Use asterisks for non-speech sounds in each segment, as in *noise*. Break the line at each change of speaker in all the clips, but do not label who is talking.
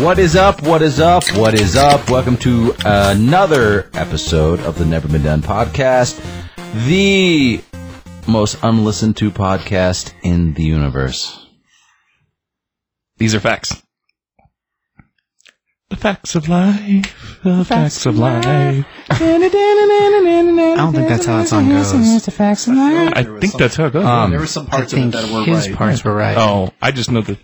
What is up? What is up? What is up? Welcome to another episode of the Never Been Done podcast, the most unlistened to podcast in the universe.
These are facts. The facts of life. The facts, of life.
I don't think that's how that song goes.
I think that's how it goes.
Um,
There were some
I
parts of it
think
that were
his
right.
parts were right.
oh, I just know the.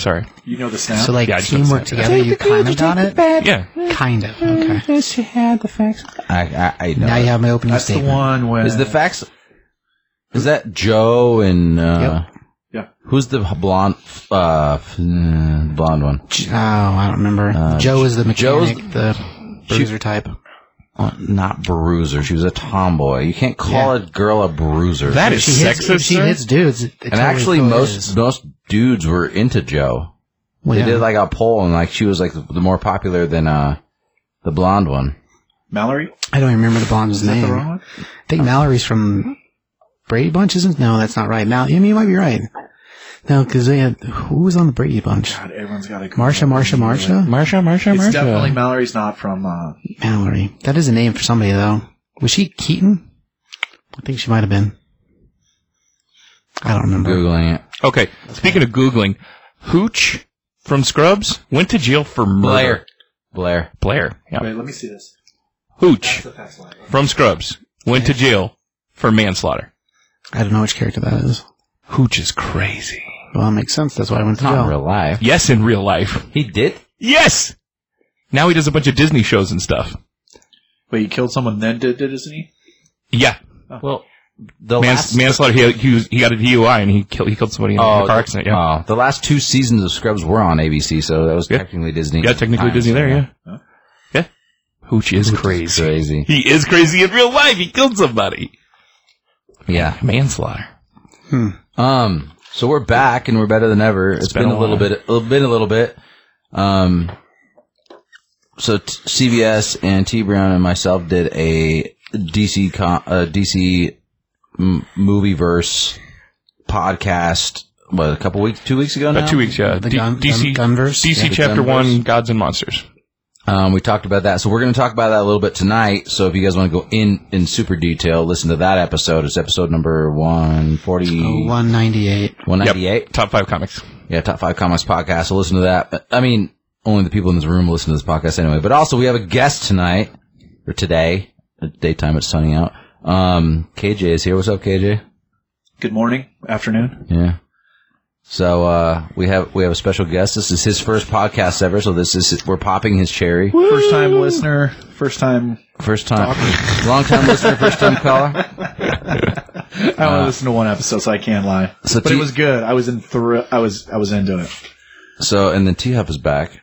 Sorry.
You know the snap.
So like
Yeah, I just
teamwork
understand that.
together, you kind of got it.
Yeah.
Kind of. Okay.
I, I, I know.
Now you have my opening
that's the
statement.
one when
is the facts? Is that Joe and uh,
Yep.
Who's the blonde? Uh, f- mm, blonde one.
J- Oh, I don't remember. Joe is the
Joe's-
mechanic, the bruiser type.
Well, not bruiser. She was a tomboy. You can't call a girl a bruiser.
That is
She hits,
sexist.
if she
sir?
hits dudes. it- it
and
totally
actually,
totally
most
is.
most dudes were into Joe.
Well,
They
yeah.
did like a poll, and like she was like the, the more popular than uh the blonde one.
Mallory?
I don't even remember the blonde's
Is that
name.
the wrong one?
I think Mallory's from Brady Bunch, isn't? No, that's not right. Mal, I mean, you might be right. No, because they had who was on the Brady Bunch?
God, everyone's got a
Marsha, Marsha, Marsha,
Marsha, Marsha,
It's
Marsha.
definitely Mallory's not from uh,
Mallory. That is a name for somebody though. Was she Keaton? I think she might have been. I don't remember.
Googling it.
okay. Speaking of googling, Hooch from Scrubs went to jail for murder.
Blair. Blair.
Blair. Yeah.
Wait, let me see this.
Hooch
The facts line.
from Scrubs went to jail for manslaughter.
I don't know which character that is.
Hooch is crazy.
Well, that makes sense. That's why I went to
Not
jail.
in real life.
Yes, in real life.
He did.
Yes. Now he does a bunch of Disney shows and stuff.
Wait, he killed someone then did it, isn't he?
Yeah.
Well, the
Mans-
last
manslaughter. He, he, was, he got a DUI and he killed he killed somebody in a car accident. Yeah.
oh, the last two seasons of Scrubs were on ABC, so that was
Yeah.
technically Disney.
Yeah, technically
Times,
Disney there,
so
yeah.
Huh?
Yeah. Hooch is crazy.
Crazy.
He is crazy in real life. He killed somebody.
Yeah.
Manslaughter.
Um. So we're back, and we're better than ever. it's been,
been
a
a
little
while.
bit. It's been a little bit. Um. So t- CBS and T Brown and myself did a DC con- uh, DC m- movie verse podcast. What a couple weeks, two weeks ago now.
About two weeks, yeah.
The
D-
gun,
DC,
gun, Gunverse.
DC
Yeah, the
Chapter
Gunverse.
1, Gods and Monsters.
Um, we talked about that, so we're going to talk about that a little bit tonight. So if you guys want to go in in super detail, listen to that episode. It's episode number one forty
Oh, 198.
one
Yep.
ninety eight.
Top 5 comics.
Yeah, top five comics podcast. So listen to that. I mean, only the people in this room listen to this podcast anyway. But also, we have a guest tonight or today. At daytime, it's sunny out. Um, KJ is here. What's up, KJ?
Good morning, afternoon.
Yeah. So uh, we have we have a special guest. This is his first podcast ever. So this is we're popping his cherry.
First time listener, first time.
First time, long time listener, first time caller.
I only listened to one episode, so I can't lie.
So
but
do
it
you-
was good. I was in thr- I was I was into it.
So and then T Hub is back.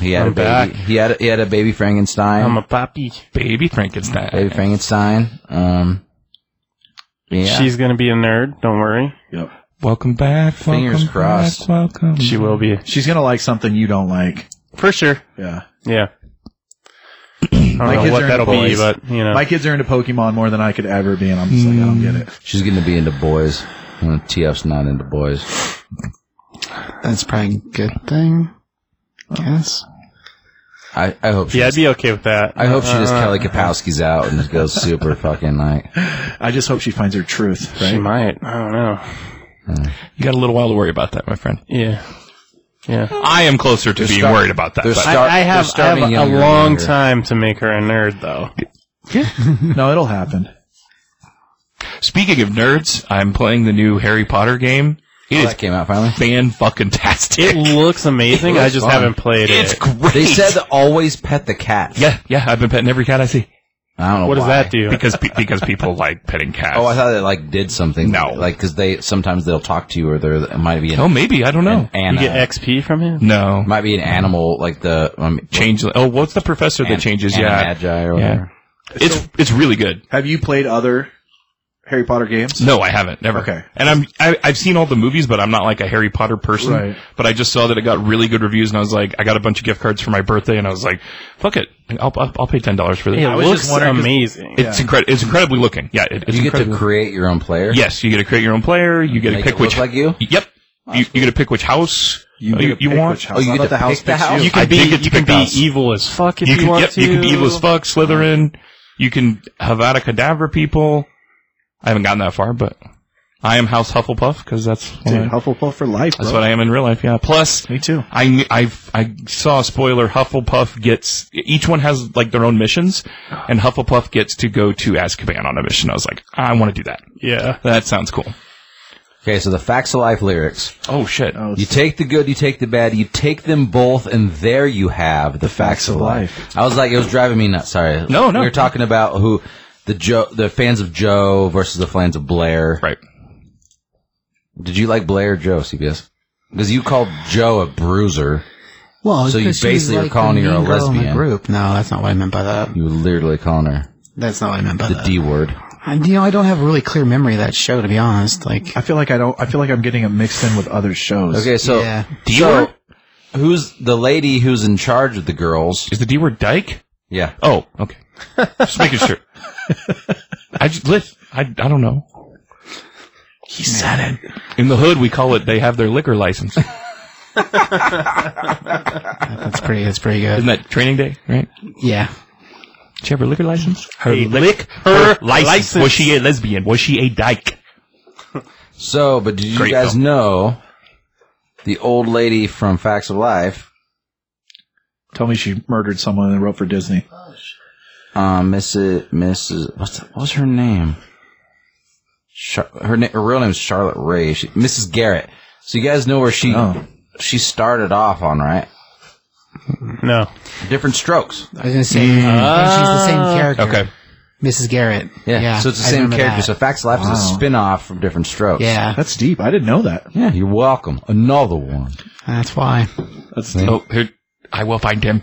He had
I'm
a baby.
back.
He had a, he had a baby Frankenstein.
a poppy. Baby Frankenstein.
baby Frankenstein. Um. Yeah.
She's gonna be a nerd. Don't worry,
Yep.
Welcome back. Welcome
Fingers
back,
crossed.
Welcome.
she will be
She's gonna like something you don't like.
for sure.
Yeah.
Yeah. I
My
don't
kids
know what
are
that'll be,
boys.
but you know,
My kids are into Pokemon more than I could ever be, and I'm just like, I don't get it.
She's going to be into boys. Uh, TF's not into boys.
That's probably a good thing. Yes.
I, I hope she.
yeah, I'd be okay with that. Uh,
I hope she just Kelly Kapowski's out and just goes
*laughs*
super fucking like. oh,
I just hope she finds her truth,
She
right?
might. I don't know.
You got a little while to worry about that, my friend.
Yeah. Yeah.
I am closer to being
start-
worried about that.
they're
but-
start- Start-
I, I have,
they're
I have
starting
a- a
younger and
long
younger.
time to make her a nerd, though.
No, it'll happen.
Speaking of nerds, I'm playing the new Harry Potter game.
Oh,
It is
that came out finally.
fan fucking tastic. *laughs*
It looks amazing. I just
fun.
haven't played it.
It's great.
They said to always pet the cat.
Yeah, yeah. I've been petting every cat I see
I don't know
what does
why.
that do?
because pe- because people like petting cats.
Oh, I thought it like did something.
No.
like because they sometimes they'll talk to you or there it might be an,
oh, maybe I don't know.
an, an
you get
uh,
XP from it.
no,
might be an animal like the um,
change. Oh, what's the professor that changes? Yeah,
magi or whatever.
it's it's really good.
Have you played other Harry Potter games?
No, I haven't never.
Okay.
and I'm I, I've seen all the movies, but I'm not like a Harry Potter person.
Right.
But I just saw that it got really good reviews, and I was like, I got a bunch of gift cards for my birthday, and I was like, fuck it, I'll I'll, I'll pay ten dollars for this.
It
was
looks
just wondering 'cause-
amazing.
It's incredible. It's incredibly looking. Yeah, it, it's
You get
incredible.
to create your own player.
Yes, you get to create your own player. You get to
Make
pick
it
which
look like you?
Yep. You, you get to pick which house.
You,
Oh,
get
you-
to
you
pick
want-
which house.
oh, you
How
get
about
to
the house
pick the
picks
house?
You
You
can
I
be
think it's
you can be
because-
evil as fuck if
you
you,
can,
want
yep,
to.
you can be evil as fuck, Slytherin. You can Havada Kedavra people. I haven't gotten that far, but I am House Hufflepuff because that's what
Dude,
I-
Hufflepuff for life.
that's
bro.
what I am in real life. Yeah. Plus,
Me too.
I kn- I I saw a spoiler. Hufflepuff gets each one has like their own missions, and Hufflepuff gets to go to Azkaban on a mission. I was like, I want to do that.
Yeah.
That sounds cool.
Okay, so the facts of life lyrics.
Oh shit.
Oh,
You take the good, you take the bad, you take them both, and there you have the, facts, of life. I was like, it was driving me nuts. Sorry.
No, no.
We were talking about who the Joe, the fans of Joe versus the fans of Blair.
Right.
Did you like Blair or Joe, CBS? Because you called Joe a bruiser.
Well,
So you
because she was
basically are
like the
calling her a
mean girl in the
lesbian.
group. No, that's not what I meant by that.
You were literally calling her
That's not what I meant by
the
that.
D word.
I, you know, I don't have a really clear memory of that show, to be honest. Like,
I feel like I don't. I feel like I'm getting it mixed in with other shows.
Okay, so
Yeah.
D word. Who's the lady who's in charge of the girls?
Is the D word dyke?
Yeah.
Oh, okay. Just making sure. I just lit. I, I don't know.
he said it.
In the hood, we call it. They have their liquor license. Isn't
That's pretty. That's pretty good.
that training day? Right?
Yeah.
Did she have her liquor license? Her
Hey,
lick.
her license.
Was she a lesbian? Was she a dyke?
So, but did you
Great
guys
film.
know the old lady from Facts of Life,
Tell me she murdered someone and wrote for Disney.
uh, Mrs. Mrs. What's the, what's her name? Char- her, na- her real name is Charlotte Ray. She, Mrs. Garrett. So you guys know where she
Oh.
she started off on, right?
No.
Different strokes.
I was gonna say
Mm.
and she's the
Ah.
same character.
Okay.
Mrs. Garrett. Yeah.
So it's the
I
same
remember
character.
that.
So Facts of Life is a
Wow.
spin off from Different Strokes.
yeah.
That's deep. I didn't know that.
Yeah. You're welcome. Another one.
That's why.
That's deep.
Oh, here. I will find him.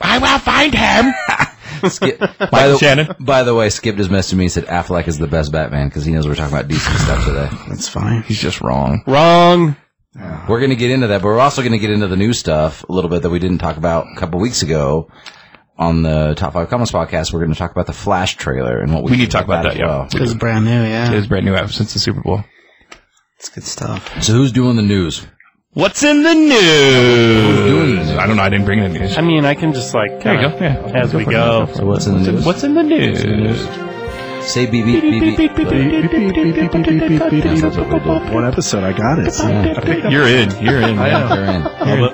I will find him.
Skip, by, the,
Shannon.
by the way, Skip just messaged me and said Affleck is the best Batman because he knows we're talking about DC stuff today.
That's fine.
He's just wrong.
Wrong.
We're going to get into that, but we're also going to get into the new stuff a little bit that we didn't talk about a couple weeks ago on the Top 5 Comments podcast. We're going to talk about the Flash trailer and what we,
We need to talk
think
about that.
as
Yeah.
It was brand new. Yeah.
It is brand new app since the Super Bowl.
It's good stuff.
So who's doing the news?
What's in the news? I don't know. I didn't bring in the news.
I mean, I can just like
There you
kinda-
go. Yeah.
as we
for it.
go.
for it.
What's in the news?
What's in the news?
Say BB, BB. That's what we do.
One episode, I got it.
You're in. You're in. man.
They're in.
I'm, a,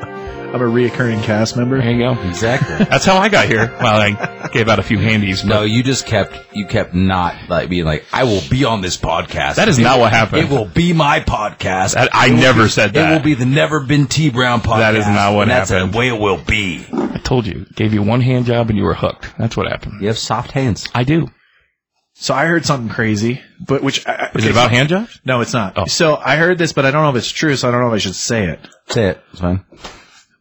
I'm a reoccurring cast member.
There you go.
Exactly.
That's how I got here. Well, I gave out a few handies. But
No, you just kept you kept not like being like I will be on this podcast.
that is not what happened.
It will be my podcast.
That- I
It will
never
be-
said
It
that.
will be the Never Been T Brown podcast.
That is not what
and That's
happened.
the way it will be.
I told you. Gave you one hand job and you were hooked. That's what happened.
You have soft hands.
I do.
So I heard something crazy, but which I, I-
Is
okay,
it about hand jobs?
No, it's not.
Oh.
So I heard this, but I don't know if it's true. So I don't know if I should say it.
Say it. It's fine.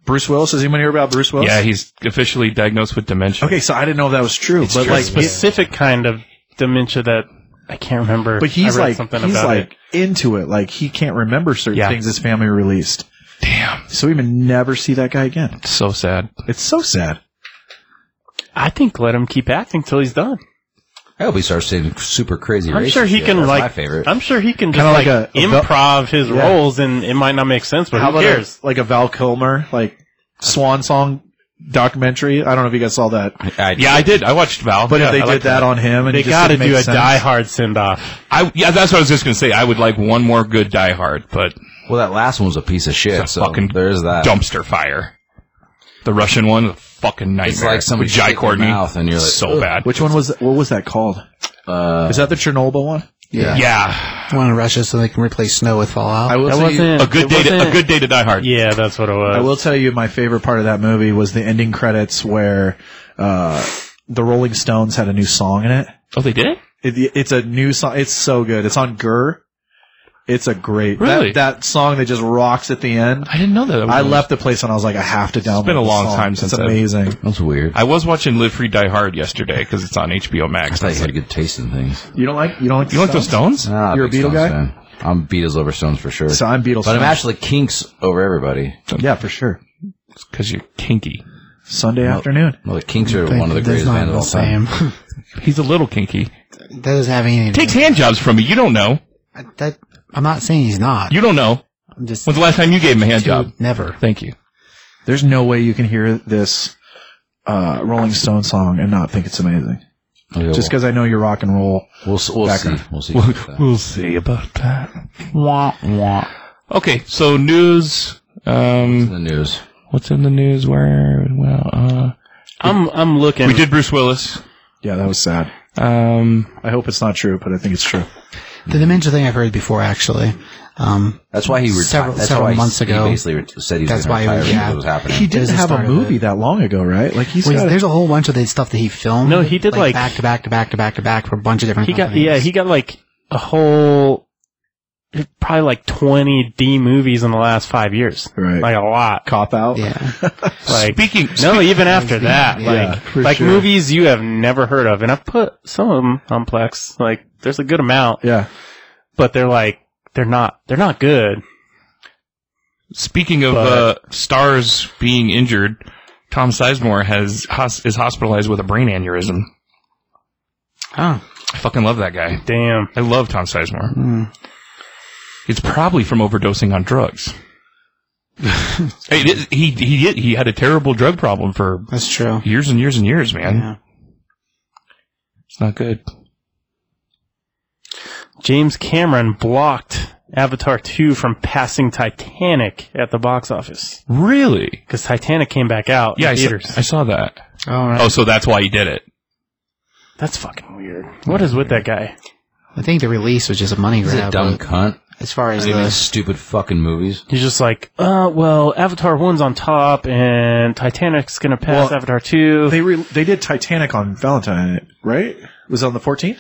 Bruce Willis. Has anyone hear about Bruce Willis?
Yeah, he's officially diagnosed with dementia.
Okay, so I didn't know if that was true, but
But like
like, it-
specific kind of dementia that I can't remember.
but he's
I read
like,
something
he's
about
like
it.
into it. Like he can't remember certain
Yeah.
things his family released.
Damn.
So we may never see that guy again.
So sad.
It's so sad.
I think let him keep acting till he's done.
I hope he starts saying super crazy.
I'm
racist
sure he
shit.
can
That's
like.
my favorite.
I'm sure he can just
Kinda
like,
like a- a vel-
improv his
Yeah.
roles, and it might not make sense, but
How
who
about
cares?
A, like a Val Kilmer like Swan Song documentary? I don't know if you guys saw that,
I,
Yeah, I did. I watched Val.
but
yeah,
if they
I
did
liked
that, on him, and
They
it just
got to
didn't
do
make
a
sense.
Die Hard send off.
I, yeah, that's what I was just going to say. I would like one more good Die Hard, but
well, that last one was a piece of shit.
It's a
so
fucking
there is that.
dumpster fire. The Russian one, a fucking nightmare.
It's like somebody
with Jai
shit in
Courtney.
your mouth and you're like,
so
"Ugh."
bad.
Which one was what was that called?
Uh,
Is that the Chernobyl one?
Yeah.
yeah,
One in Russia, so they can replace snow with Fallout.
I will
That
tell you.
wasn't
a good
it
day. To,
wasn't-
a good day to Die Hard.
Yeah, that's what it
uh,
was.
I will tell you. My favorite part of that movie was the ending credits where uh, the Rolling Stones had a new song in it.
Oh, they did.
It, it's a new song. It's so good. It's on Gur. It's a great
Really?
that, that song that just rocks at the end.
I didn't know that.
I left the place and I was like, I have to download.
been a
this
long
song.
time
It's
since I've-
amazing.
that's weird. I,
I was watching Live Free Die Hard yesterday because it's on HBO Max.
thought you
It's
had
like,
good taste in things.
You don't like you don't like
you like those Stones?
Nah,
You're a
big
Beatle
Stones
guy?
fan. I'm Beatles over Stones for sure.
So I'm Beatles.
but I'm
fan.
actually kinks over everybody.
yeah, for sure.
Because you're kinky.
Sunday afternoon.
Well, the Kinks are one of the
That's
greatest
not
bands of all time.
the same. *laughs*
He's a little kinky.
that doesn't have anything to
Takes hand jobs from me. You don't know.
do. That, I'm not saying he's not.
You don't know.
I'm just
When's the last time you gave him a hand job?
never.
Thank you.
There's no way you can hear this uh, Rolling Stone song and not think it's amazing.
Okay,
Just because I know your rock and roll.
we'll, we'll, we'll see.
background.
We'll see.
*laughs*
We'll,
about that.
*laughs* we'll see about that. Okay, so news. Um,
the news.
what's in the news? Where? Well, uh,
I'm I'm looking.
we did Bruce Willis.
Yeah, that was sad.
Um,
I hope it's not true, but I think it's true.
The dementia thing I've heard before, actually. Um,
That's why he retired.
Several-
that's
several
why he-
months ago.
He basically ret- said he was
That's
going to
why
retire.
he-
because
yeah.
it was happening.
He
There's
didn't
the
have a
start of
movie
it.
that long ago, right? Like he's
well,
got-
there's a whole bunch of the stuff that he filmed.
No, he did, like-
back to back to back to back to back for a bunch of different.
He got
companies.
yeah. He got like a whole probably like 20 D movies in the last five years.
Right.
Like a lot.
cop out.
yeah.
Like
speaking.
no, even after that,
Yeah,
like
for
like
sure.
movies you have never heard of, and I've put some of them on Plex. Like there's a good amount,
Yeah.
but they're like they're not they're not good.
Speaking of uh, stars being injured, Tom Sizemore has hos- is hospitalized with a brain aneurysm.
Oh,
I fucking love that guy.
Damn.
I love Tom Sizemore.
Hmm.
It's probably from overdosing on drugs. Hey, it is- he he did- he had a terrible drug problem for
that's true.
years and years and years, man.
Yeah.
It's not good.
James Cameron blocked Avatar 2 from passing Titanic at the box office
Really?
because Titanic came back out
Yeah, I
in
saw,
theaters.
I saw that.
All right.
Oh, so that's why he did it.
That's fucking weird. What is with that guy?
I think the release was just a money
He's a
grab.
dumb
but
cunt.
As far as
He's
uh,
making
the
stupid fucking movies.
He's just like, uh, well, Avatar 1's on top and Titanic's gonna pass
Well,
Avatar 2.
They re- they did Titanic on Valentine, right? It was on the 14th.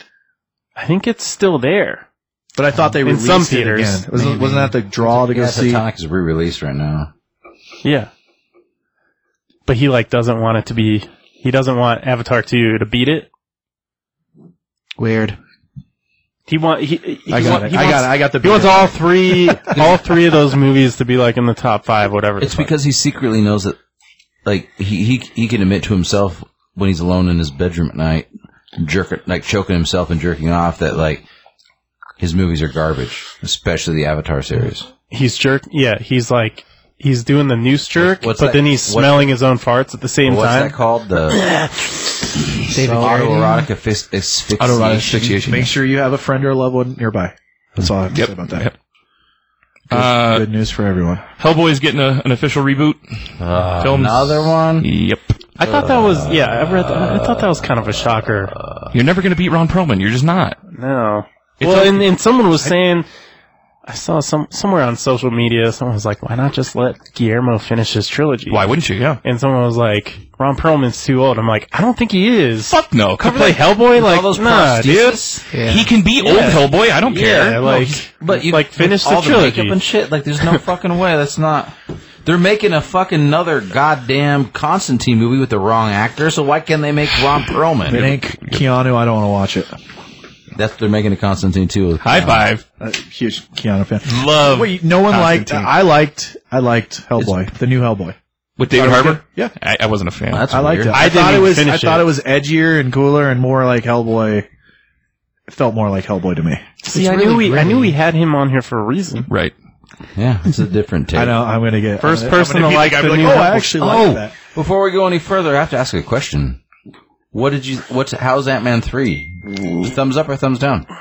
I think it's still there.
But I thought they
In
released
some
it
theaters,
again. Wasn't, wasn't that the draw to go
yeah,
see?
Titanic is re-released right now.
Yeah. But he like doesn't want it to be, he doesn't want Avatar 2 to beat it.
weird.
He want he, he
I got
want-
it.
he
I
wants-
got it. I got the.
He wants
beer.
all
*laughs*
three, all three of those movies to be like in the top five, whatever. the
It's
fuck.
because he secretly knows that, like he he he can admit to himself when he's alone in his bedroom at night, jerking like choking himself and jerking off that like his movies are garbage, especially the Avatar series.
he's jerk. Yeah, he's like he's doing the noose jerk,
What's
but
that-
then he's
what's-
smelling his own farts at the same
What's
time.
that called? The
David Carradine.
autoerotic asphyx- asphyxiation.
Autoerotic asphyxiation.
Make sure you have a friend or a loved one nearby. That's all I have to say about that.
Yep. Uh,
Good news for everyone.
Hellboy's getting a, an official reboot.
Uh,
Films.
another one.
Yep.
I thought that
Uh,
was yeah. I read. That, I thought that was kind of a shocker.
You're never going to beat Ron Perlman. You're just not.
No.
It's
well,
okay.
and, and someone was saying. I saw some somewhere on social media. Someone was like, "Why not just let Guillermo finish his trilogy?"
Why wouldn't you? Yeah.
And someone was like, "Ron Perlman's too old." I'm like, "I don't think he is."
Fuck no.
To
Cover
play
that.
Hellboy, like,
those
nah, dude.
Yeah.
He can be old Hellboy. I don't care.
Yeah, like,
But you
like finish
with
the
all
trilogy.
makeup and shit. Like, there's
*laughs*
no fucking way. That's not. They're making a fucking another goddamn Constantine movie with the wrong actor. So why can't they make Ron Perlman?
It ain't Keanu. I don't want to watch it.
That's they're making a Constantine too. with-
High five.
A Uh, huge Keanu fan.
Hmm.
Love.
Wait, no one liked.
Constantine.
I liked. I liked Hellboy, the new Hellboy.
With David
I liked
Harbour?
it. Yeah.
I, I wasn't a fan.
That's
I liked
weird.
it. I,
I
thought
didn't
it was.
even
I
finish
thought
it.
it was edgier and cooler and more like Hellboy. It felt more like Hellboy to me.
See, I knew we, I knew we had him on here for a reason.
right.
Yeah, it's a different take.
I know. I'm gonna get
1st
I'm gonna-
person to like
I'm
the
gonna be
new
like, oh,
Hellboy.
I actually like
Oh,
that.
before we go any further, I have to ask a question. What did you? What's how's Ant Man three? Thumbs up or thumbs down?
Uh,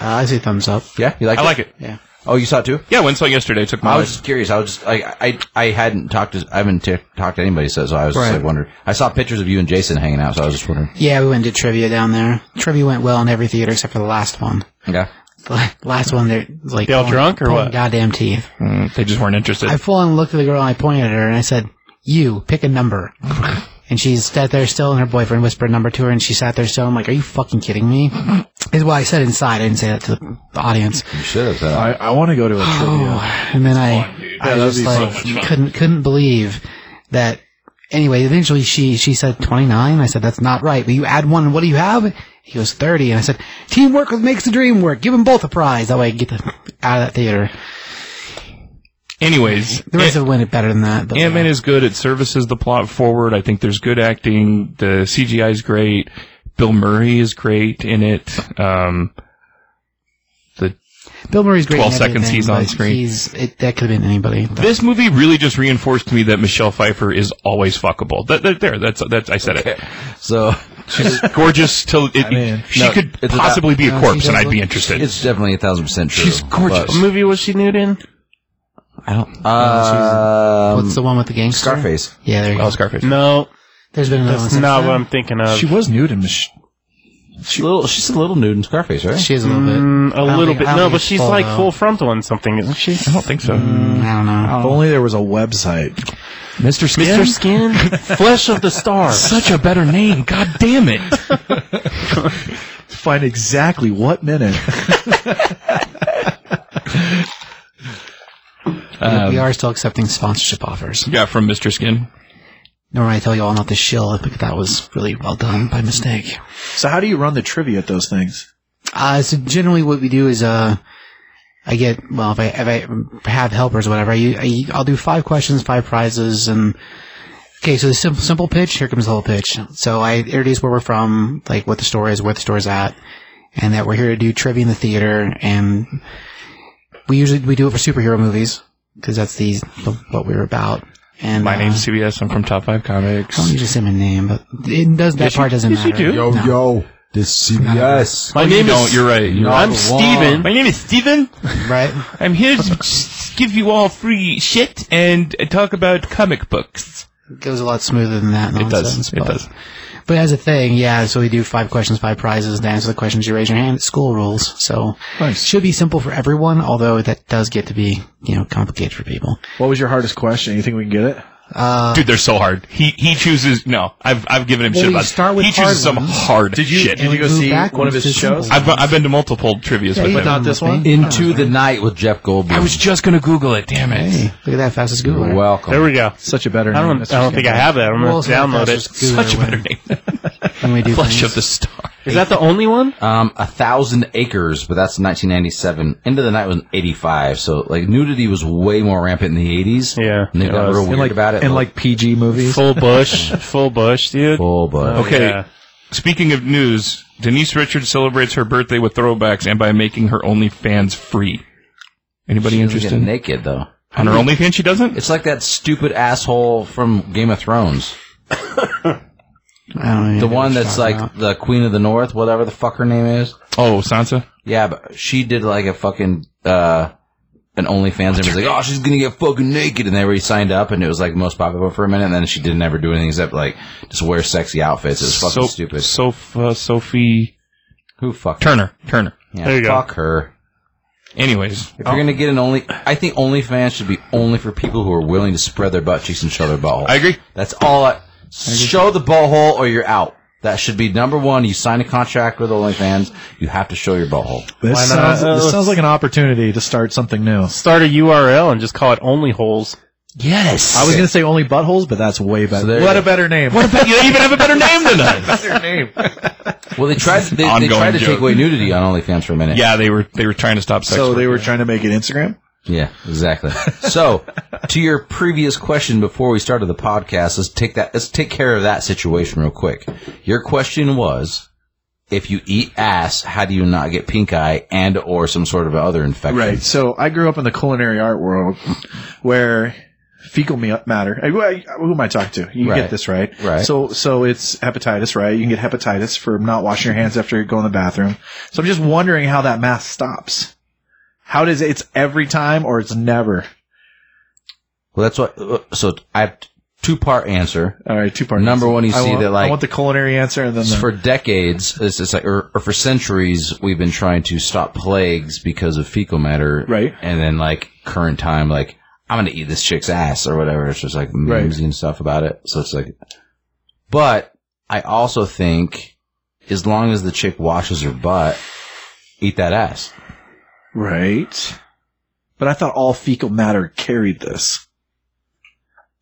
I say thumbs up.
Yeah, you like?
I like it.
Yeah.
Oh, you saw it too?
Yeah, went saw it yesterday. Took my
I was just curious. I was just like, I I hadn't talked to I haven't t- talked to anybody, so, so I was just
Right.
like wondering. I saw pictures of you and Jason hanging out, so I was just wondering.
Yeah, we went to trivia down there. Trivia went well in every theater except for the last one. *laughs*
Yeah,
The last one, they're like
They all
pulling-
drunk or
pulling
what?
Goddamn teeth.
Mm, they just weren't interested.
I full on looked at the girl and I pointed at her and I said, "You pick a number." and she sat there still, and her boyfriend whispered a number to her, and she sat there still. I'm like, "Are you fucking kidding me?" Is what I said inside. I didn't say that to the audience.
you should have. Said
I,
that.
I want to go to a trivia.
Oh, and then I, I
that'd
just
be
like couldn't couldn't believe that. Anyway, eventually she she said twenty nine. I said that's not right. But you add one, and what do you have? He goes thirty, and I said teamwork makes the dream work. Give them both a prize. That way, I get the, out of that theater.
Anyways,
The rest of it went better than that. But
Ant Man
yeah.
is good. It services the plot forward. I think there's good acting. The CGI is great. Bill Murray is great in it. Um, the
Bill Murray's great. in
12 seconds,
everything,
he's on
but
screen.
He's it, that could have been anybody.
This movie really just reinforced to me that Michelle Pfeiffer is always fuckable. That, that- there, that's that's I said it.
So
*laughs* She's gorgeous till it,
mean,
she
no,
could
it's
possibly be a
no,
corpse,
she
and I'd
doesn't.
be interested.
it's definitely a thousand percent true.
She's gorgeous.
but
What movie was she nude in?
I don't. Um,
What's the one with the gangster?
Scarface?
Yeah, there you go.
oh, Scarface.
No,
There's been another
that's
one.
not what I'm thinking of.
She was nude in Mich-
She little, she's a little nude in Scarface, right?
She is a little bit.
Mm,
I
a
don't
little
think- I
bit.
don't
No,
think
but
it's
she's
full,
like
though.
full frontal in something, isn't she?
I don't think so.
Mm, I don't know.
If only there was a website.
Mr. Oh. Skin.
Mr. Skin, Flesh of the Stars.
*laughs* Such a better name. God damn it.
*laughs* Find exactly what minute.
we are still accepting sponsorship offers.
yeah, from Mr. Skin.
Normally, I tell you all not to shill, but that was really well done by mistake.
so how do you run the trivia at those things?
Uh, so generally, what we do is uh, I get well if I if I have helpers or whatever, I, I will do five questions, five prizes, and okay. So the simple simple pitch. Here comes the whole pitch. So I introduce where we're from, like what the story is, where the story's at, and that we're here to do trivia in the theater, and we usually we do it for superhero movies because that's the what we're about. And
My
uh,
name's CBS. I'm from Top 5 Comics.
I don't usually say my name, but it does that part doesn't
yes, you
matter.
do.
No.
yo, this CBS.
My
you
name
don't.
is. You're right. You're
I'm
right.
Steven.
My name is Steven.
right?
I'm here to s- give you all free shit and talk about comic books.
goes a lot smoother than that.
It does.
Nonsense,
It
but,
does.
But as a thing, yeah. So we do five questions, five prizes. To answer the questions, you raise your hand. It's school rules, so
Nice.
should be simple for everyone. Although that does get to be you know complicated for people.
What was your hardest question? You think we can get it?
Dude, they're so hard. He he chooses. No, I've I've given him
Well,
shit
we
about.
start with
he chooses
hard
some
ones.
hard shit.
Did you go
Move
see
back
one of his
to simple.
shows?
I've I've been to multiple trivia's
Yeah,
with
you
him.
done
Not this
with me.
one?
Into the night with Jeff Goldblum.
I was just gonna Google it. Damn it.
Hey, look at that fastest
You're
Googler.
welcome.
There we go.
Such a better
I
name.
don't.
That's
I don't
just
think I
gonna-
have that. I'm
Well,
gonna
it's not
download it.
fastest Googler
Such a
when-
better name.
when we do
Flesh of
things.
the Star.
Is that the only one?
Um, a thousand acres, but that's 1997. End of the night was 85. So like nudity was way more rampant in the 80s.
Yeah,
and they
it
got
was.
real
And
weird about it.
in like PG movies.
Full bush. full bush, dude.
full, but
Oh,
Okay.
yeah.
Speaking of news, Denise Richards celebrates her birthday with throwbacks and by making her OnlyFans free. Anybody
She doesn't get
interested?
naked though.
On her OnlyFans, she doesn't.
It's like that stupid asshole from Game of Thrones.
I don't know
The
what
one
you're
that's
talking
like
about.
the Queen of the North, whatever the fuck her name is.
Oh, Sansa.
Yeah, but she did like a fucking uh an OnlyFans and was like, Oh, she's gonna get fucking naked and everybody signed up and it was like most popular for a minute and then she didn't ever do anything except like just wear sexy outfits. It was fucking
So-
stupid.
Soph- uh, Sophie
Who fucked
Turner. Turner.
Yeah,
There you go.
fuck her.
Anyways,
If you're gonna get an only, I think OnlyFans should be only for people who are willing to spread their butt cheeks and show their butthole.
I agree.
That's all. I, show the butthole or you're out. That should be number one. You sign a contract with OnlyFans, you have to show your butthole.
This
Why not?
sounds, this sounds like an opportunity to start something new.
Start a URL and just call it Only Holes.
Yes.
I was going to say only buttholes, but that's way better.
there
what
you
a better name.
What about you? Don't even have a better name than
*laughs*
us.
Well, they tried. They, they
Ongoing
tried to
joke.
take away nudity on OnlyFans for a minute.
yeah, they were they were trying to stop sex.
so
work.
they were trying to make it Instagram?
Yeah,
*laughs*
exactly. so, to your previous question before we started the podcast, let's take that. Let's take care of that situation real quick. Your question was, if you eat ass, how do you not get pink eye and or some sort of other infection?
Right. So I grew up in the culinary art world where fecal me- matter. I- I- Who am I talking to? You
Right.
get this right.
Right.
So so it's hepatitis, right? You can get hepatitis for not washing your hands after you go in the bathroom. So I'm just wondering how that math stops. How does it, it's every time or it's never?
Well, that's what. So I have two part answer.
All right, two parts.
Number one, you
I
see
want-
that, like-
I want the culinary answer and then the,
For decades, it's just like, or, or for centuries, we've been trying to stop plagues because of fecal matter.
Right.
And then like current time, like I'm gonna eat this chick's ass or whatever. It's just like memes and stuff about it. So it's like, but I also think as long as the chick washes her butt, eat that ass.
right. But I thought all fecal matter carried this.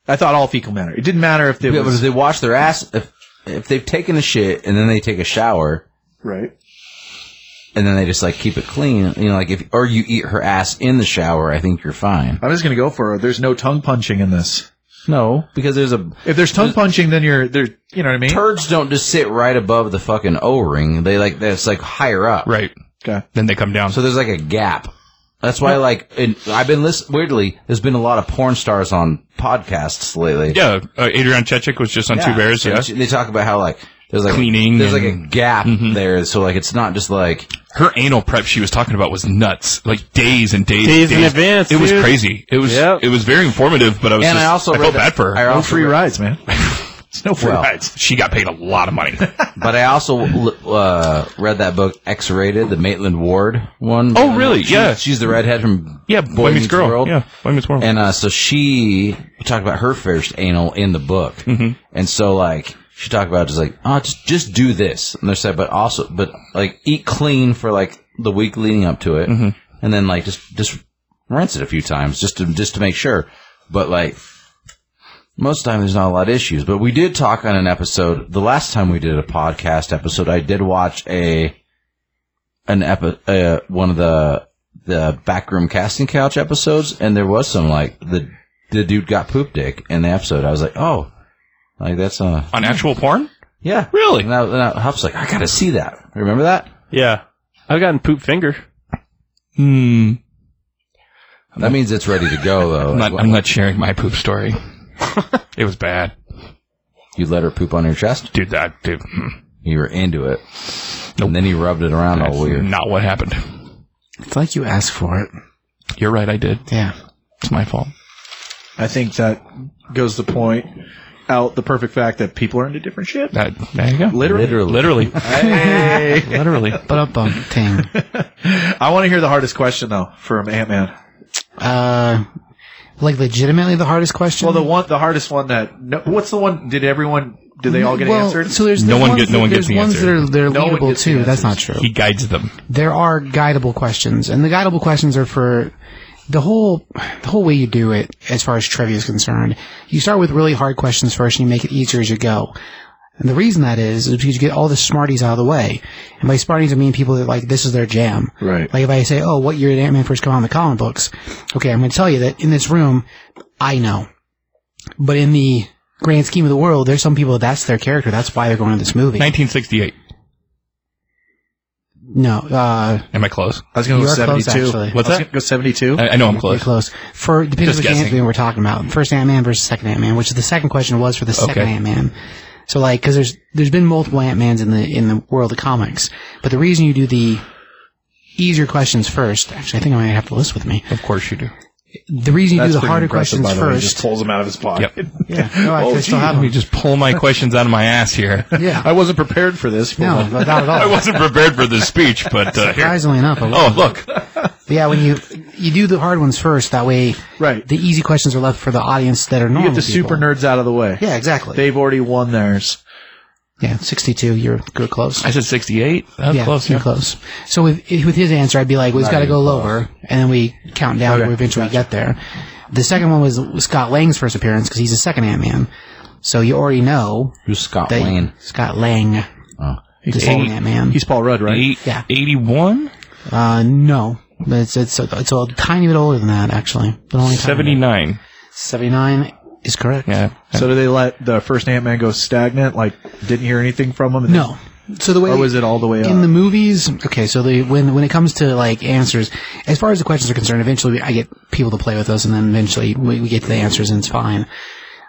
I thought all fecal matter. It didn't matter if it
Yeah, but if
was
they wash their ass, if if they've taken a shit and then they take a shower,
right.
and then they just like keep it clean. You know, like if or you eat her ass in the shower, I think you're fine.
I'm just gonna go for it. There's no tongue punching in this.
No, because there's a
If there's tongue punching, then you're there. You know what I mean?
turds don't just sit right above the fucking O ring. They like that's like higher up.
right.
Okay.
Then they come down.
So there's like a gap. That's why, like, in, I've been listening. Weirdly, there's been a lot of porn stars on podcasts lately.
Yeah, uh, Adrian Chechik was just on Two Bears.
So
Yeah,
she- They talk about how like there's like
Cleaning
There's like a
and- Mm-hmm.
gap there, so like it's not just like
her anal prep she was talking about was nuts. Like days and days,
Days in advance,
It was
dude.
crazy. It was
Yep.
it was very informative, but I was
And
just,
I also
I
read
felt
that-
bad for her.
I
No
also
free
read-
rides, man. *laughs* It's no free
Well,
rides.
she got paid a lot of money.
But I also uh, read that book X-rated, the Maitland Ward one.
Oh, really?
She's-
Yeah.
she's the redhead from
yeah,
Boy
Boy Meets
Meets
Girl.
World.
Yeah, Boy Meets World.
And uh, so she talked about her first anal in the book, and so like she talked about just like oh just just do this, and they said but also but like eat clean for like the week leading up to it, and then like just just rinse it a few times just to just to make sure. But like most of the time there's not a lot of issues. But we did talk on an episode the last time we did a podcast episode. I did watch a an epi- uh, one of the the backroom casting couch episodes, and there was some like the the dude got poop dick in the episode. I was like, oh, like that's uh
on actual porn?
yeah
Really?
And I, and I, Huff's like, I gotta see that. Remember that?
Yeah. I've gotten poop finger.
Hmm.
That means it's ready to go *laughs* though.
I'm not, I'm not sharing my poop story. it was bad,
you let her poop on your chest.
dude. That dude. hmm.
You were into it,
Nope.
and then he rubbed it around
That's
all Oh, weird.
not what happened.
It's like you asked for it.
You're right. I did.
Yeah.
It's my fault.
I think that goes the point out the perfect fact that people are into different shit.
That there you go.
Literally.
Literally. *laughs* Literally.
But up
*laughs*
on ting.
I want to hear the hardest question though from Ant Man.
Uh, like legitimately the hardest question.
Well, the one, the hardest one that. No, what's the one? Did everyone? Did they all get
Well,
answered?
So there's,
No
there's
one
ones
get- no
that-
one
there's
gets the
ones
answer.
that are they're
No one
leadable
gets the
too. That's
answers.
not true.
He guides them.
there are guidable questions, and the guidable questions are for the whole the whole way you do it as far as trivia is concerned. You start with really hard questions first, and you make it easier as you go. And the reason that is is because you get all the smarties out of the way. And by smarties, I mean people that like this is their jam.
Right.
Like if I say, "Oh, what year did Ant Man first come out in the comic books?" Okay, I'm going to tell you that in this room, I know. But in the grand scheme of the world, there's some people that's their character. That's why they're going to this movie.
1968.
No, uh,
Am I close?
I was going to go
You are close,
72.
actually.
What's
I was
that?
gonna Go 72.
I, I know I'm
pretty
close.
close. For depends
Just
on which Ant
guessing.
Man we're talking about. First Ant Man versus second Ant Man, which is the second question was for the second
Okay.
Ant Man. So like, because there's there's been multiple Ant Mans in the in the world of comics, but the reason you do the easier questions first, actually, I think I might have the list with me.
Of course you do.
The reason you do
That's
the
pretty
harder
impressive,
questions
by the way. He just
first.
pulls them out of his pocket.
Yep.
Yeah, no, I
*laughs* Oh,
I still
gee,
have
Let me
them.
just pull my questions out of my ass here.
Yeah,
I wasn't prepared for this.
no, not at
*laughs*
I
all.
wasn't prepared for this speech, but uh, here.
Surprisingly enough, I was.
Oh, look.
But yeah, when you you do the hard ones first, that way
Right.
the easy questions are left for the audience that are
You
normal.
get the super
people.
nerds out of the way.
Yeah, exactly.
They've already won theirs.
yeah, sixty-two. You're you're close.
I said 68. That's
yeah,
close.
you're
yeah.
close. So with with his answer, I'd be like, "We've got to go lower," and then we count down.
Okay,
We eventually get there. The second one was Scott Lang's first appearance because he's a second Ant Man. So you already know
Who's Scott
that
Lane?
Scott Lang,
Oh.
the second Ant Man.
He's Paul Rudd, right?
Eight-
Yeah.
81?
Uh, no, but it's it's a, it's a tiny bit older than that actually. But only
79.
seventy nine is correct.
Yeah.
So do they let the first Ant Man go stagnant? Like didn't hear anything from him? and then-
No. So the way
Or was it all the way up?
in the movies okay so the when when it comes to like answers as far as the questions are concerned eventually we- i get people to play with us and then eventually we, we get to the answers and it's fine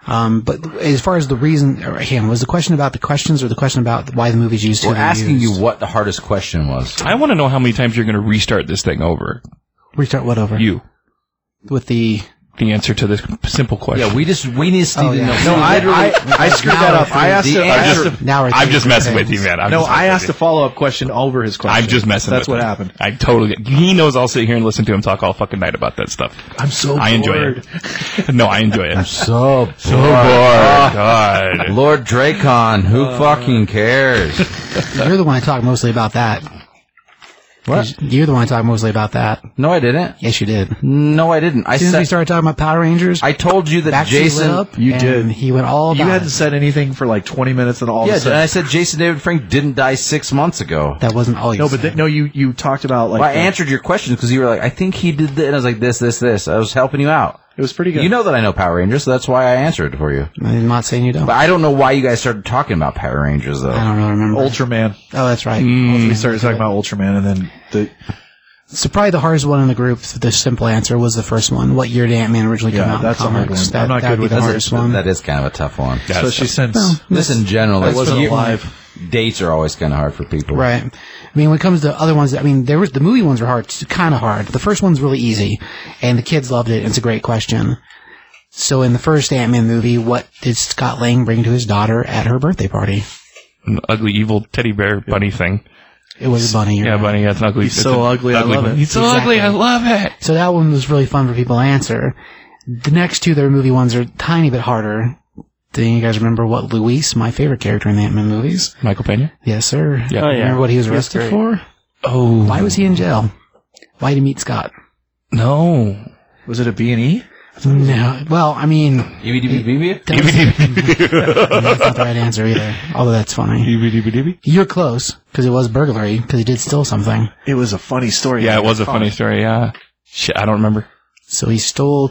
um, but as far as the reason or, hang on, was the question about the questions or the question about why the movies used
We're asking you what the hardest question was.
I want to know how many times you're going to restart this thing over.
restart what over
You.
with the
The answer to this simple question.
Yeah, we just we need Steve
Oh,
to
yeah.
know.
no, I, I, I screwed that up. I asked.
The
A, I asked
answer-
a,
now we're
I'm just
thinking
messing with
things.
you, man. I'm
no,
just
I
messing
asked a
with
follow up question over his
you.
question.
I'm just messing
That's
with
what
him.
happened.
I totally. He knows I'll sit here and listen to him talk all fucking night about that stuff.
I'm so.
I enjoy
bored.
it. *laughs* No, I enjoy
*laughs*
it.
So bored.
So bored. God.
Ah, Lord Dracon, who fucking cares?
you're the one i talked mostly about that
What?
you're the one i talked mostly about that
No, I didn't.
yes you did as
No, I didn't. I
soon as we
said
started talking about power rangers
I told you that
Backstreet
Jason.
lit up
you
and
did.
he went all
You
about
hadn't
it.
said anything for like 20 minutes, and all
Yeah,
of a
and
sudden.
I said Jason David Frank didn't die six months ago.
that wasn't all you
no,
said.
but th- no, you you talked about like
Well, I
the-
answered your question because you were like, I think he did this. And I was like, this, this, this. I was helping you out.
It was pretty good.
You know that I know Power Rangers, so that's why I answered for you.
I'm not saying you don't.
But I don't know why you guys started talking about Power Rangers, though.
I don't really remember.
Ultraman.
Mm.
oh, that's right.
We started talking about Ultraman, and then the
So probably the hardest one in the group. The simple answer was the first one. What year did Ant Man originally come
Yeah,
out?
that's a
in
hard
comics?
one.
That,
I'm not
that'd
good
be
with
the
that.
hardest one.
That is kind of a tough one.
That's-
Especially since
This in general,
I
like,
wasn't
year-
alive.
Dates are always kind of hard for people.
Right. I mean, when it comes to other ones, I mean, there was the movie ones were hard, kind of hard. The first one's really easy, and the kids loved it. It's a great question. So, in the first Ant Man movie, what did Scott Lang bring to his daughter at her birthday party?
an ugly evil teddy bear bunny thing.
It was a bunny. you're
Yeah,
right.
bunny. Yeah, it's an ugly.
He's
it's
so
an
ugly, I love
bunny.
it.
He's so ugly. I
Exactly.
love it.
So that one was really fun for people to answer. The next two, their movie ones, are tiny bit harder. Do you guys remember what Luis, my favorite character in the Ant Man movies?
Michael Pena.
Yes, sir.
Yeah.
Oh, yeah.
Remember what he was
He was
arrested
great.
for?
Oh
Why was he in jail? Why did he meet Scott?
no?
was it a B and E?
No. Well, I mean. *laughs*
E EBDBB?
That was- that's *laughs* not the right answer either. Although that's funny. You're close because it was burglary because he did steal something.
It was a funny story.
Yeah, it was a funny story. Yeah. Shit, I don't remember.
So he stole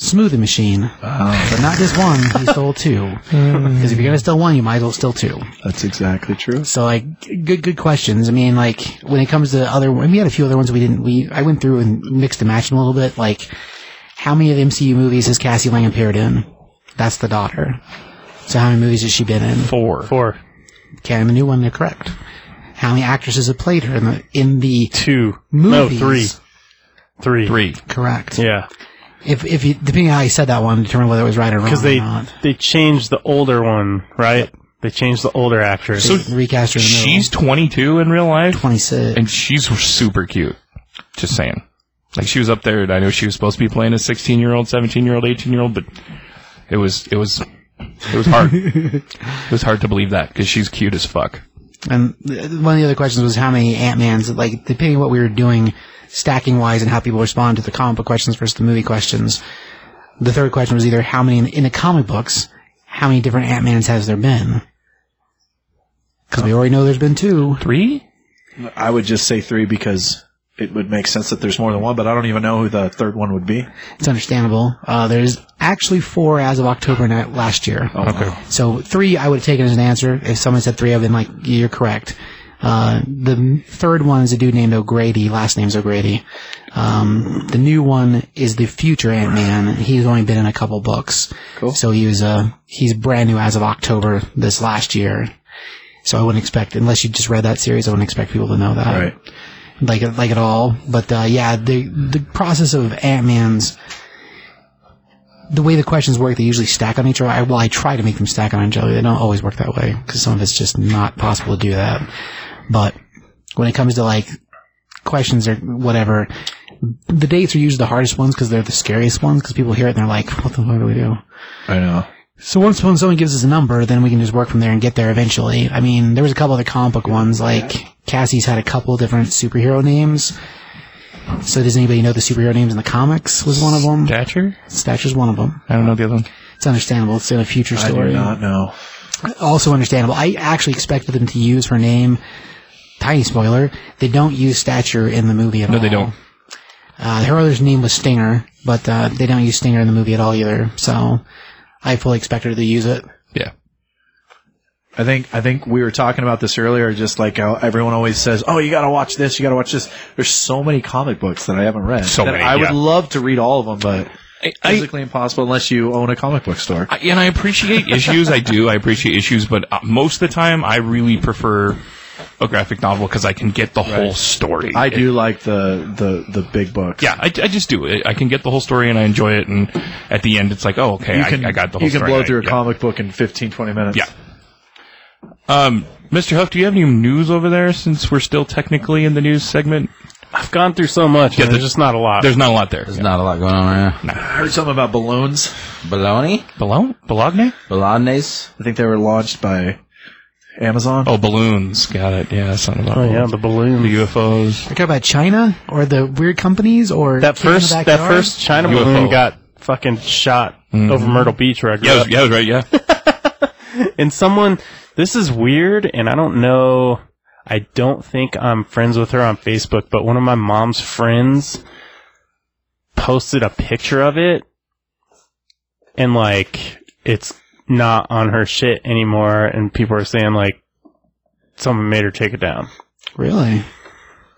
smoothie machine,
Oh.
but not just one. He stole *laughs* two. Because if you're gonna steal one, you might as well steal two.
That's exactly true.
So like, g- good good questions. I mean, like when it comes to other, we had a few other ones we didn't. We I went through and mixed and matched them a little bit. Like, how many of the MCU movies has Cassie Lang appeared in? That's the daughter. So how many movies has she been in?
Four.
Four,
Okay, and the new one, they're correct. How many actresses have played her in the in the
two,
movies?
no, three, three,
Three.
Correct.
Yeah,
If if you depending on how you said that one, determine whether it was right or wrong.
because they
or not.
they changed the older one, right? They changed the older actress.
So-
They recast her in the middle.
She's 22 in real life,
twenty six.
and she's super cute. Just saying. Like she was up there, and I know she was supposed to be playing a 16 year old, 17 year old, 18 year old, but it was it was it was hard. it was hard to believe that because she's cute as fuck.
And th- one of the other questions was how many Ant Mans. Like depending on what we were doing, stacking wise, and how people respond to the comic book questions versus the movie questions. The third question was either how many in, in the comic books, how many different Ant Mans has there been? Because we already know there's been two.
Three?
I would just say three because it would make sense that there's more than one, but I don't even know who the third one would be.
It's understandable. Uh, there's actually four as of October night last year.
Okay.
So three, I would have taken as an answer. If someone said three, I've been like, you're correct. Uh, the m- third one is a dude named O'Grady. Last name's O'Grady. Um, the new one is the future Ant Man. He's only been in a couple books. Cool. So he was uh, he's brand new as of October this last year. So I wouldn't expect, unless you just read that series, I wouldn't expect people to know that like like at all. But uh, yeah, the the process of Ant Man's the way the questions work, they usually stack on each other. I, well, I try to make them stack on each other. They don't always work that way because some of it's just not possible to do that. But when it comes to like questions or whatever, the dates are usually the hardest ones because they're the scariest ones because people hear it and they're like, "What the fuck do we do?"
I know.
So once when someone gives us a number, then we can just work from there and get there eventually. I mean, there was a couple other comic book ones, like Cassie's had a couple different superhero names. So does anybody know the superhero names in the comics? Was one of them.
Thatcher?
Stature's one of them.
I don't know the other one.
It's understandable. It's in a future
I do
story.
not know.
Also understandable. I actually expected them to use her name. Tiny spoiler: they don't use stature in the movie at all.
No, they don't.
Uh, her other's name was Stinger, but uh, they don't use Stinger in the movie at all either. So I fully expected her to use it.
Yeah.
I think I think we were talking about this earlier, just like how everyone always says, "Oh, you got to watch this, you got to watch this." There's so many comic books that I haven't read.
So
that
many,
I
yeah.
would love to read all of them, but
I, I,
physically impossible unless you own a comic book store.
I- and I appreciate issues. I do. I appreciate issues, but uh, most of the time, I really prefer a graphic novel because I can get the whole story.
I
It-
do like the the the big books.
yeah, I, I just do it. I can get the whole story and I enjoy it. And at the end, it's like, oh, okay,
you
I-
can
I, got the whole
you can
story.
blow
I-
through a
yeah.
comic book in 15, 20 minutes.
Yeah. Um, Mr. Huff, do you have any news over there since we're still technically in the news segment?
I've gone through so much. and
the-
there's just not a lot.
There's not a lot there.
There's not a lot going on right now.
I heard something about balloons.
Bologna?
Bologna? Bologna?
Bologna's?
I think they were launched by Amazon.
Oh, balloons. Got it. Yeah, something about
oh yeah,
balloons.
the balloon.
The UFOs.
Are you talking about China or the weird companies or
that
kid in the
first that
backyard?
first China
UFO.
balloon got fucking shot over Myrtle Beach where I grew
Yeah, I
up.
was, yeah, I was right. Yeah.
And someone, this is weird, and I don't know. I don't think I'm friends with her on Facebook, but one of my mom's friends posted a picture of it, and like it's not on her shit anymore, and people are saying like someone made her take it down.
Really?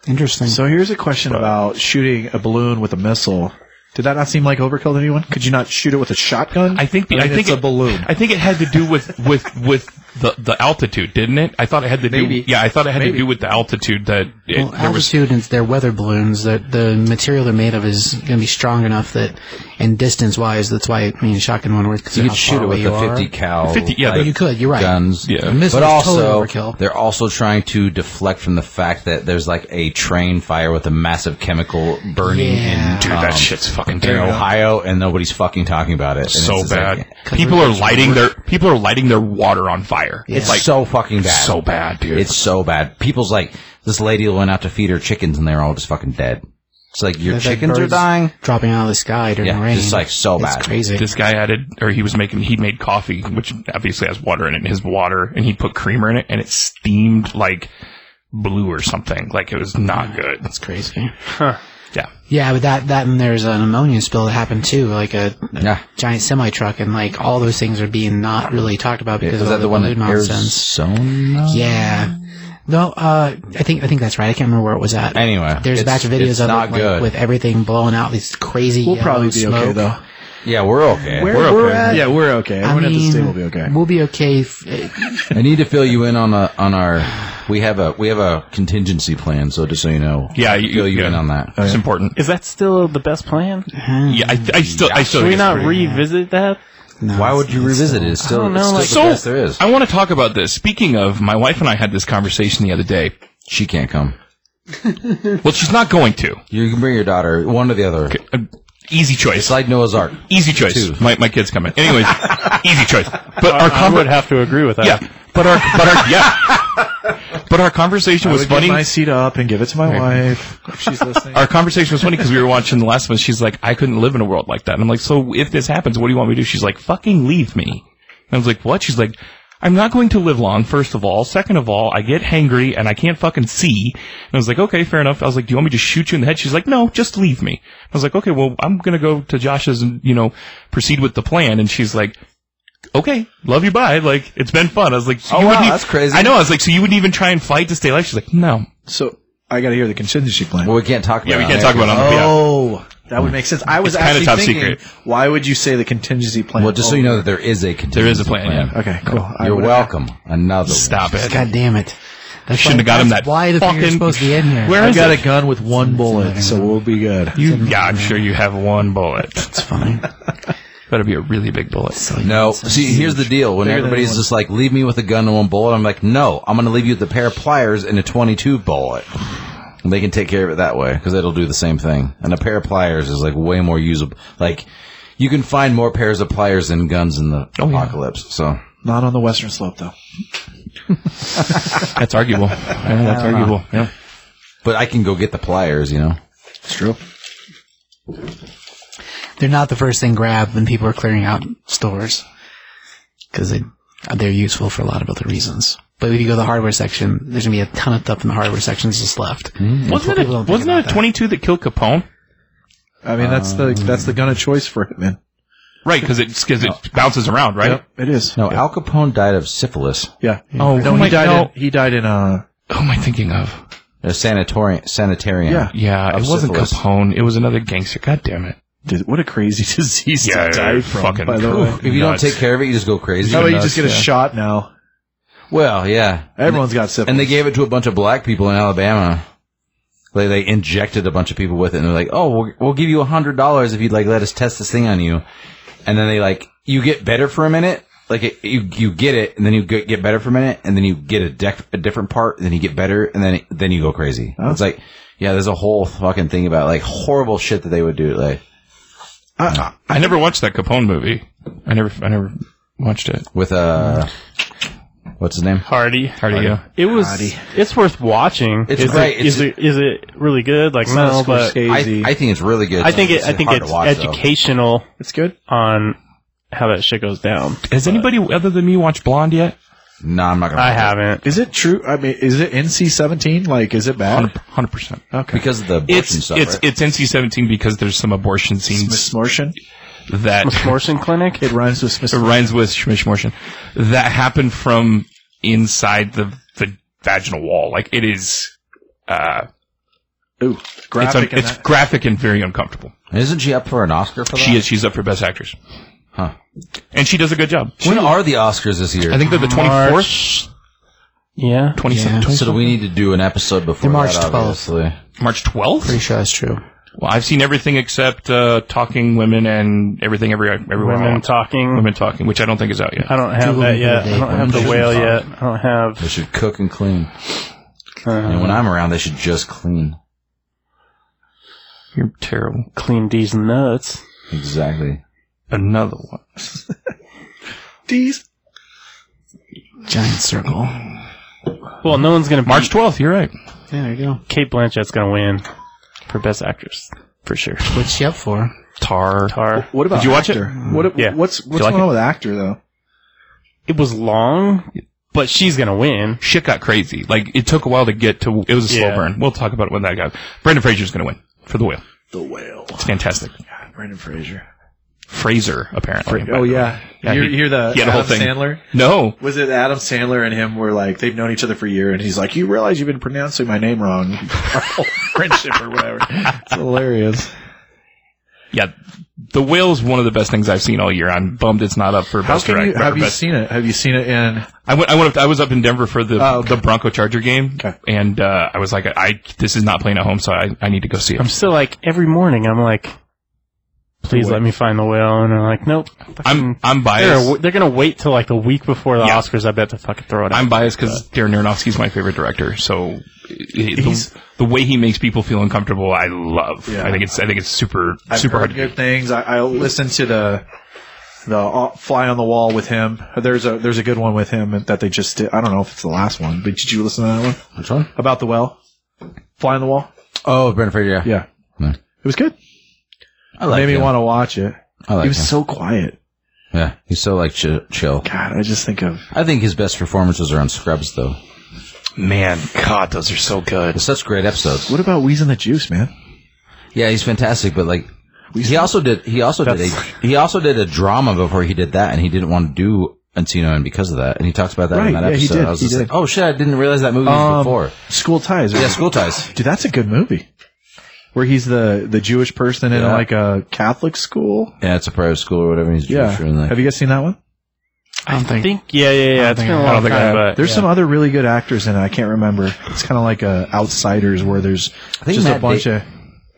Interesting.
So here's a question about shooting a balloon with a missile. Did that not seem like overkill to anyone? Could you not shoot it with a shotgun?
I think the- I,
mean,
think
it's
it-
a balloon.
I think it had to do with with with the the altitude, didn't it? I thought it had to
Maybe.
do. Yeah, I thought it had
Maybe.
to do with the altitude that it,
well,
there was.
altitude and they're weather balloons. The the material they're made of is going to be strong enough that, and distance wise, that's why I mean shotgun one works.
You could shoot it with a 50 cal.
50 yeah,
like,
the-
You could. You're right.
Guns.
Yeah.
The missile
But
is
also,
totally overkill.
they're also trying to deflect from the fact that there's like a train fire with a massive chemical burning
Yeah.
in,
Dude,
um,
that shit's fucking
in
terrible.
Ohio, and nobody's fucking talking about it. And it's
so
just like-
bad.
it's
people are lighting their people are lighting their water on fire. It's like
so fucking bad.
so bad, dude.
It's so bad. People's like, this lady went out to feed her chickens, and they're all just fucking dead. It's like your
There's, like,
chickens are
birds
dying.
dropping out of the sky during
Yeah,
rain.
just like so
it's
bad.
crazy.
this guy added, or he was making, he made coffee, which obviously has water in it, and his water, and he put creamer in it, and it steamed like blue or something. Like it was not good.
That's crazy.
Yeah.
Yeah, but that that and there's an ammonia spill that happened too, like a, a
Yeah.
giant semi truck, and like all those things are being not really talked about because
Is
of
that the one that
balloon nonsense.
Arizona?
Yeah.
Um,
No, uh, I think I think that's right. I can't remember where it was at.
Anyway,
there's a
it's-
batch of videos
it's
of it
not
like,
good.
with everything blowing out, these crazy.
we'll probably
yellow
be
smoke.
okay though.
Yeah, we're okay.
Where
We're
we're,
okay.
at? Yeah, we're okay.
I
Everyone at this
mean,
table will be okay.
We'll be okay. If, eh,
I need to fill you in on a, on our we have a we have a contingency plan. So just so you know,
Yeah,
I'll
you-
fill you
yeah.
in on that.
It's important.
Is that still the best plan?
Yeah, I, I still, I still.
Should we
think it's
not
pretty-
revisit that?
no,
Why would you
it's-
revisit it? It's still,
I don't know,
it's still
like-
the
so
best there is.
I want to talk about this. Speaking of, my wife and I had this conversation the other day.
She can't come.
Well, she's not going to.
You can bring your daughter, one or the other.
Uh, Easy choice.
It's like Noah's Ark.
Easy choice.
Two.
My my kids coming. Anyways, easy choice. But our
I
conver-
would have to agree with that.
yeah. But our but our yeah. But our conversation
I
was
would give
funny.
my seat up and give it to my wife if she's listening.
our conversation was funny because we were watching the last one. She's like, I couldn't live in a world like that. And I'm like, so if this happens, what do you want me to do? She's like, fucking leave me. And I was like, what? She's like, I'm not going to live long, first of all. Second of all, I get hangry and I can't fucking see. And I was like, okay, fair enough. I was like, do you want me to shoot you in the head? She's like, no, just leave me. I was like, okay, well, I'm going to go to Josh's and, you know, proceed with the plan. And she's like, okay, love you, bye. Like, it's been fun. I was like, so
Oh,
you wouldn't
wow,
e-
that's crazy.
I know. I was like, so you wouldn't even try and fight to stay alive? She's like, no.
so I got to hear the contingency plan.
Well, we can't talk about
Yeah, we
it on
can't talk
air.
about it on the yeah.
Oh, that would make sense. I was
It's kinda
actually
top
thinking,
secret.
why would you say the contingency plan?
Well, just so you know that there is a contingency
There is a plan, yeah.
Okay, cool. I
You're
would-
welcome. Another
Stop it.
God damn it! That's
Shouldn't have got him
that's
that
Why the
fucking-
thing you're supposed to be in here?
Where
I
is
got
it?
a gun with one bullet, so we'll be good.
You, yeah, I'm sure you have one bullet.
It's funny.
*laughs* Better be a really big bullet.
one. No, see, here's the deal. When everybody's just like, "Leave me with a gun and one bullet," I'm like, "No, I'm going to leave you with a pair of pliers and a 22 bullet." And they can take care of it that way because it'll do the same thing. And a pair of pliers is like way more usable. Like, you can find more pairs of pliers than guns in the apocalypse. So
Not on the western slope, though.
That's arguable. *laughs* Yeah, that's arguable. Yeah.
But I can go get the pliers, you know.
It's true.
They're not the first thing grabbed when people are clearing out stores because they they're useful for a lot of other reasons. But if you go to the hardware section, there's gonna be a ton of stuff in the hardware section that's just left. And
Wasn't it
people
a,
don't think
wasn't
about
it a 22 that killed Capone?
I mean, that's the that's the gun of choice for hitman.
Right, because it, cause it bounces around, right?
Yep, it is.
No, Al Capone died of syphilis.
Yeah.
Oh,
no,
who am I-
he died.
no.
In, he died in uh
Who am I thinking of?
A sanatorium. Sanitarium.
Yeah.
Yeah,
Of
it wasn't
syphilis.
Capone. It was another gangster. God damn it.
Dude, what a crazy *laughs* disease
Yeah,
to die from.
fucking-
by the
Ooh.
way,
If you
Nuts.
don't take care of it, you just go crazy.
how about Oh, you
Nuts,
just get a
yeah.
shot now?
Well, yeah.
Everyone's got syphilis.
And they gave it to a bunch of black people in Alabama. They they injected a bunch of people with it, and they're like, "Oh, we'll, we'll give you a hundred dollars if you'd like let us test this thing on you." And then they like you get better for a minute, like it, you you get it, and then you get, get better for a minute, and then you get a, dec- a different part, and then you get better, and then then you go crazy. It's like, yeah, there's a whole fucking thing about like horrible shit that they would do. Like
I never watched that Capone movie. I never, I never watched it.
with uh, what's his name?
Hardy.
How do you go?
It was. It's worth watching.
It's
is
great.
It, is,
It's-
it, is it really good? Like no, but
I,
Scorsese.
I think it's really good.
I think it, I think
hard
it's
to watch, though.
educational
it's good.
on how that shit goes down.
Has anybody other than me watched Blonde yet?
No, I'm not gonna.
I
watch it.
haven't.
Is it true? I mean, is it NC-17? Like, is it bad?
100 percent.
Okay.
because of the abortion
It's
stuff.
it's
right?
it's NC-17 because there's some abortion scenes
Mismortion.
that *laughs*
Morrison Clinic.
It rhymes with Smith.
It rhymes with Schmish Mortion. That happened from inside the, the vaginal wall. Like it is, uh,
Ooh,
It's, un-
graphic. and
it's
that-
graphic and very uncomfortable.
Isn't she up for an Oscar for that?
She is. She's up for best actress.
Huh.
And she does a good job.
When are the Oscars this year?
I think they're the twenty fourth,
Yeah.
twenty
Yeah.
seventh,
so. do we need to do an episode before
They're March
that,
12th.
obviously.
March twelfth.
Pretty sure that's true.
Well, I've seen everything except uh, Talking Women and everything every everyone
Women
women,
talking.
women talking, which I don't think is out yet.
I don't have
Google
that
me
yet.
for the
I don't
date.
have the
Sure.
whale yet. I don't have.
They should cook and clean. and
Uh,
when I'm around, they should just clean.
You're terrible.
clean these nuts.
Exactly.
Another one.
These
Giant circle.
Well, no one's gonna
March
beat-
twelfth. You're right.
Yeah, there you go.
Kate Blanchett's gonna win for best actress for sure.
What's she up for?
Tar.
Tar.
What about
Did you watch
actor? What,
Yeah.
What's what's
like
going on with actor though?
It was long, but she's gonna win.
Shit got crazy. Like it took a while to get to. It was a slow
Yeah.
burn. We'll talk about it when that guy. Brendan Fraser's going to win for the whale.
The whale.
It's fantastic.
Brendan Fraser.
Fraser apparently.
Oh yeah.
Yeah,
you
he-
hear the
he had a
Adam
whole thing.
Sandler?
No.
Was it Adam Sandler and him were like they've known each other for a year and he's like, You realize you've been pronouncing my name wrong our whole friendship or whatever. It's hilarious.
Yeah. The whale is one of the best things I've seen all year. I'm bummed it's not up for
How
best
can you
director.
have you
best-
seen it? Have you seen it in
I went. I went. Up, I was up in Denver for the
Oh, okay.
the Bronco Charger game,
Okay.
and uh, I was like, I this is not playing at home, so I, I need to go see it.
I'm still like every morning. I'm like, please let me find the whale, and I'm like, nope.
I'm
Fucking-
I'm
They're,
biased.
they're gonna wait till like the week before the
Yeah.
Oscars. I bet to fucking throw it. out.
I'm biased because Darren Aronofsky's my favorite director. So it-
He's-
the, the way he makes people feel uncomfortable, I love.
Yeah.
I think it's I think it's super
I've
super
heard
hard.
good things. I, I listened to the the uh, fly on the wall with him. There's a there's a good one with him that they just did. I don't know if it's the last one, but did you listen to that one
Which one?
about the well? Fly on the wall.
Oh, Brendan Fraser. Yeah.
Yeah,
Yeah.
it was good.
I like
Made me
him.
want to watch it.
I like
he was
him.
so quiet.
yeah, he's so like chill, chill.
God, I just think of
I think his best performances are on Scrubs, though.
Man, God, those are so good.
It's such great episodes.
what about Wheeze and the Juice, man?
Yeah, he's fantastic. But like, he also did. He also did a. He also did a drama before he did that, and he didn't want to do Encino, and because of that, and he talks about that in
Right,
that
yeah, he
episode.
did,
I was
he
just
did.
like, oh shit, I didn't realize that movie
Um,
was before.
School Ties.
Yeah, School Ties.
Dude, that's a good movie. Where he's the the Jewish person in
Yeah.
like a Catholic school.
Yeah, it's a private school or whatever. He's
Yeah.
Jewish. and, like-
Have you guys seen that one?
I don't
I
think.
think yeah, yeah, yeah. It's
think
been
I-
a
I
long
don't think I
time,
have.
but
There's some other really good actors in it. I can't remember. It's kind of like uh, Outsiders, where there's
think
just a
Matt
bunch
Da-
of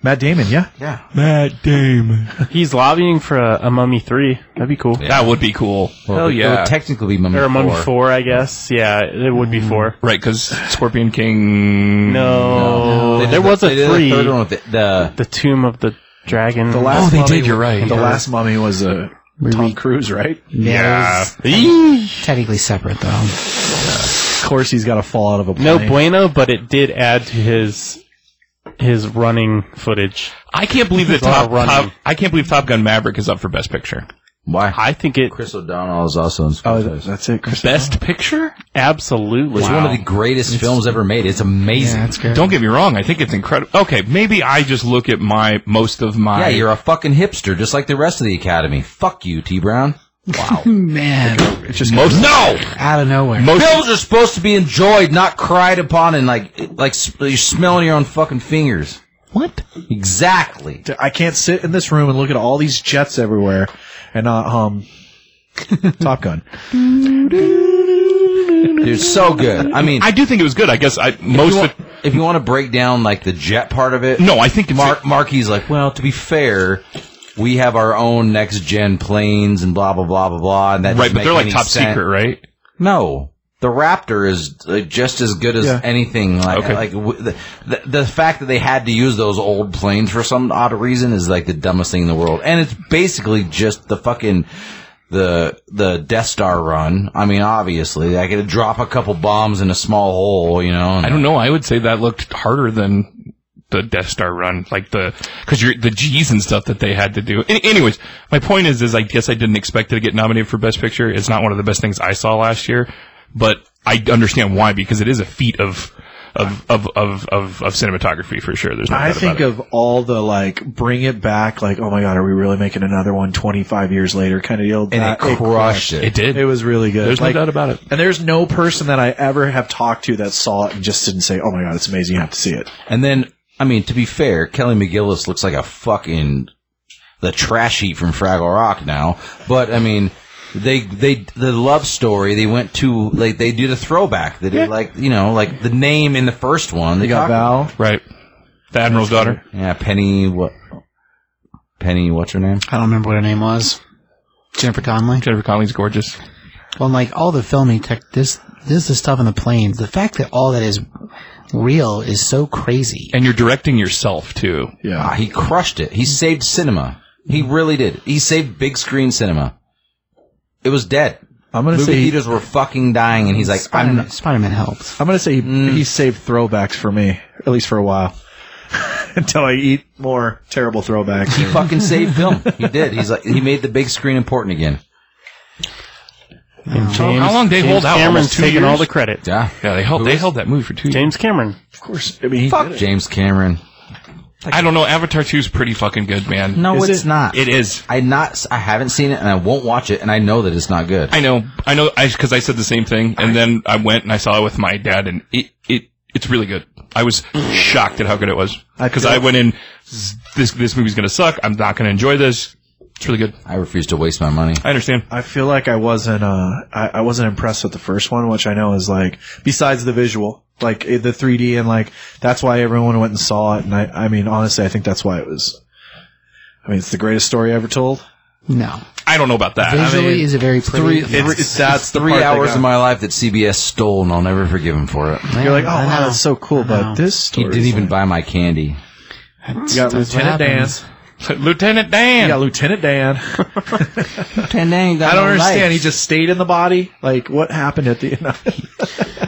Matt Damon. Yeah,
yeah.
Matt Damon.
he's lobbying for a, a Mummy three. That'd be cool.
That would be cool.
Well,
Hell
it would
yeah.
technically be Mummy
Or a Mummy
Four.
four, I guess. Yeah, it would be four.
right, because Scorpion King.
No,
They did
there
the-
was a
they did the
three.
third one with the, the
The Tomb of the Dragon.
the last.
they
mummy,
did, you're right.
The
Yeah.
last mummy was uh, Tom Cruise, right?
Yeah.
it was technically separate though.
Of course, he's got to fall out of a plane.
No bueno, but it did add to his his running footage.
I can't believe that
It's a lot
Top,
of running.
Top. I can't believe Top Gun Maverick is up for Best Picture.
why?
I think it
Chris O'Donnell is also in School
Oh,
Ties.
th- that's it. Chris
Best Picture?
absolutely.
It's one of the greatest films ever made. It's amazing.
Yeah, that's great.
Don't get me wrong. I think it's incredible. Okay, maybe I just look at my most of my.
Yeah, you're a fucking hipster, just like the rest of the Academy. Fuck you, T. Brown.
Man,
It's just
most. No,
out of nowhere.
most.
Bills are supposed to be enjoyed, not cried upon, and like like s- you're smelling your own fucking fingers.
What?
Exactly.
I can't sit in this room and look at all these jets everywhere and not hum Top Gun.
They're so good. I mean,
I do think it was good. I guess I most.
if, you
of,
want, if you want to break down like the jet part of it,
no, I think it's
Mark Marky's like, well, to be fair, we have our own next gen planes and blah blah blah blah blah, and that doesn't
right, but
make
they're like
any
top
sense.
secret, right?
No, the Raptor is uh, just as good as
Yeah.
anything. Like,
Okay.
like w- the, the the fact that they had to use those old planes for some odd reason is like the dumbest thing in the world. And it's basically just the fucking the the Death Star run. I mean, obviously, I could drop a couple bombs in a small hole, you know. and-
I don't know. I would say that looked harder than the Death Star run, like the because you're the G's and stuff that they had to do. Any- anyways, my point is, is I guess I didn't expect it to get nominated for Best Picture. It's not one of the best things I saw last year, but I understand why because it is a feat of. Of, of, of, of, of cinematography for sure. There's no
I
doubt
think
about
of all the like bring it back, like oh my god, are we really making another one 25 years later kind of deal?
And
That-
it crushed it.
it. It did.
It was really good.
There's
Like,
no doubt about it.
And there's no person that I ever have talked to that saw it and just didn't say, "Oh my god, it's amazing! You have to see it."
And then I mean, to be fair, Kelly McGillis looks like a fucking the trash heap from Fraggle Rock now. But I mean, they they the love story they went to like they did a throwback. They did like you know like the name in the first one. They
You got
talked-
Val.
Right. The Admiral's daughter.
Yeah, Penny. What? Penny. What's her name?
I don't remember what her name was. Jennifer Conley.
Jennifer Connelly's gorgeous.
Well, like all the filming tech, this this is stuff in the planes. The fact that all that is real is so crazy.
And you're directing yourself too.
Ah,
Yeah.
he crushed it. He saved cinema. He really did. He saved big screen cinema. It was dead.
I'm gonna
Movie
say
theaters were fucking dying, and he's like,
Spider-Man,
"I'm not."
Spider-Man helped.
I'm gonna say he, he saved throwbacks for me, at least for a while, *laughs* until I eat more terrible throwbacks.
He fucking saved film. He did. He's like, he made the big screen important again.
James,
how long they
James
hold out?
Cameron's
Almost two
taking all
years?
the credit.
Yeah.
Yeah, they held they held that movie for two years.
James Cameron.
of course, I mean, he
Fuck
did it.
James Cameron.
I don't know. Avatar two is pretty fucking good, man.
No,
Is
it's
it-
not.
It is.
I not. I haven't seen it, and I won't watch it, and I know that it's not good.
I know. I know. I because I said the same thing, and then I went and I saw it with my dad, and it it it's really good. I was shocked at how good it was because I went in. This this movie's gonna suck. I'm not gonna enjoy this. It's really good.
I refuse to waste my money.
I understand.
I feel like I wasn't uh I, I wasn't impressed with the first one, which I know is like besides the visual, like eh, the 3D and like that's why everyone went and saw it. And I I mean honestly, I think that's why it was. I mean, it's the greatest story ever told.
No,
I don't know about that. I
visually
mean,
is a very pretty.
It's- that's the
Three
part that
hours
got-
of my life that CBS stole, and I'll never forgive him for it.
Man,
You're like, oh
I
wow,
know.
that's so cool,
know.
but this
He
story
didn't even buy my candy.
You got Lieutenant Dan.
happens.
Lieutenant
You got
Dan.
Lieutenant Dan. I
I
don't understand. He just stayed in the body. Like what happened at the end?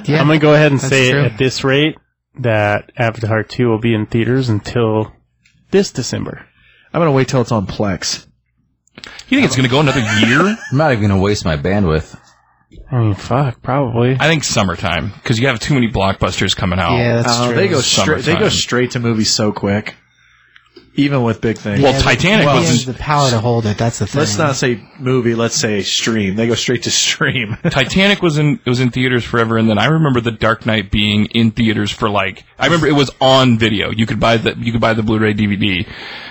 *laughs*
Yeah.
I'm gonna go ahead and
That's
say
true.
it at this rate that Avatar two will be in theaters until this December.
I'm gonna wait till it's on Plex.
You think it's gonna go another year?
I'm not even gonna waste my bandwidth.
I mean, Oh, fuck, probably.
I think summertime because you have too many blockbusters coming out.
yeah, that's
Oh,
true.
they go straight. They
Summertime.
go straight to movies so quick, even with big things.
Well,
Yeah,
Titanic
he
wasn't
has the power to hold it. That's the thing.
Let's not say movie. Let's say stream. They go straight to stream. *laughs*
Titanic was in it was in theaters forever, and then I remember The Dark Knight being in theaters for like I remember it was on video. You could buy the you could buy the Blu-ray DVD,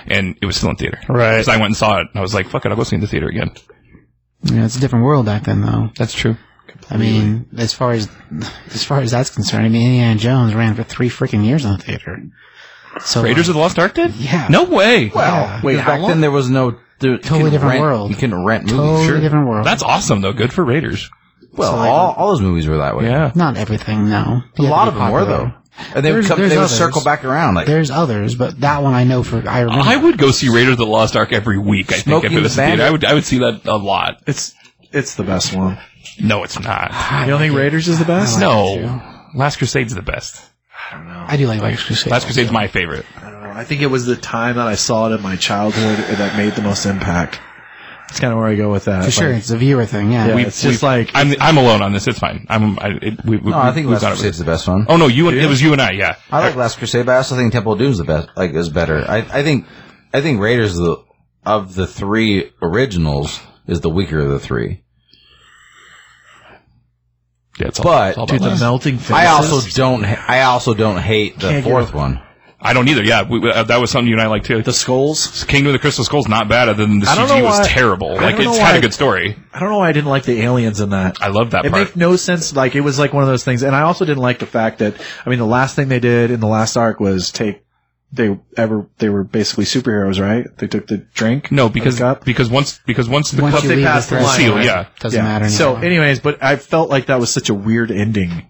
and it was still in theater.
Right.
Because I went and saw it, and I was like, "Fuck it, I'll go see it in the theater again."
You know, it's a different world back then, though.
That's true.
I mean, as far as as far as that's concerned, I mean, Indiana Jones ran for three freaking years on the theater. So
Raiders of the Lost Ark did?
Yeah.
No way.
Wow.
Oh, Wait, back then there was no there,
Totally different world.
You couldn't rent movies.
totally different world.
That's awesome though. Good for Raiders.
Well, all, all those movies were that way.
Yeah.
not everything. No,
a lot of them were though, and they would
There's-
come,
there's
they would
others.
circle back around like
There's others, but that one I know for I remember.
I would go see Raiders of the Lost Ark every week. I think if
Smoking
it was
the
in theater,
Bandit.
I would I would see that a lot.
It's it's the best one.
No, it's not.
*sighs* You don't think Raiders is the best?
no. Last Crusade's the best.
I do like Last Crusade.
Last Crusade's my favorite.
I don't know. I think it was the time that I saw it in my childhood that made the most impact. That's kind of where I go with that.
for sure.
Like,
it's a viewer thing. Yeah,
yeah,
We've-
it's just
we've-
like
I'm I'm alone on this. It's fine. I'm I, it, we, we,
No, oh, I think
we've
Last
got it.
Crusade's the best one.
Oh no, you and it was you and I. Yeah,
I like Last Crusade, but I also think Temple of Doom's the best. Like, is better. I, I think, I think Raiders of the of the three originals is the weaker of the three.
yeah it's all,
But-
it's all about
dude, the
Last-
melting faces.
I also don't. ha- I also don't hate the
Can't get
fourth
over-
one.
I don't either. Yeah, we, we- uh, that was something you and I like too.
the skulls.
Kingdom of the Crystal Skull's not bad, other than the
I don't know
CG was
why-
terrible.
I
Like
don't
it's
know
had a
why-
good story.
I don't know why I didn't like the aliens in that.
I love that
it
part.
made no sense. Like it was like one of those things, and I also didn't like the fact that I mean the last thing they did in the last arc was take they ever they were basically superheroes, right? They took the drink.
no, because
the cup.
because once because once the
once
cup
you leave
passed the
the threshold,
seal, yeah.
doesn't
Yeah.
matter.
So,
Anymore.
anyways, but I felt like that was such a weird ending,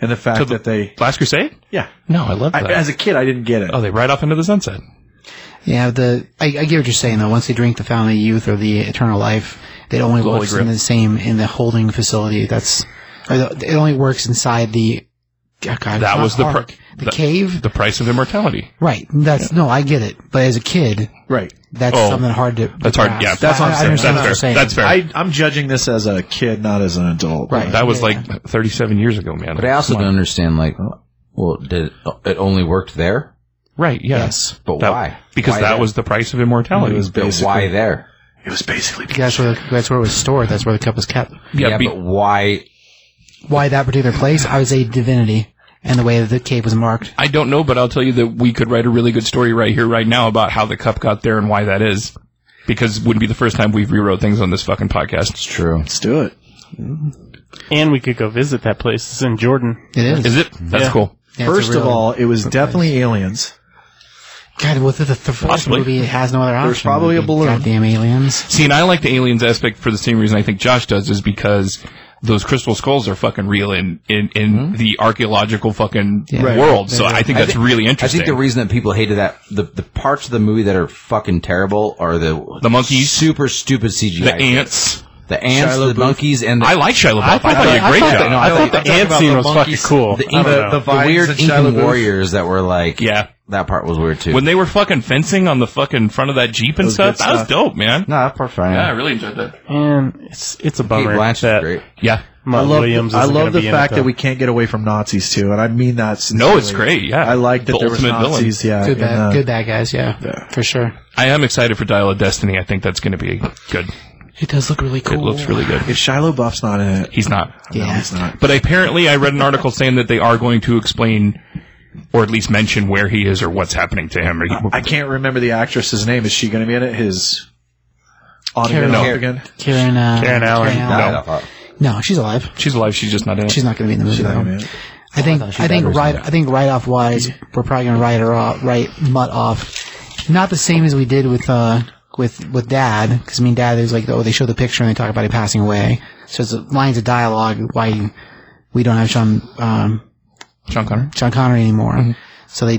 and the fact
To the-
that they
Last Crusade.
yeah.
No, I love
I,
that.
as a kid, I didn't get it.
oh, they ride off into the sunset.
yeah, the I, I get what you're saying though. Once they drink the fountain of youth or the eternal life, it only
Holy
works
Grail.
in the same in the holding facility. That's or the, it only works inside the. oh, God,
That
not
was the
arc.
pr-
the,
the-
cave.
The price of immortality.
right. That's no, I get it. But as a kid,
Right.
that's
Oh.
something hard to.
That's hard. Yeah,
grasp.
That's
I-
what I'm
I understand
saying.
That's
what you're
fair.
saying.
That's fair.
I, I'm judging this as a kid, not as an adult.
Right.
that was
Yeah,
like 37 years ago, man.
But I also don't understand. Like, well, did it only worked there?
Right? Yeah.
Yes.
But
That-
why?
Because
Why
that
there?
was the price of immortality.
It was
But
basically.
why there?
It was basically.
That's where the, that's where it was stored. That's where the cup was kept.
Yeah,
yeah, be-
but why?
Why that particular place? I would say divinity. and the way that the cave was marked.
I don't know, but I'll tell you that we could write a really good story right here, right now, about how the cup got there and why that is. Because it wouldn't be the first time we've rewrote things on this fucking podcast.
It's true.
Let's do it.
And we could go visit that place. It's in Jordan.
It is.
Is it? That's
Yeah.
cool.
Yeah, it's a
First of
real-
all, it was definitely aliens.
God, well, the, the, the first
Possibly.
movie it has no other option.
There's probably a
You
balloon.
Goddamn aliens.
See, and I like the aliens aspect for the same reason I think Josh does, is because those crystal skulls are fucking real in in, in the archaeological fucking
Yeah.
world. So I think that's really
I
interesting.
think the reason that people hated that the, the parts of the movie that are fucking terrible are the
The monkeys.
super stupid CGI,
the ants.
the ants,
Shia
the
LaBeouf.
monkeys, and the,
I like Shia LaBeouf. I thought, he did a great
I thought,
job.
no,
I
I
thought
thought-
the
I'm
ant
talking
scene
about
was
the
fucking
monkeys.
cool.
the,
I don't
Inca-
know.
the weird
Vines and Shia
Incan
LaBeouf.
warriors that were like
yeah.
that part was weird too.
When they were fucking fencing on the fucking front of that jeep and
was
stuff,
good
that was
stuff.
dope, man.
no, that part's fine.
Yeah, I really enjoyed that.
And it's it's a
Kate
bummer
Blanchett's
that
great.
Yeah.
I
Mutt
love.
Williams.
I
isn't
love
gonna
the
be in
fact
it,
that
though.
we can't get away from Nazis too, and I mean that.
No, it's
sincerely.
great. Yeah.
I like that
the
there was
ultimate villain.
Nazis. Yeah,
Good
in
bad,
the-
good bad guys. Yeah, for sure.
I am excited for Dial of Destiny. I think that's going to be good.
It does look really cool.
It looks really good.
If Shiloh Buff's not in it,
He's not.
no,
Yeah.
he's not.
But apparently, I read an article saying that they are going to explain, or at least mention where he is or what's happening to him. Or he-
I can't remember the actress's name. Is she going to be in it? His on
Karen-
again, off
No.
again.
Karen. Uh,
Karen Allen.
Died, I thought.
No. she's alive.
she's alive. She's just not in it.
She's not going to be in the movie.
She's not
though.
gonna be in it.
I think. I,
she
think
died
right.
recently.
I think right off wise, we're probably going to write her off, write Mutt off. Not the same as we did with uh with with Dad, because I mean Dad is like oh they show the picture and they talk about him passing away. So it's lines of dialogue why we don't have Sean um,
Sean Connor.
John Connery anymore.
Mm-hmm.
So they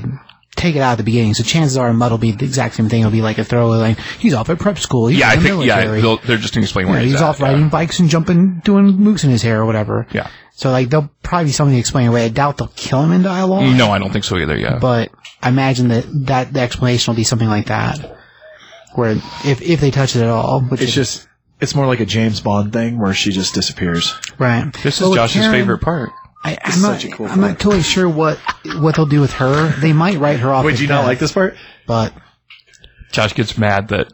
take it out at the beginning. So chances are Mutt will be the exact same thing. It'll be like a throwaway line. He's off at prep school. He's
Yeah, I
in the
think. Yeah,
military.
they'll, they're just going to explain
You know,
where he's,
he's
at.
off riding bikes and jumping, doing mooks in his hair or whatever.
Yeah.
So like they'll probably be something to explain away. I doubt they'll kill him in dialogue.
No, I don't think so either. Yeah.
But I imagine that, that the explanation will be something like that. Where if, if they touch it at all, which
It's
is
just. It's more like a James Bond thing where she just disappears.
right.
this is
But with
Josh's
Karen,
favorite part.
I, I'm not.
such a cool
I'm not
part.
totally sure what what they'll do with her. They might write her off.
Wait,
as
do you not
dead,
like this part?
But
Josh gets mad that.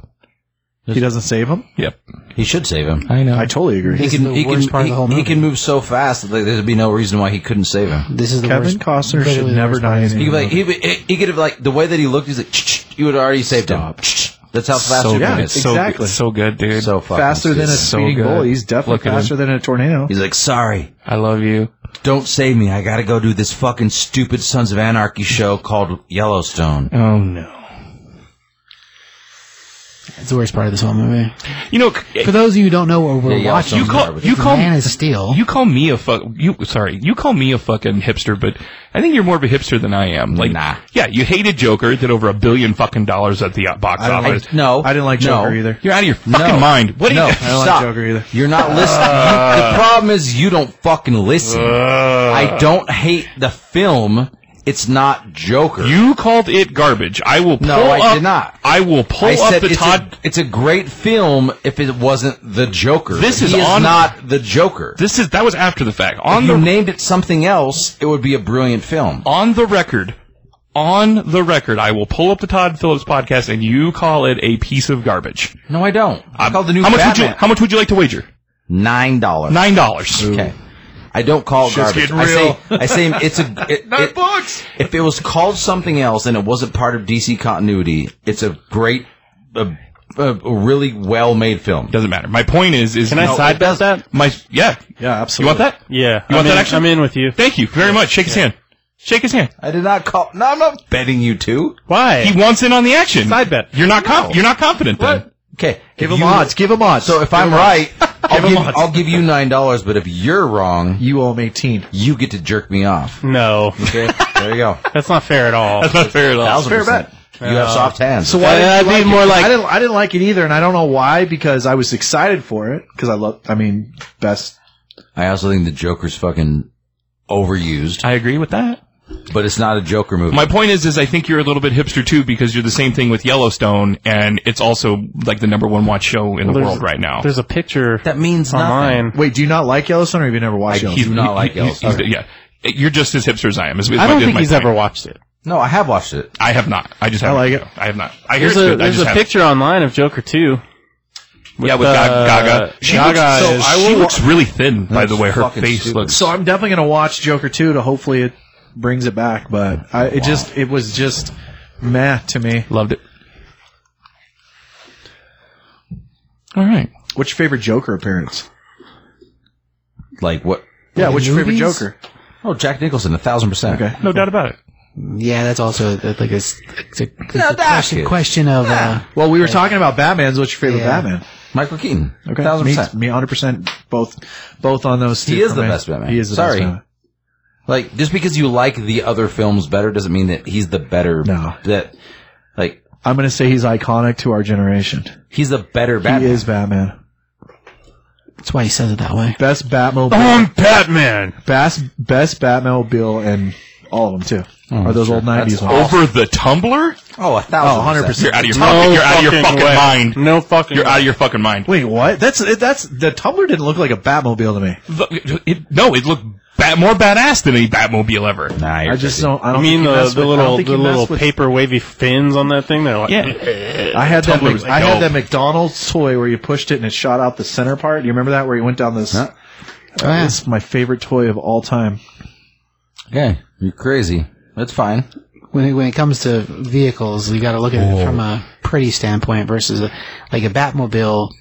He doesn't save him.
Yep.
He should save him.
I know.
I totally agree.
He
This is
can,
the
he, can,
worst part of
he-
the whole
he
movie.
can move so fast that like, there'd be no reason why he couldn't save him.
this is the
Kevin
worst.
Costner
literally
should
the
never
worst
die.
part.
in
He
any
could like
movie.
he, he- he could have like the way that he looked. He's like you would have already saved him. That's how fast
so
he
good.
Yeah,
is.
so,
exactly.
So good, dude.
So fucking
faster than a
stupid.
so
speeding
good.
bullet. He's definitely
Look at him.
faster than a tornado.
He's like, sorry,
I love you.
don't save me. I gotta go do this fucking stupid Sons of Anarchy show called Yellowstone.
Oh no.
It's the worst part of this whole movie.
You know, c-
For those of you who don't know what we're
Yeah, yeah,
watching,
you
Sounds
call
garbage.
you call
Man of Steel.
You call me a fuck. You sorry. You call me a fucking hipster, but I think you're more of a hipster than I am. Like,
Nah.
Yeah, you hated Joker. Did over a billion fucking dollars at the uh, box
I don't
office.
I- no,
I didn't like
no.
Joker either.
you're out of your fucking
No.
mind. What?
no,
*laughs* Are you,
I
don't like
stop.
Joker either.
You're not listening.
Uh.
You- the problem is you don't fucking listen. I don't hate the film. It's not Joker.
you called it garbage. I will pull
No, I
up.
did not.
I will pull
I
up
said
the
it's,
Todd.
a, it's a great film if it wasn't the Joker.
This
He
is on-
not the Joker.
this is that was after the fact.
if
On
you
the
named it something else, it would be a brilliant film.
on the record. On the record, I will pull up the Todd Phillips podcast, and you call it a piece of garbage.
No, I don't. I called the new
how much
Batman.
would you How much would you like to wager?
Nine dollars.
Nine dollars.
Okay. I don't call it
Shit's
garbage.
getting
I say
real.
I say it's a it, it-
bucks.
if it was called something else and it wasn't part of DC continuity, it's a great, a, a really well made film.
Doesn't matter. My point is, is
Can I
no,
side
it
bet
does-
that?
My yeah,
Yeah,
You want
absolutely.
that?
Yeah,
You want
I'm,
that
in,
action?
I'm in with you.
Thank you very much. Shake his hand. Shake his hand.
I did not call. No, I'm not betting you two.
Why?
He wants in on the action.
Side bet.
You're not. Conf- you're not confident then.
Okay,
Give
if
him
you-
odds. Give him odds.
So if I'm right, I'll
him
give,
odds.
I'll give you nine dollars. But if you're wrong,
you owe him eighteen.
you get to jerk me
*laughs*
off.
no,
Okay, there you go.
that's not fair at all.
That's not fair at all.
fair bet.
You have soft hands.
So why
Uh,
did
I'd
you
be
like
more
it?
like-
I didn't I didn't like it either, and I don't know why because I was excited for it because I love I mean best
I also think the Joker's fucking overused,
I agree with that.
but it's not a Joker movie.
My point is, is I think you're a little bit hipster too because you're the same thing with Yellowstone, and it's also like the number one watch show in the
There's-
world right now.
There's a picture
that means
Oh,
nothing.
online.
wait do you not like Yellowstone or have you never watched
I-
Yellowstone?
he's not
*laughs*
like
he's-
Yellowstone.
he's- yeah, you're just as hipster as I am. Is, is
I
my,
don't
is
think
my
he's
point.
ever watched it.
No, I have watched it.
I have not. I just haven't.
like it.
I have not. I hear it's
There's a
good. I
there's
just
a
haven't.
picture online of Joker too.
Yeah, with
uh,
Ga- Gaga. She
Gaga
looks,
is-
so I will, she looks really thin, by the way. Her
fucking
face
stupid.
looks.
so I'm definitely gonna watch Joker two to hopefully it brings it back, but I, it just it was just meh to me.
Loved it. All right.
What's your favorite Joker appearance?
Like what?
Yeah, what's your favorite
movies?
Joker?
Oh, Jack Nicholson, a thousand percent.
Okay.
No doubt about it.
Yeah, that's also uh, like a, s- it's a, it's a
that
question,
kid.
question of uh,
Well, we were talking about Batman's. What's your favorite
Yeah.
Batman?
Michael Keaton,
Okay,
thousand
me,
percent.
me, hundred percent. Both, both on those.
He
two
is
for
the
me.
best Batman.
He is the
Sorry.
best.
Like just because you like the other films better doesn't mean that he's the better.
No.
That like
Sorry, I'm gonna say he's iconic to our generation.
he's the better Batman.
He is Batman.
that's why he says it that way.
Best Batmobile.
I'm Batman.
best best Batmobile and all of them too. are those old nineties
Oh, That's
ones?
Over the tumbler?
Oh, a thousand.
Oh, 100%.
You're out of your
No
fucking, you're out of your
fucking
fucking
way.
mind.
No fucking.
You're
way.
out of your fucking mind.
Wait, what? That's that's the Tumblr didn't look like a Batmobile to me.
Look, it- no, it looked bat, more badass than any Batmobile ever.
Nah, you're
I just
crazy.
don't. I,
I
don't
mean
think he
the,
messed
the
with- I don't
little
think
the
he messed
little
with-
paper wavy fins on that thing. They're like,
I had that.
Tumblr was
I had
dope.
that McDonald's toy where you pushed it and it shot out the center part. You remember that where you went down this?
Huh?
Oh, yeah.
It's my favorite toy of all time.
Okay, you're crazy. That's fine.
when it, when it comes to vehicles, you got to look at it from a pretty standpoint versus a, like a Batmobile.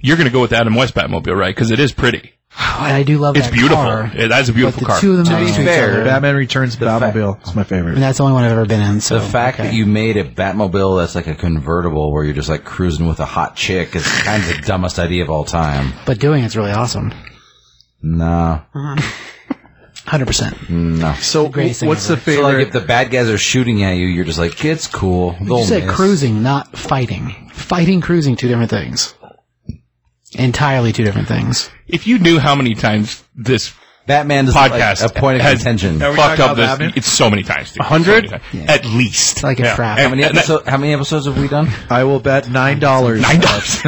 You're going to go with Adam West Batmobile, right? Because it is pretty.
I I do love
It's
that
beautiful.
car,
Yeah, that's a
but
beautiful
the
car.
two of them
To
next
be
to each
fair,
other-
Batman Returns
fact-
Batmobile. It's
I
my
mean,
favorite.
that's the only one I've ever been in. So
Oh,
The fact
okay.
that you made a Batmobile that's like a convertible where you're just like cruising with a hot chick is kind of the dumbest idea of all time.
but doing it's really awesome.
No,
Hundred percent.
no.
So,
greatest thing
what's the
ever.
So
favorite?
like if the bad guys are shooting at you, you're just like, it's cool.
You
They'll
said
miss."
cruising, not fighting. Fighting, cruising, two different things. Entirely two different things.
If you knew how many times this
Batman is
podcast
like a point of
has
contention.
Are
fucked
we talking
up
about
this,
Batman?
it's so many times. dude. So
100?
many times. At least.
It's like a
Yeah.
trap.
How many,
And *laughs* that-
episo- how many episodes have we done?
I will bet nine dollars.
Nine dollars.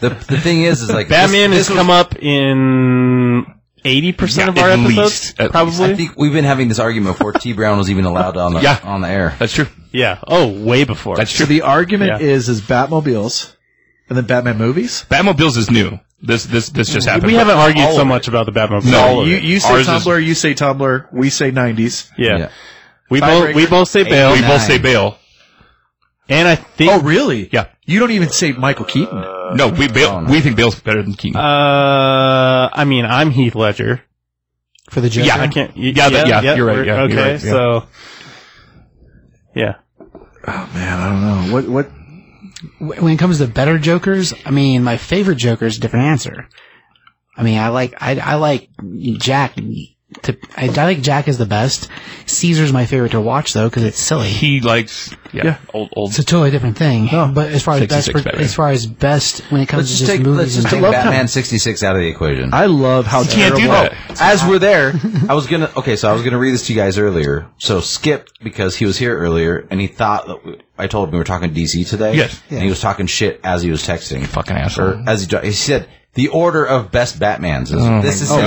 The, the thing is, is like
Batman
this-
has
this
come
was-
up in eighty percent of
Yeah,
our
at
episodes,
least, at
probably.
I think we've been having this argument before T Brown was even allowed on the
Yeah.
on the air.
*laughs* That's true.
Yeah. Oh, way before.
That's
So
true.
the argument
Yeah.
is is Batmobiles, and then Batman movies.
Batmobiles is new. This this this just happened.
we
But
haven't argued
all
so
of it.
much about the Batman.
No.
All of
You
it.
you say
Ours is-
Tumblr, you say Tumblr, we say nineties.
yeah.
Yeah.
We both we both say Bale,
We
Nine.
both say Bale.
and I think
Oh, really?
Yeah.
You don't even say Michael Keaton.
No, we Bale. We think Bale's better than Keaton.
uh, I mean, I'm Heath Ledger.
For the Joker.
Yeah.
I can't. y-
Yeah, that- yeah, you're right,
we're-
yeah, you're
okay,
right, yeah.
so yeah,
Man, I don't know. What what
Wh- When it comes to better Jokers, I mean, my favorite Joker is a different answer. I mean, I like, I, I like Jack. To, I, I like Jack is the best. Caesar's my favorite to watch though because it's silly.
he Oh, likes yeah, old old.
It's a totally different thing. but as far as best,
66
for-
Batman.
as far as best when it comes
Let's
to
just
just
take let's
movies
just take
and
Batman sixty six out of the equation.
I love how
can't do
terrible-
that.
As we're
*laughs*
there, I was gonna. Okay, so I was gonna read this to you guys earlier. So Skip, because he was here earlier, and he thought that we, I told him we were talking DC today.
Yes.
and he was talking shit as he was texting.
Mm-hmm.
Fucking
Or
asshole.
as he, dri- he said, the order of best Batman's. This, this is his order.
Oh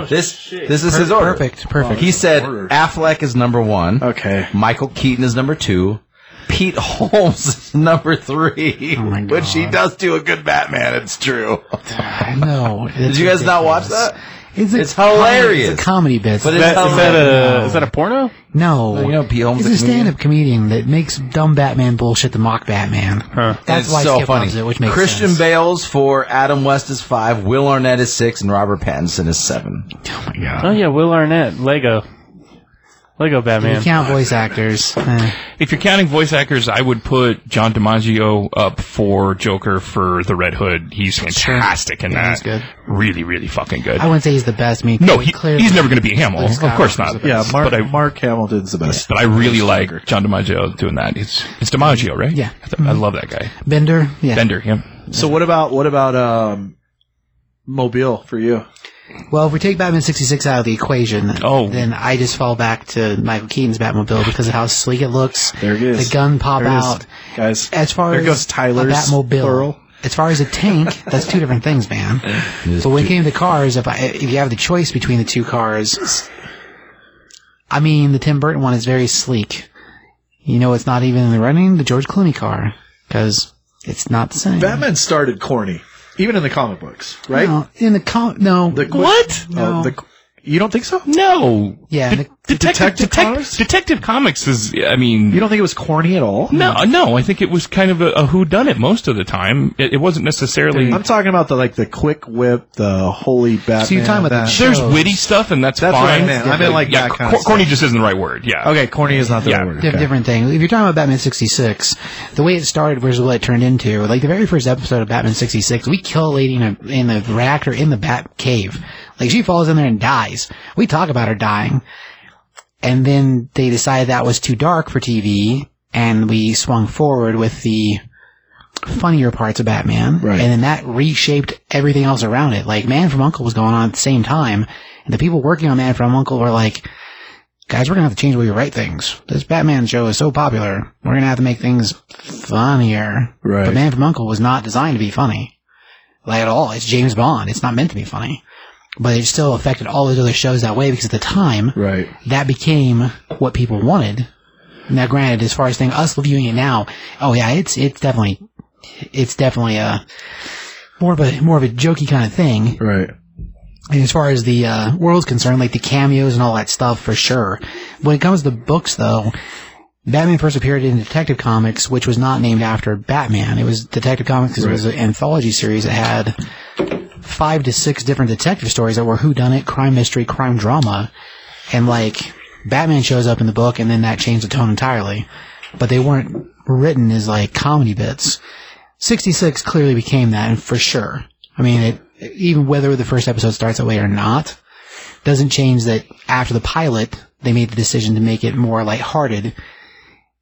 God.
This this is his order.
perfect, perfect.
He said Affleck is number one.
Okay.
Michael Keaton is number two. Pete Holmes *laughs* is number three.
Oh my
which he
God.
does do a good Batman. It's true.
I know.
Did you guys not watch that?
It's, a
It's hilarious.
It's a comedy bit.
But
But
it's
that,
hell
is that
no.
a is that a porno?
no,
Well, you know, Pete Holmes
He's
the
a stand-up comedian that makes dumb Batman bullshit to mock Batman.
And
That's
it's
why
so
Skip
funny.
loves it, which makes
Christian
sense.
Bale's four, Adam West is five, Will Arnett is six, and Robert Pattinson is seven.
Oh yeah, Will Arnett, Lego, Lego
you
Batman.
count voice actors. Eh.
If you're counting voice actors, I would put John DiMaggio up for Joker for the Red Hood. He's fantastic in that.
he's good.
Really, really fucking good.
I wouldn't say he's the best. I mean,
no, he,
clearly,
he's never going to be Hamill.
Luke
Of course
Skywalker's
not.
the
Yeah,
best.
Mark
But I-
Mark Hamilton's the best.
But I really like John DiMaggio doing that. It's it's DiMaggio, right?
Yeah. Mm-hmm.
I, th- I love that guy.
Bender. Yeah.
Bender, yeah.
So what about what about um Mobile for you?
Well, if we take Batman 66 out of the equation,
Oh.
then I just fall back to Michael Keaton's Batmobile because of how sleek it looks.
There it is.
The gun pop
There it is,
out.
guys.
As far
there
as
goes Tyler's
a Batmobile,
plural.
as far as a tank, that's two different things, man. But when it came to cars, if I, if you have the choice between the two cars, I mean, the Tim Burton one is very sleek. You know, it's not even in the running the George Clooney car because it's not the same.
Batman started corny, even in the comic books, right?
No, in the com, no,
The qu-
what?
Oh,
No.
the qu- You don't think so?
No.
Yeah,
De-
the-
Detective,
Detective
Detec-
Comics?
Detective Comics is. I mean.
You don't think it was corny at all?
no, no. I think it was kind of a, a whodunit most of the time. It, it wasn't necessarily.
I'm talking about the like the quick whip, the holy Batman.
So you're talking about the
that-
sh-
there's
shows.
witty stuff, and that's,
That's what I
fine.
meant. I meant like
yeah,
that
cor-
kind of
corny
stuff.
just isn't the right word. Yeah.
Okay, corny is not the
Yeah.
right word.
Diff-
okay.
different thing. If you're talking about Batman 66, the way it started was what it turned into. Like the very first episode of Batman 66, we kill a lady in, a, in the reactor in the Bat Cave. Like she falls in there and dies. We talk about her dying, and then they decided that was too dark for TV, and we swung forward with the funnier parts of Batman,
Right.
and then that reshaped everything else around it. Like Man from Uncle was going on at the same time, and the people working on Man from Uncle were like guys, we're gonna have to change the way we write things. This Batman show is so popular, we're gonna have to make things funnier.
Right.
But Man from Uncle was not designed to be funny, like at all. It's James Bond. It's not meant to be funny. But it still affected all those other shows that way because at the time,
Right.
that became what people wanted. Now, granted, as far as thing us viewing it now, oh yeah, it's it's definitely it's definitely a more of a more of a jokey kind of thing.
Right.
And as far as the uh, world's concerned, like the cameos and all that stuff, for sure. When it comes to books, though, Batman first appeared in Detective Comics, which was not named after Batman. It was Detective Comics 'cause it was an anthology series that had five to six different detective stories that were whodunit, crime mystery, crime drama, and like Batman shows up in the book, and then that changed the tone entirely. But they weren't written as like comedy bits. 66 clearly became that, and for sure. I mean, it, even whether the first episode starts that way or not, doesn't change that after the pilot, they made the decision to make it more lighthearted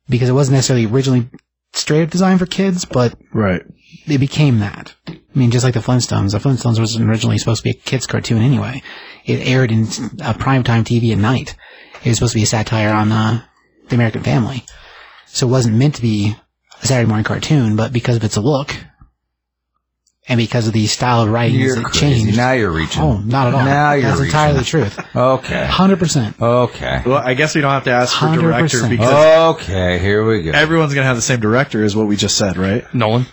because it wasn't necessarily originally straight up designed for kids, but
Right.
it became that. I mean, just like the Flintstones. The Flintstones wasn't originally supposed to be a kids' cartoon anyway. It aired in uh, primetime TV at night. It was supposed to be a satire on uh, the American family. So it wasn't meant to be a Saturday morning cartoon, but because of its look and because of the style of writing,
You're
it
crazy.
changed.
Now you're reaching.
oh, not at all.
Now you're
That's
reaching.
entirely the truth.
Okay.
100%.
Okay.
Well, I guess we don't have to ask for director
100%.
because
Okay. Here we go.
everyone's gonna have the same director, is what we just said, right?
Nolan.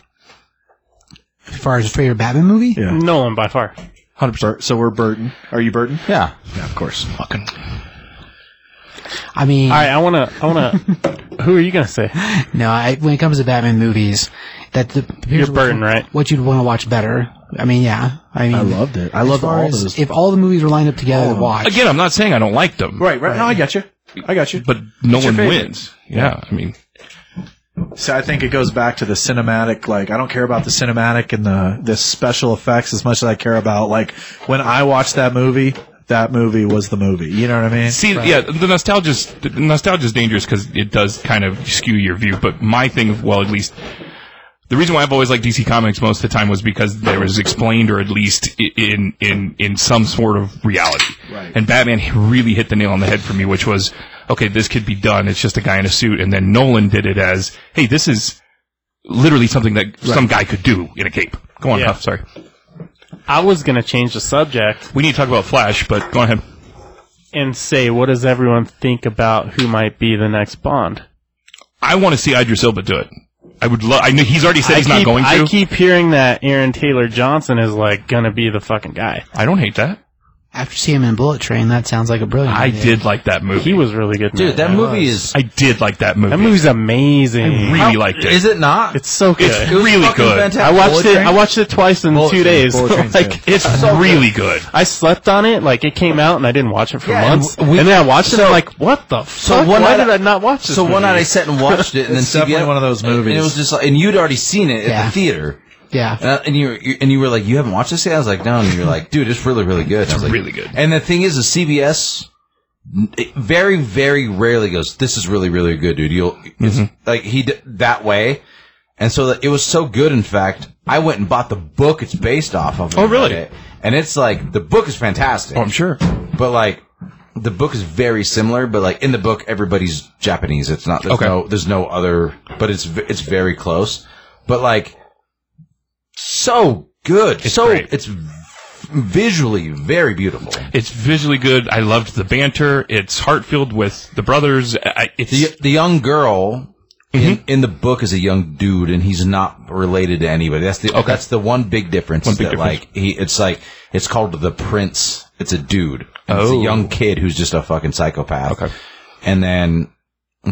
As far as favorite Batman movie?
Yeah.
Nolan by far.
Hundred percent.
Bur- so we're Burton. Are you Burton?
yeah.
Yeah, of course.
Fucking.
I mean,
All right, I wanna,
*laughs*
I wanna. who are you gonna say?
No, I, when it comes to Batman movies, that the here's what-
Burton, right?
What you'd want to watch better. I mean, yeah. I mean,
I loved it. I
as
loved
far
all
as
those. Oh.
If all the movies were lined up together to watch,
Again, I'm not saying I don't like them,
right. Right. No, I got you. I got you.
but Nolan
favorite?
wins. Yeah. I mean,
So I think it goes back to the cinematic. Like I don't care about the cinematic and the the special effects as much as I care about like when I watched that movie. That movie was the movie. You know what I mean?
See, yeah, the nostalgia's the nostalgia's dangerous because it does kind of skew your view. But my thing, well, at least the reason why I've always liked DC Comics most of the time was because there was explained or at least i- in in in some sort of reality.
Right.
And Batman really hit the nail on the head for me, which was okay. This could be done. It's just a guy in a suit, and then Nolan did it as, hey, this is literally something that some guy could do in a cape. Go on,
Yeah.
Huff. Sorry,
I was gonna change the subject
we need to talk about Flash, but go ahead.
and say, what does everyone think about who might be the next Bond?
I want to see Idris Silva do it. I would love. I know he's already said
I
he's
keep,
not going to.
I keep hearing that Aaron Taylor Johnson is like gonna be the fucking guy.
I don't hate that.
after seeing him in Bullet Train, that sounds like a brilliant.
I
idea.
did like that
He
movie.
was really good, in
Dude, that movie is.
I did like that movie.
That movie's amazing.
I really liked it.
Is it not?
it's so good.
It's
It was
really
fucking
good.
fantastic.
I watched
Bullet
it.
Train?
I watched it twice in
Bullet Train,
two days.
Bullet Train's
*laughs* like
good.
It's really good.
I slept on it. Like it came out, and I didn't watch it for
Yeah,
months.
and
And,
we-
then I watched it.
so-
I'm like, what the
so
fuck?
one
Why
night
did
I-
I not watch this?
so one
movie?
night I sat and watched it, and then
It's definitely
CBS
one of those
And it
movies.
was just like, and you'd already seen it at
Yeah.
the theater,
Yeah.
and, I- and you, were- you and you were like, you haven't watched this yet. I was like, no, and you were like, dude, it's really really good. It's
really good.
And the thing is, the CBS n- it very very rarely goes, this is really really good, dude. You'll it's, like he d- that way. And so that- it was so good, in fact, I went and bought the book it's based off of.
Oh, really?
It. And it's like, the book is fantastic.
Oh, I'm sure.
But like the book is very similar, but like in the book everybody's Japanese. It's not there's
Okay.
no there's no other, but it's v- it's very close. But like so good, so
great.
it's visually very beautiful.
It's visually good. I loved the banter. It's heart-filled with the brothers. I, it's
The the young girl
Mm-hmm.
in, in the book is a young dude, and he's not related to anybody. That's the that's the one big difference.
big
that like he it's like it's called the prince it's a dude. And It's a
Oh.
young kid who's just a fucking psychopath.
Okay.
And then,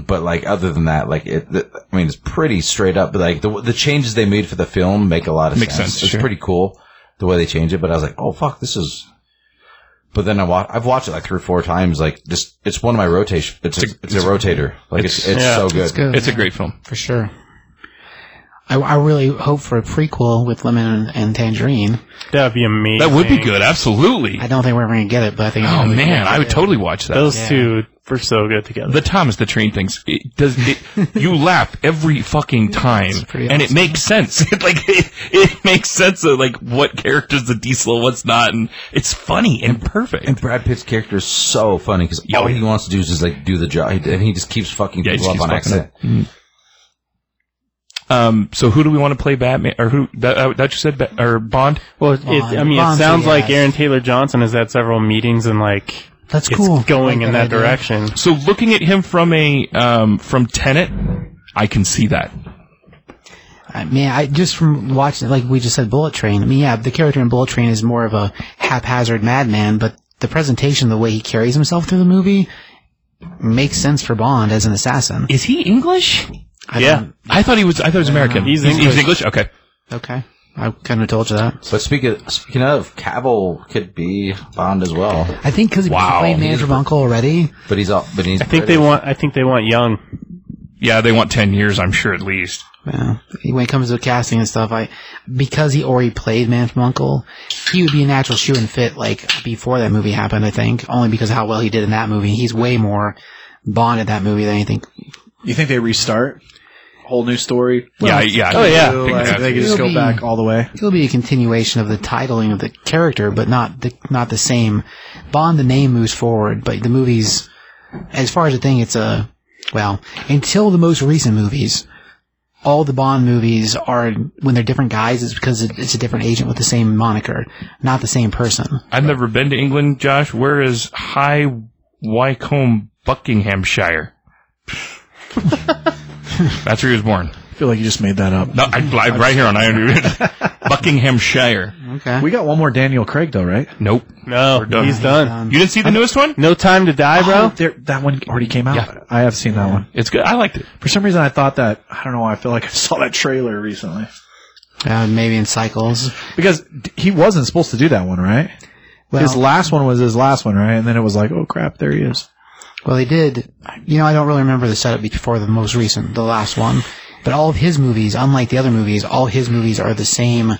but like other than that, like it, th- I mean, it's pretty straight up. But like the the changes they made for the film make a lot of
Makes sense,
It's
sure.
pretty cool the way they change it. But I was like, oh fuck, this is. But then I watch. I've watched it like three or four times. Like just, it's one of my rotation. It's a,
It's
it's,
a- it's-
a rotator. Like it's it's,
it's-
yeah,
so good.
It's good.
It's a great film.
for sure. I, I really hope for a prequel with Lemon and Tangerine.
That'd be amazing.
That would be good. Absolutely.
I don't think we're ever going to get it, but I think.
Oh
it'd be
man,
great.
I would totally watch that.
Those
Yeah.
two were so good together.
the Thomas the Train things. It does it, *laughs* you laugh every fucking time,
pretty
and it
awesome.
makes sense. *laughs* It, like it, it makes sense of like what characters the diesel, what's not, and it's funny and perfect.
And Brad Pitt's character is so funny because all he wants to do is just like do the job, and he just keeps fucking
Yeah, he
people
just
up on
keeps fucking
accident.
um, so who do we want to play Batman, or who that, uh, that you said, Ba- or Bond?
well, it,
Bond-
I mean,
Bond,
it sounds
yes.
like Aaron Taylor Johnson has had several meetings and like
That's
it's
cool.
going
I like
in that
idea.
direction.
So looking at him from a um, from Tenet, I can see that.
I mean, I just from watching, it, like we just said, Bullet Train. I mean, yeah, the character in Bullet Train is more of a haphazard madman, but the presentation, the way he carries himself through the movie, makes sense for Bond as an assassin.
Is he English?
I
Yeah,
don't-
I thought he was. I thought he was American.
He's
English. Okay.
Okay. I couldn't have told you that.
But speaking speaking of, Cavill could be Bond as well,
I think because he
Wow.
played Manager of Uncle already.
but he's all but he's.
I think they want. I think they want young.
Yeah, they want ten years, I'm sure at least.
Yeah. When it comes to casting and stuff, I because he already played Man from Uncle, he would be a natural shoe and fit like before that movie happened. I think only because of how well he did in that movie. He's way more Bond in that movie than anything.
You think they restart? Whole new story.
yeah, yeah.
Oh, yeah.
Like, they could just
It'll
go
be-
back all the way.
It'll be a continuation of the titling of the character, but not the not the same. Bond, the name moves forward, but the movies, as far as the thing, it's a well until the most recent movies. All the Bond movies are when they're different guys. It's because it- it's a different agent with the same moniker, not the same person.
I've never been to England, Josh. Where is High Wycombe,
*laughs*
Buckinghamshire? That's where he was born.
I feel like you just made that up.
No, I, I, right here on Iron Buckinghamshire.
Okay.
We got one more Daniel Craig though, right?
Nope.
No,
done.
he's done.
You didn't see the newest one?
No time to die, bro.
Oh, there, that one already came out.
Yeah.
I have seen that one.
It's good. I liked it.
For some reason, I thought that. I don't know why. I feel like I *laughs* saw that trailer recently
Uh, maybe in cycles.
because d- he wasn't supposed to do that one, right?
Well,
his last one was his last one, right? And then it was like, oh crap, there he is.
Well, they did. You know, I don't really remember the setup before the most recent, the last one. But all of his movies, unlike the other movies, all his movies are the same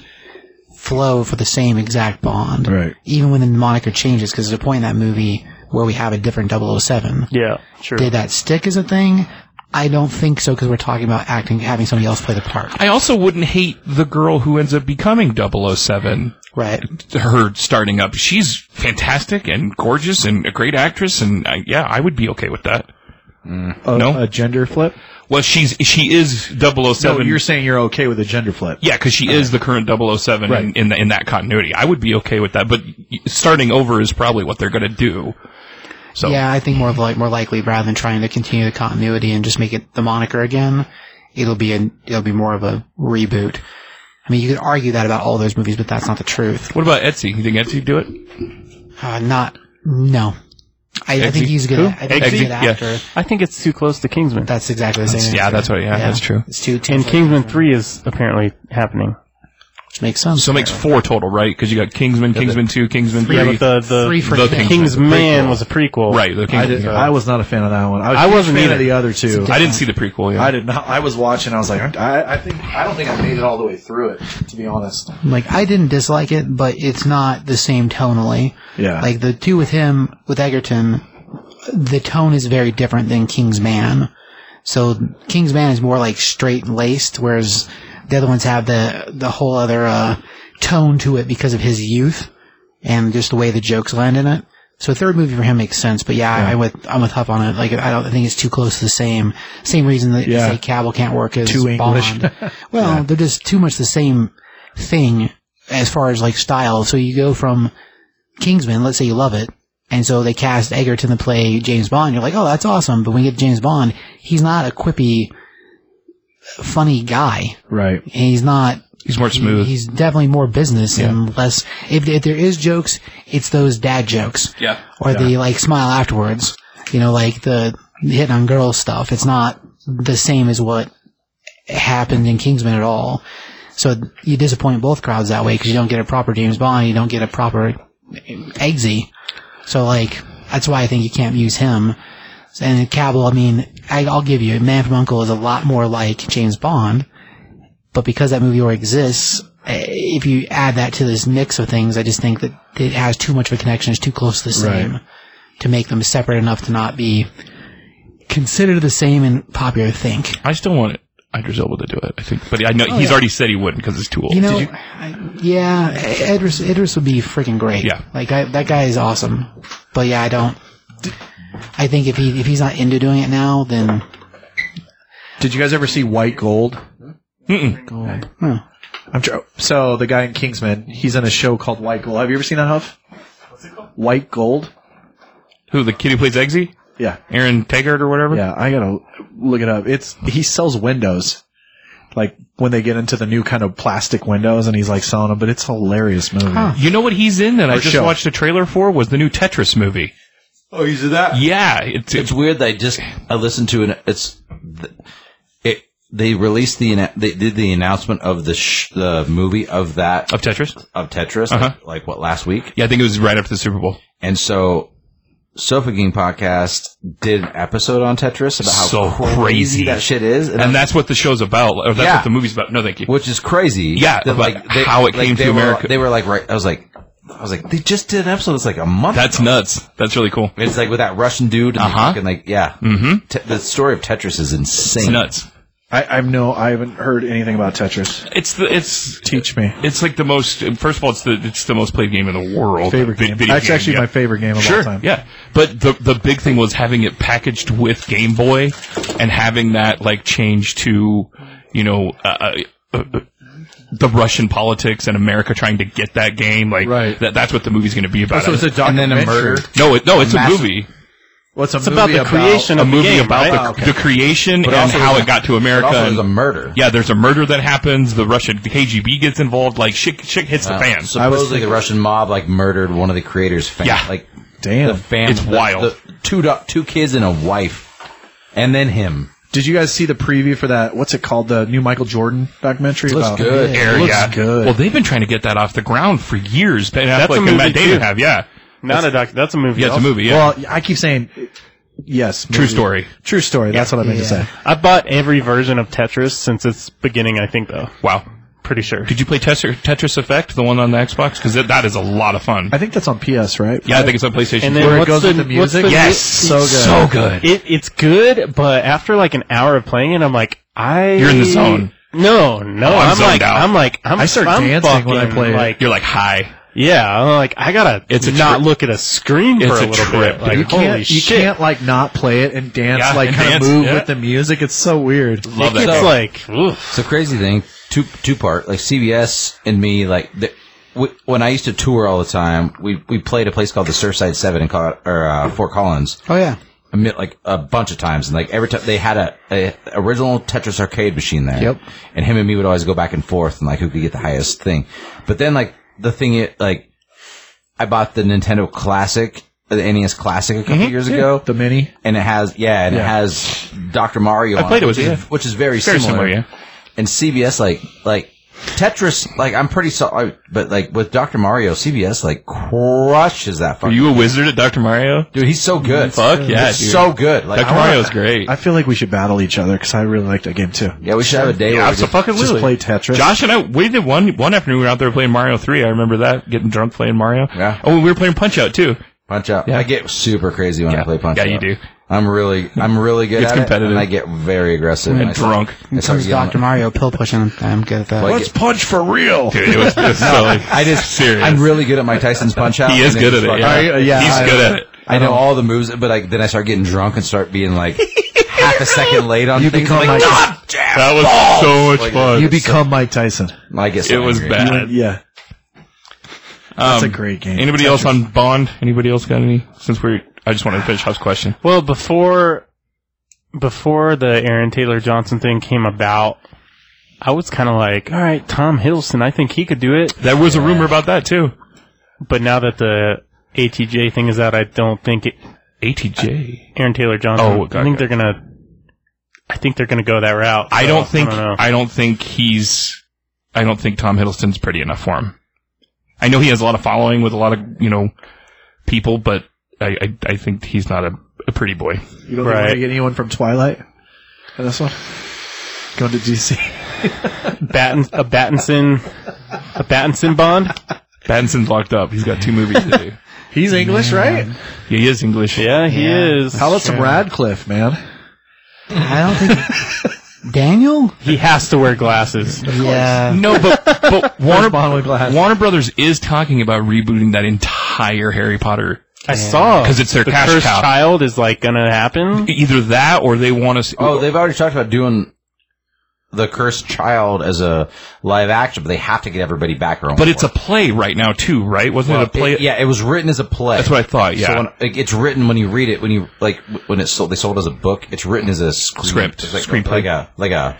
flow for the same exact Bond.
Right.
Even when the moniker changes, because there's a point in that movie where we have a different 007.
Yeah, sure.
Did that stick as a thing? I don't think so, because we're talking about acting, having somebody else play the part.
I also wouldn't hate the girl who ends up becoming 007.
Right.
Her starting up. She's fantastic and gorgeous and a great actress. And uh, yeah, I would be okay with that.
A,
No?
a gender flip.
Well, she's she is 007.
No, you're saying you're okay with a gender flip.
Yeah, because she is the current 007 in,
Right.
in, the, in that continuity. I would be okay with that, but y- starting over is probably what they're going to do. So
Yeah, I think more of like more likely rather than trying to continue the continuity and just make it the moniker again, it'll be an it'll be more of a reboot. I mean, you could argue that about all those movies, but that's not the truth.
what about Etsy? You think Etsy would do it?
Uh, not no. I, I think he's a good.
Who?
I think he's a
Eggsy?
good
Yeah.
actor.
I think it's too close to Kingsman.
That's exactly the same.
Yeah,
answer.
that's what. Yeah, that's true.
It's two two
and
flips,
Kingsman Three is apparently happening.
which makes sense.
So it makes four total, right? Because you got Kingsman, Kingsman two, Kingsman three.
Yeah, but the the,
Three for
the
him.
Kingsman.
Kingsman was a prequel,
right, the
I,
Kingsman.
did,
yeah.
I was not a fan of that one. I, was
I
a huge
wasn't
fan
either.
of the other two.
I didn't see the prequel. Yeah,
I did not. I was watching. I was like, I, I think I don't think I made it all the way through it. To be honest.
Like I didn't dislike it, but it's not the same tonally.
Yeah.
Like the two with him with Egerton, the tone is very different than King's Man. So King's Man is more like straight laced, whereas the other ones have the the whole other uh, tone to it because of his youth and just the way the jokes land in it. So a third movie for him makes sense, but yeah, I, I'm with I'm with Huff on it. Like I don't I think it's too close to the same same reason that
Yeah.
you say Cavill can't work as
Too English. *laughs*
Bond. Well, they're just too much the same thing as far as like style. So you go from Kingsman, let's say you love it, and so they cast Egerton to play James Bond. You're like, oh, that's awesome. But when you get James Bond, he's not a quippy, funny guy.
Right.
He's not.
He's more smooth.
He's definitely more business and less. If, if there is jokes, it's those dad jokes.
yeah.
Or the like smile afterwards. You know, like the hitting on girls stuff. It's not the same as what happened in Kingsman at all. So you disappoint both crowds that way because you don't get a proper James Bond, you don't get a proper Eggsy. So like that's why I think you can't use him. And Cavill, I mean, I, I'll give you Man from Uncle is a lot more like James Bond, but because that movie already exists, eh, if you add that to this mix of things, I just think that it has too much of a connection. It's too close to the same to make them separate enough to not be considered the same in popular think.
I still want Idris Elba to do it. I think, but I know he's already said he wouldn't because it's too old.
You know,
Did you-
I, yeah, Idris, Idris would be freaking great.
Yeah.
like I, that guy is awesome. But yeah, I don't. I think if he if he's not into doing it now, then
Did you guys ever see White Gold? I'm tr- so the guy in Kingsman, he's in a show called White Gold. Have you ever seen that, Huff? White Gold.
who the kid who plays Eggsy?
Yeah,
Aaron Taggart or whatever.
yeah. I gotta look it up. It's he sells windows, like when they get into the new kind of plastic windows, and he's like selling them. But it's a hilarious movie.
You know what he's in that I
Or
just
show.
watched a trailer for was the new Tetris movie.
Oh, he's did that.
Yeah, it's,
It's weird. They just I listened to an it's th- it they released the annou- they did the announcement of the sh- the movie of that
of Tetris.
of Tetris
Uh-huh.
like, like what last week
Yeah, I think it was right after the Super Bowl.
and so. Sofa King podcast did an episode on Tetris about how
So
crazy,
crazy.
that shit is,
And that's what the show's about, or that's
Yeah.
what the movie's about. No, thank you.
which is crazy.
Yeah,
that,
about how it came
they
to
were,
America.
They were like, right? I was like, I was like, they just did an episode. It's like a month.
That's nuts. That's really cool.
it's like with that Russian dude and
Uh-huh.
the fucking like, yeah. Mm-hmm. Te- the story of Tetris is insane.
Mm.
It's nuts.
I, I no, I haven't heard anything about Tetris.
It's the it's
Teach me.
it's like the most. First of all, it's the it's the most played game in the world.
Favorite
Vi-
game.
video
That's
game,
actually
yeah.
my favorite game of all time.
Yeah, but the the big thing was having it packaged with Game Boy, and having that like change to, you know, uh, uh, uh, the Russian politics and America trying to get that game. Like,
Right. Oh,
that, that's what the movie's going to be about.
So it's a
And
documentary.
then a murder.
no, it, no, it's a movie.
What's a
It's about the creation
A
of the
movie
game,
about
right?
the, the creation and
also
how
there's
it got to
But
America.
also,
and-
there's a murder.
yeah, there's a murder that happens. The Russian the KGB gets involved. Like shit, shit hits the fan.
Supposedly, the Russian mob like murdered one of the creators' fam-
Yeah.
like the
Damn.
fam.
It's
the-
wild.
the- two do- two kids and a wife, and then him.
Did you guys see the preview for that? What's it called? The new Michael Jordan documentary.
Looks
about-
good.
Air,
Looks
yeah.
good.
Well, they've been trying to get that off the ground for years. Ben
That's
Affleck
a
and
movie,
Matt Damon
too.
have, yeah.
Not a doc. That's a movie.
Yeah, it's a
also.
movie. Yeah.
Well, I keep saying yes.
True
movie.
story.
True story. That's what I meant to
Yeah.
say.
I bought every version of Tetris since its beginning. I think though.
Wow.
Pretty sure.
Did you play Tetris, Tetris Effect, the one on the Xbox? Because that, that is a lot of fun.
I think that's on PS, right?
yeah, I think it's on PlayStation.
And
4.
then
Where it
what's
goes
the,
with the
what's
music?
the-
yes,
so good.
so good.
It, it's good, but after like an hour of playing it, I'm like, I.
You're in the zone.
No, no,
I'm
I'm,
zoned
like,
out.
I'm like, I'm.
I start
I'm
dancing when I
fucking,
play it.
Like,
You're like high.
yeah, I'm like, I gotta.
It's a
not
trip.
look at a screen
It's
for
a
a little
trip,
bit. Like,
You
holy
can't, you
shit!
can't like not play it and dance,
Yeah,
like
and
kind
dance,
of move
yeah.
with the music. It's so weird.
Love
it's
that.
So-
like, oof.
It's a crazy thing. Two two part like CBS and me like the, we, when I used to tour all the time. We we played a place called the Surfside Seven in Col- or uh, Fort Collins.
oh yeah,
I mean, like a bunch of times, and like every time they had a, a original Tetris arcade machine there.
Yep.
And him and me would always go back and forth, and like who could get the highest thing. But then like the thing, it, like I bought the Nintendo Classic, the NES Classic, a couple years ago,
The mini.
and it has yeah, and it has Doctor Mario. I on
played it
which
with you,
is,
yeah.
which is very,
Very
similar.
similar, yeah.
And CBS like like Tetris like I'm pretty sorry, but like with Doctor Mario, CBS like crushes that
Are
fucking
you a wizard at Dr. Mario?
dude. He's so good.
Fuck yeah,
He's
dude.
so good. Like
Dr.
I wanna-
Mario's great.
I feel like we should battle each other because I really like that game too.
Yeah, we should have a day where we just,
fucking
Just play Tetris.
Josh and I, we did one one afternoon. We were out there playing Mario Three. I remember that getting drunk playing Mario.
Yeah.
Oh, we were playing Punch Out too.
punch out. I get super crazy when
Yeah.
I play punch
Yeah,
out.
you do.
I'm really, I'm really good
It's
at
competitive.
it, and I get very aggressive
And
I start-
drunk.
I start
comes
yelling.
Doctor Mario pill pushing. I'm good at that.
Like,
Let's punch for real.
Dude, it was, it
*laughs*
was so like,
I just,
serious.
I'm really good at Mike Tyson's punch out.
he is
and it's
good
just
at it.
like-
Yeah,
I- yeah,
he's
I-
good at it.
I
Um,
know all the moves, but like then I start getting drunk and start being like half a second late on
You
things.
become
like,
Mike
"God
That was so much fun.
You become Mike Tyson.
damn!" I get so
it was
angry.
bad.
Yeah,
That's
a great game.
um, Anybody else on Bond? Anybody else got any? Since we, are I just wanted to finish Huff's question.
Well, before before the Aaron Taylor Johnson thing came about, I was kind of like, all right, Tom Hiddleston, I think he could do it.
There was a rumor about that too.
But now that the ATJ thing is out, I don't think it,
ATJ.
Aaron Taylor Johnson.
Oh, okay,
I think
okay.
they're gonna. I think they're gonna go that route.
I
so
don't think
I don't know.
I don't think he's I don't think Tom Hiddleston's pretty enough for him. I know he has a lot of following with a lot of you know people, but I I, I think he's not a, a pretty boy.
You don't think we're
Right.
gonna get anyone from Twilight in this one? Going to DC.
Batten, a Battinson, a Battinson Bond.
Pattinson's locked up. He's got two movies to do.
He's English, right?
Yeah, he is English.
Yeah, he
Yeah.
is.
How about some Radcliffe, man?
I don't think Daniel.
He has to wear glasses.
Yeah,
No, but but Warner
Bond with glasses.
Warner Brothers is talking about rebooting that entire Harry Potter.
I saw
'Cause it's their
the
cash
cursed
cow.
child is like gonna
*laughs*
happen.
Either that or they want to.
Oh, they've already talked about doing the cursed child as a live action, but they have to get everybody back around.
but it's a play right now too, right? Wasn't it a play?
yeah, it was written as a play.
That's what I thought. Yeah.
So when, like, it's written when you read it when you like w- when it's sold, they sold it as a book. It's written as a screen,
Script.
it's like,
Screenplay.
like a like a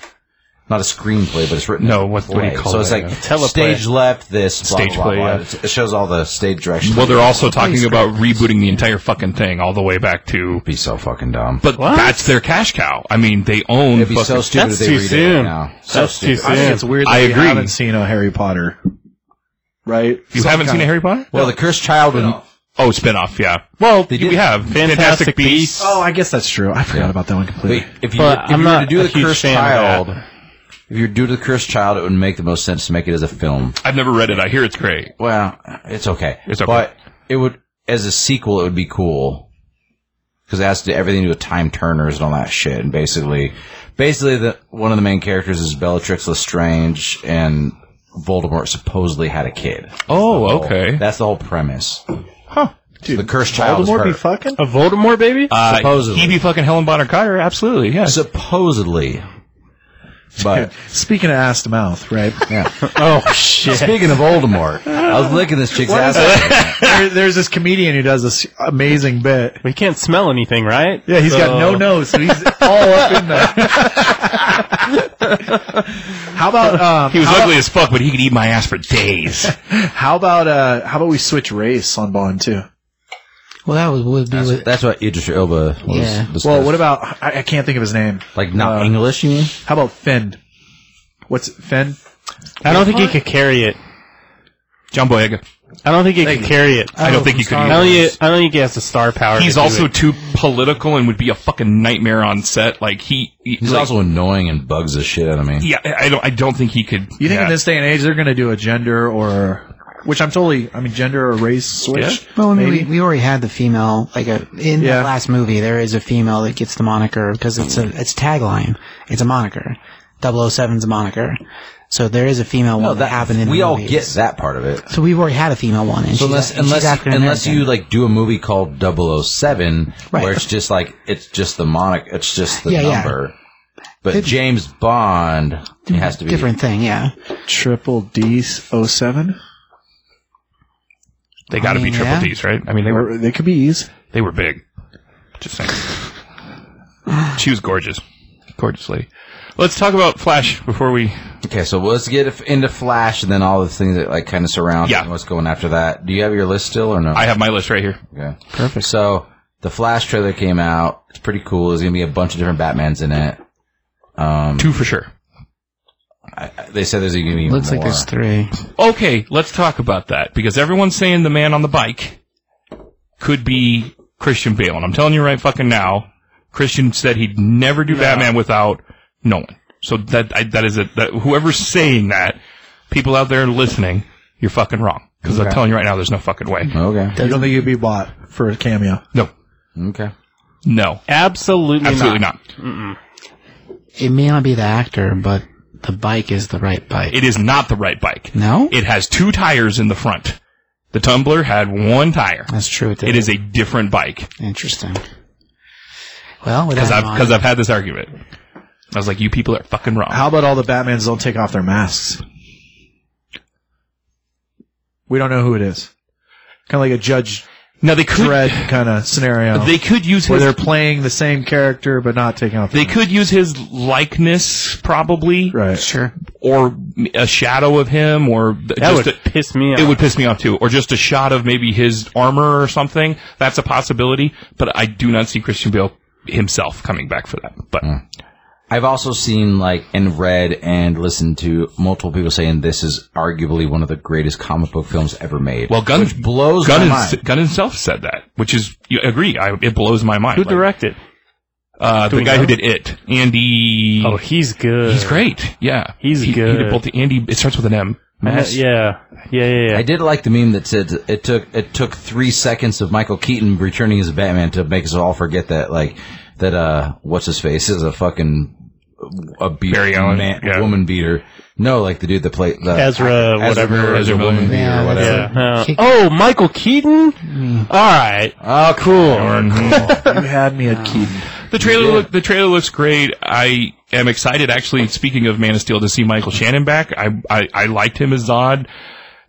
not a screenplay, but it's written.
No,
as a
what- what do you
play.
call
so
it?
So it's
Yeah.
like stage left, this blah,
Stage
blah,
play,
blah.
yeah.
It's- It shows all the stage directions.
well, they're also talking about rebooting the entire fucking thing all the way back to.
be so fucking dumb.
But that's their cash cow. I mean, they own.
It'd be so
fucking-
stupid if
That's
they
too
read it
soon.
right now. So
That's too
stupid.
soon.
I think it's weird that
I
we
agree.
haven't seen a Harry Potter, right?
you haven't seen a Harry Potter?
Well, the cursed child would.
Oh, spinoff. Yeah.
Well,
They
We
did.
have Fantastic,
Fantastic
Beasts.
Beasts.
Oh, I guess that's true. I forgot about that one completely.
Wait, if you,
But
if
I'm
you were to
not
do
a
the
huge
cursed
fan of
child, if you were to do the cursed child, it would make the most sense to make it as a film.
I've never read it. I hear it's great.
Well, it's okay.
It's okay.
But it would, as a sequel, it would be cool because it has to everything to do with time turners and all that shit. And basically, basically, the one of the main characters is Bellatrix Lestrange, and Voldemort supposedly had a kid.
Oh, okay.
That's the whole premise.
Huh. Dude,
The cursed child is
Voldemort be
her.
fucking?
a Voldemort baby.
Uh,
supposedly.
He be fucking Helen Bonner Carter. Absolutely. Yeah.
*laughs*
supposedly, but.
Speaking of ass to mouth, right?
Oh,
*laughs*
Yeah.
oh shit!
Speaking of Voldemort, I was licking this chick's ass.
there, there's this comedian who does this amazing bit.
We can't smell anything, right?
Yeah,
he's
he's got no nose, so he's all up in there. *laughs* how about um,
He was
how,
ugly as fuck, but he could eat my ass for days.
*laughs*
how about uh, how about we switch race on Bond too?
well, that would, would be
That's,
with,
that's what Idris Elba was.
Yeah.
discussed.
Well, what about I, I can't think of his name.
like not
uh,
English? You mean?
How about Finn? What's Finn?
I don't think he could carry it.
John Boyega.
I don't think he could carry it.
I don't think he could.
I
either.
don't think. I don't think he has the star power.
He's
to do
also
it.
too political and would be a fucking nightmare on set. Like he, he-
He's
like-
also annoying and bugs the shit out of me.
yeah. I don't. I don't think he could.
You think
yeah.
in this day and age they're going to do a gender or which I'm totally I mean gender or race switch?
well, I mean, we,
maybe.
we already had the female like a, in
Yeah.
the last movie. There is a female that gets the moniker because it's a it's tagline. It's a moniker. 007's a moniker. So there is a female
No,
one that, happened in
we
the
all
movies.
get that part of it.
So we've already had a female one, and
So unless
she's, and she's
unless
African
unless you
American.
like do a movie called 007
Right.
where it's just like it's just the monic it's just the
Yeah, yeah.
number. But
It-
James Bond it has to be
different thing, yeah.
Triple D 07?
They got to
I
be
mean,
triple
yeah.
D's, right? I mean, they were
Or they could be E's.
they were big. Just saying. she was gorgeous, gorgeous lady. Let's talk about Flash before we.
Okay, so let's get into Flash and then all the things that like kind of surround
Yeah.
and what's going after that. Do you have your list still or no?
I have my list right here.
Okay. Perfect. So the Flash trailer came out. It's pretty cool. There's gonna be a bunch of different Batmans in it.
Two for sure.
They said there's gonna be
Looks
more.
like there's three.
Okay, let's talk about that because everyone's saying the man on the bike could be Christian Bale, and I'm telling you right fucking now, Christian said he'd never do Batman without Nolan. So that I, that is it. That, whoever's saying that, people out there listening, you're fucking wrong because I'm telling you right now, there's no fucking way.
okay.
You don't think you'd be bought for a cameo?
No,
Okay.
no,
absolutely,
absolutely
not.
not.
It may not be the actor, but the bike is the right bike.
It is not the right bike.
no,
It has two tires in the front. The Tumbler had one tire.
that's true.
It is a different bike.
interesting. Well, with
Because
that
I've
in mind-
because I've had this argument. I was like, you people are fucking wrong.
How about all the Batmans don't take off their masks? We don't know who it is. Kind of like a Judge
Now they could
dread kind of scenario
they could use
where
his
they're playing the same character but not taking out. the
they
name.
could use his likeness probably
right.
Sure.
or a shadow of him or th-
That
just
would
a-
piss me off.
it would piss me off too or just a shot of maybe his armor or something that's a possibility but i do not see christian bale himself coming back for that but
Hmm.
I've also seen like and read and listened to multiple people saying this is arguably one of the greatest comic book films ever made.
well gun
which blows
gun,
my
is,
mind.
gun himself said that which is you agree I, it blows my mind
Who
Like,
directed?
uh, the
we
guy who
know?
did it andy
Oh, he's good.
he's great yeah
He's
He- he,
good.
did both the andy it starts with an m
Yeah, Uh, yeah, yeah, yeah.
I did like the meme that said it took it took three seconds of Michael Keaton returning as Batman to make us all forget that like that uh what's his face is a fucking a beat,
Barry Allen,
man-
yeah.
woman beater. No, like the dude that played the
Ezra, whatever.
Ezra, Ezra
uh, Ezra
woman
Miller.
beater
Yeah,
or
that's
whatever.
it.
Yeah.
Kick-
oh, Michael Keaton.
Hmm.
All right.
Oh, cool.
You had me at Keaton.
The trailer look the trailer looks great. I am excited actually speaking of Man of Steel to see Michael Shannon back. I I, I liked him as Zod.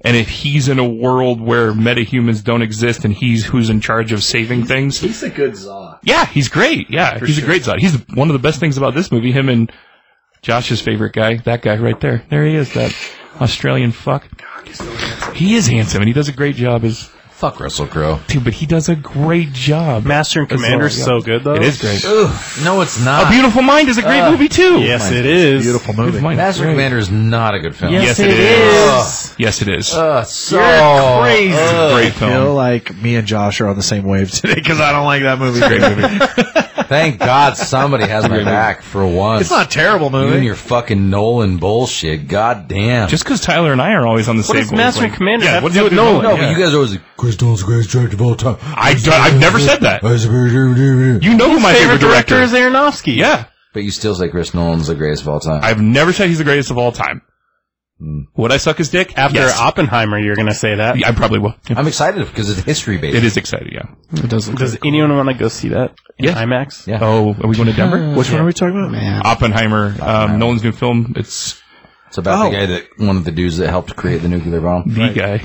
And if he's in a world where metahumans don't exist and he's who's in charge of saving things.
He's a good Zod.
Yeah, he's great. Yeah, he's a great Zod. He's one of the best things about this movie, him and Josh's favorite guy, that guy right there. There he is, that Australian fuck. He is handsome and he does a great job as
Fuck Russell Crowe.
dude, but he does a great job.
Master and
That's
Commander's
all I
so
got.
good though.
It is great. Uh,
No, it's
A
not.
Beautiful Mind is a great movie too.
Yes, it is.
Beautiful movie.
Beautiful Mind.
Master
Great.
Commander is not a good film.
Yes,
Yes, it
it
is.
Yes, it is.
Uh, so
It's a great
I feel
film.
like me and Josh are on the same wave today because I don't like that movie.
Great movie.
*laughs* Thank God somebody has my back for once.
It's not a terrible
you and
movie.
your fucking Nolan bullshit. God damn.
Just because Tyler and I are always on the same.
does Master
wavelength.
and Commander
Yeah,
have
what
to
does
do with
that
Nolan?
no,
yeah.
Oh, but you guys are always like, Chris Nolan's the greatest director of all time.
I don't- I've never said that. You know who my favorite,
Favorite
director
director is Aronofsky.
Yeah,
But you still say Chris Nolan's the greatest of all time.
I've never said he's the greatest of all time. Would I suck his dick
After
Yes.
Oppenheimer, you're going to say that.
Yeah, I probably will.
I'm excited because it's history based.
It is exciting. Yeah.
It does look
Does
good.
anyone want to go see that in
Yes.
IMAX?
Yeah.
Oh, are we going to Denver?
Which one are we talking about?
Man.
Uh,
Oppenheimer. Um, Nolan's new film. It's
It's about
Oh.
the guy that one of the dudes that helped create the nuclear bomb.
the guy,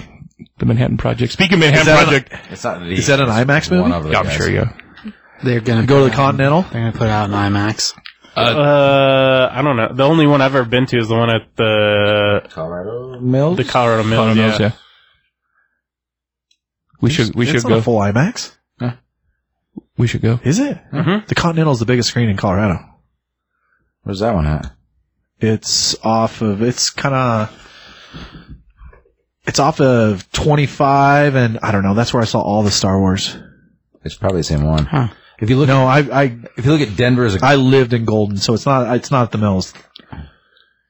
the Manhattan Project. Speaking of Manhattan
that an-
Project,
It's not. The,
Is that an IMAX
One
movie?
of the
yeah, I'm
guys.
sure. Yeah.
They're gonna
Go to
put
the
out-
Continental.
They're gonna put out an IMAX.
Uh, I don't know. The only one I've ever been to is the one at the
Colorado Mills.
the Colorado Mills.
Colorado Mills,
yeah.
yeah. We should we
It's
should
not a
go.
full IMAX.
We should go.
Is it?
Mhm.
Mm-hmm.
The Continental is the biggest screen in Colorado.
Where's that one at?
It's off of. It's kind of. It's off of 25, and I don't know. That's where I saw all the Star Wars.
It's probably the same one.
Huh.
If you look,
No, I I
if you look at Denver as a
I lived in Golden, so it's not it's not at the Mills.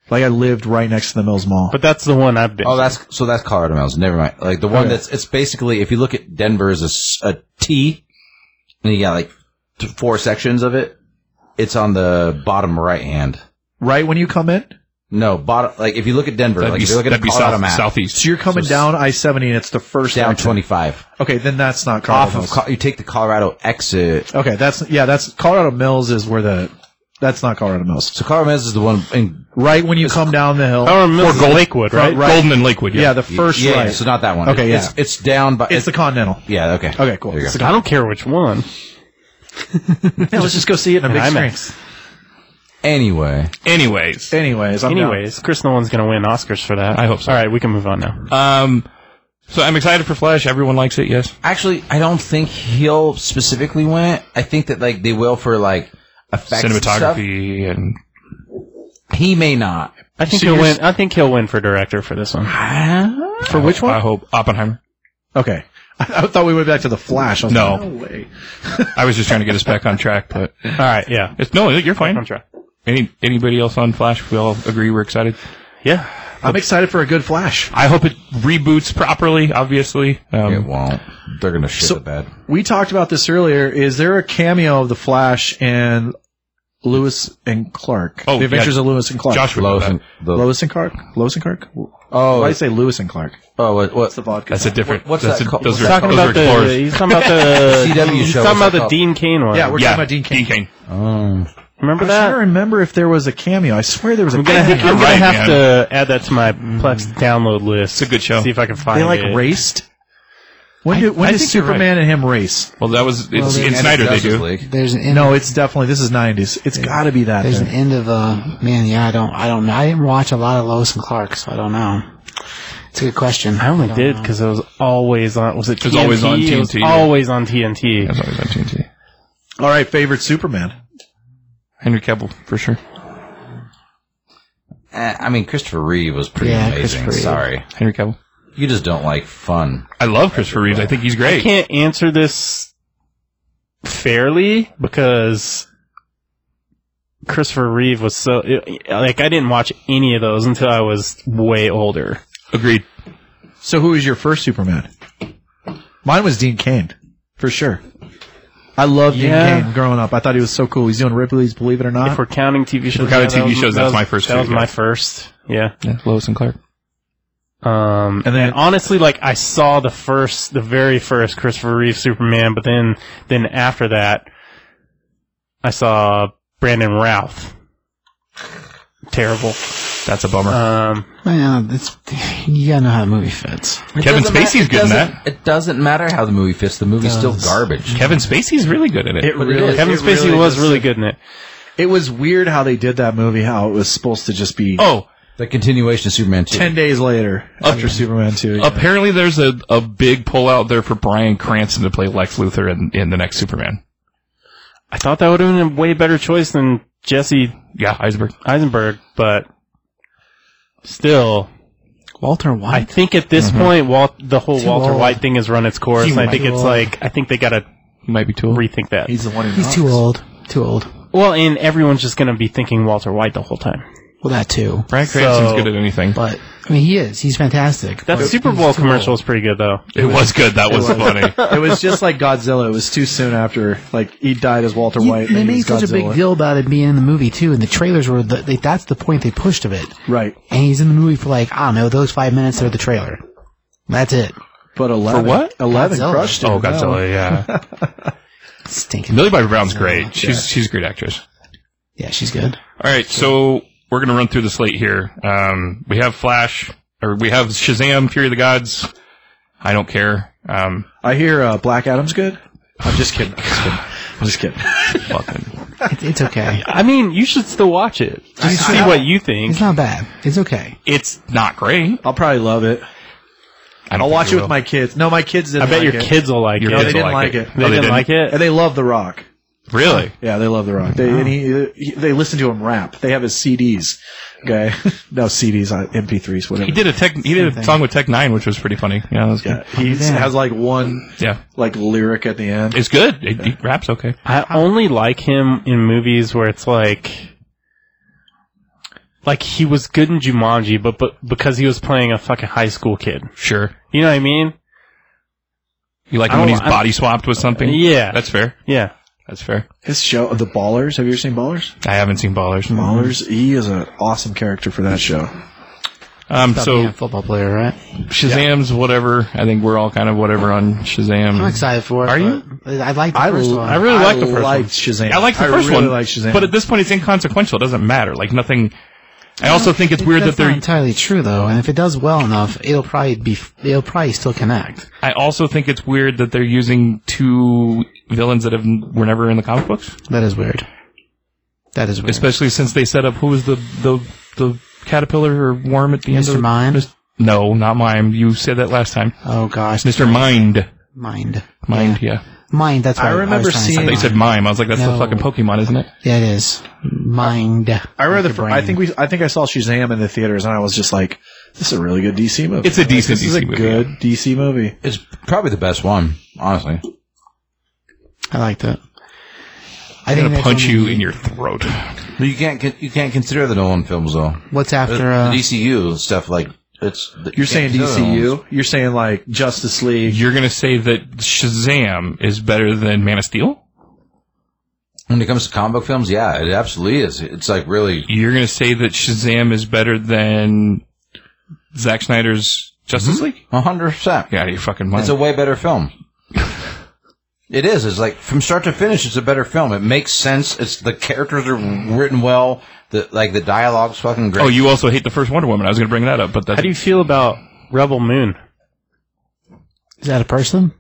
Like I lived right next to the Mills Mall.
But that's the one I've been.
Oh,
to.
that's so that's Colorado Mountains. Never mind. Like the one that's it's basically if you look at Denver as a s- a T, and you got like t- four sections of it. It's on the bottom right hand.
right when you come in,
No, bottom. Like if you look at Denver,
That'd
like
be,
if you look at
that'd
the
be
Colorado
south,
map,
southeast.
so you're coming down I seventy, and it's the first
down
exit.
twenty five
Okay, then that's not Colorado.
off of
Mills.
Co- you take the Colorado exit.
okay, that's yeah, that's Colorado Mills is where the that's not Colorado Mills.
So Colorado Mountains is the one in
Right when you come down the hill,
Colorado Mills is Lakewood, right?
right.
Golden and Lakewood. Yeah.
yeah, the first
yeah,
right.
So not that one.
Okay,
It's,
yeah.
it's down by
it's the Continental.
yeah. Okay.
Okay, cool.
There you
It's
go.
the
I don't care which one.
Continental. Yeah, let's just go see it in a big
IMAX.
Anyway,
Anyways,
screen. Anyways, I'm down.
Anyways, Chris Nolan's going to win Oscars for that.
I hope so.
All right, we can move on now.
um, so I'm excited for Flash. Everyone likes it. Yes.
Actually, I don't think he'll specifically win. I think that like they will for like effects and stuff.
Cinematography and
He may not.
I think
So
he'll
you're
win. I think he'll win for director for this one.
For which
I
one?
hope Oppenheimer.
Okay, *laughs* I thought we went back to the Flash. I was
No.
like, no way.
I was just trying to get us back on track, but
All right, yeah.
it's no, you're fine.
On track.
Any anybody else on Flash? We all agree we're excited.
Yeah.
I'm excited for a good Flash.
I hope it reboots properly. Obviously,
It
um,
won't. They're gonna shit
So-
the bed.
we talked about this earlier. Is there a cameo of the Flash and Lewis and Clark?
Oh,
the Adventures
yeah.
of Lewis and Clark.
Josh would know
Lois
that.
and the,
Lois and Clark. Lois and Clark. Why
oh,
do you say Lewis and Clark?
oh, what,
It's the
what,
vodka.
That's a different.
What's
that's
that
a-
called?
Those
What's
are,
that
Talking
those are
about the,
explorers.
he's talking about
*laughs*
CW
the he's
show
talking
was
about the
called-
Dean Kane one.
yeah, we're
Yeah,
talking about Dean
Dean
Cain.
Cain.
um,
remember
I'm trying
that?
to remember if there was a cameo. I swear there was a
I'm gonna,
cameo.
I'm gonna
right, man.
have to add that to my Plex download list.
It's a good show.
See if I can find
They like
it.
raced. When, do, when
I
does
think you're right.
Superman and him race?
Well, that was it's
they-
in
And
Snyder. They
Justice
do.
League.
There's an end,
No, it's definitely this is '90s. It's got to be that.
there's an
Then.
end of uh man. Yeah, I don't I don't know. I didn't watch a lot of Lois and Clark, so I don't know. It's a good question.
I only
don't
did
know.
because it was always on. Was it?
was always on
It was
TNT, yeah.
always on TNT.
That was always on TNT.
All right, favorite Superman.
Henry Cavill for sure.
Eh, I mean, Christopher Reeve was pretty
Yeah,
amazing.
Christopher Reeve.
Sorry,
Henry Cavill.
you just don't like fun.
I love Christopher Reeves. I think he's
I
great.
can't answer this fairly because Christopher Reeve was so like I didn't watch any of those until I was way older.
Agreed.
So, who was your first Superman? Mine was Dean Cain, for sure. I loved
Yeah.
Dean Cain growing up. I thought he was so cool. He's doing Ripley's Believe It or
If we're
Not.
counting TV shows,
we're counting
that
TV
was-
shows,
that
that's
was-
my first
That
two,
was
yeah.
my first. Yeah.
Yeah, Lois and Clark.
Um,
And
and
then-
then honestly, like I saw the first, the very first Christopher Reeve Superman, but then, then after that, I saw Brandon Routh. Terrible.
That's a bummer.
Um,
Man, it's, *laughs* you gotta know how the movie fits.
Kevin
Doesn't ma-
Spacey's
it
good
doesn't-
in that.
It doesn't matter how the movie fits. The movie's still garbage.
Kevin Spacey's really good in it.
But it is.
Kevin
it
Spacey
really
was
just-
really good in it.
It was weird how they did that movie. How it was supposed to just be
oh,
The continuation of Superman two.
ten days later after Superman two. yeah.
apparently there's a, a big pull out there for Brian Cranston to play Lex Luthor in, in the next Superman.
I thought that would have been a way better choice than Jesse
Yeah, Eisenberg.
Eisenberg, but still,
Walter
I
White.
think at this point, Walt, the whole
Too
Walter
old.
White thing has run its course,
He
and I
might
think
be
it's
old.
like I think they got to
He might be too old.
rethink that.
He's the one who
He's too old. Too old.
Well, and everyone's just going to be thinking Walter White the whole time.
Well, that too.
Brian Cranston's
So-
good at anything.
But I mean, he is. He's fantastic.
That
But
Super
he's
Bowl
too
commercial
old.
is pretty good, though.
it was good. That was, funny.
it was just like Godzilla. It was too soon after. Like he died as Walter
You-
White.
they
and
made
he was
such a big
Godzilla.
deal about it being in the movie too, and the trailers were the, they, that's the point they pushed of it.
right?
And he's in the movie for like I don't know those five minutes of the trailer. That's it.
But eleven,
what?
Eleven
Godzilla.
crushed it.
oh, Godzilla, yeah. *laughs*
Stinking.
Millie Bobby Brown's great. She's she's a great actress.
Yeah, she's good.
All right, so we're going to run through the slate here. Um, we have Flash, or we have Shazam, Fury of the Gods. I don't care. Um,
I hear uh, Black Adam's good. I'm just kidding. I'm just kidding. I'm just kidding.
fucking.
It's, it's okay.
I mean, you should still watch it. Just see what you think.
It's not bad. It's okay.
It's not great.
I'll probably love it.
I don't
I'll
think
watch
you
it with
will.
my kids. No, my kids didn't.
I bet
like
your
it.
kids will like
Your
it.
No,
kids
they
will
didn't like it.
They,
Oh,
didn't, like
And
it.
they love The Rock.
Really?
Yeah, they love The Rock. They and he, he- they listen to him rap. They have his CDs. Okay, *laughs* no CDs, uh, MP3s, whatever.
He did a tech. He did a song with Tech Nine, which was pretty funny. Yeah, that was
Yeah,
good.
he has like one
Yeah,
like lyric at the end.
it's good. It, it raps okay.
I only like him in movies where it's like, like he was good in Jumanji, but but because he was playing a fucking high school kid.
Sure.
You know what I mean?
You like
I
him when
don't-
he's
I'm-
body swapped with something?
Yeah.
That's fair.
Yeah.
That's fair.
His show, The Ballers. Have you ever seen Ballers?
I haven't seen Ballers.
Ballers. He is an awesome character for that show.
Um,
About
so
being a football player, right?
Shazam's whatever. I think we're all kind of whatever on Shazam.
I'm excited for it.
Mm-hmm. Are
but I like the
I,
first
l-
one.
I really
I
like the first
liked
one. Shazam.
I like the first
really
one,
Like Shazam.
but at this point, it's inconsequential. It doesn't matter. Like nothing. I also think it's weird that
That's not
they're.
entirely true though, and if it does well enough, it'll probably be it'll probably still connect.
I also think it's weird that they're using two villains that have n- were never in the comic books,
That is weird. That is weird.
especially since they set up who was the the the caterpillar or worm at the end.
Mr.
of-
Mime.
No, not mime. You said that last time.
Oh gosh,
Mr. Mind.
Mind.
Mind. Yeah.
Mind. That's what
I
was
remember
trying to
seeing-
say.
They said mime. I was like, that's the
No.
fucking Pokemon, isn't it?
Yeah, it is. Mind.
I read the.
Like
fir-
your
I think we. I think I saw Shazam in the theaters, and I was just like, "This is a really good DC movie.
It's a
Like,
decent
This is a
DC movie,
good DC movie."
It's probably the best one, honestly.
I liked it. I
I'm
think
gonna
that's
punch
when
you
we-
in your throat.
But you can't con- you can't consider the Nolan films though.
What's
The,
after?
the
Uh,
DCU stuff like it's. you
You're
can't
saying
consider the Nolan ones.
DCU. You're saying like Justice League.
You're gonna say that Shazam is better than Man of Steel?
When it comes to comic book films, yeah, it absolutely is. It's like really.
You're gonna say that Shazam is better than Zack Snyder's
Mm-hmm.
Justice League?
100%.
Get out of your fucking mind.
It's a way better film. it is. It's like from start to finish, it's a better film. It makes sense. It's the characters are written well. The like the dialogue's fucking great.
oh, you also hate the first Wonder Woman. I was gonna bring that up, but that's
How do you feel about Rebel Moon?
Is that a person?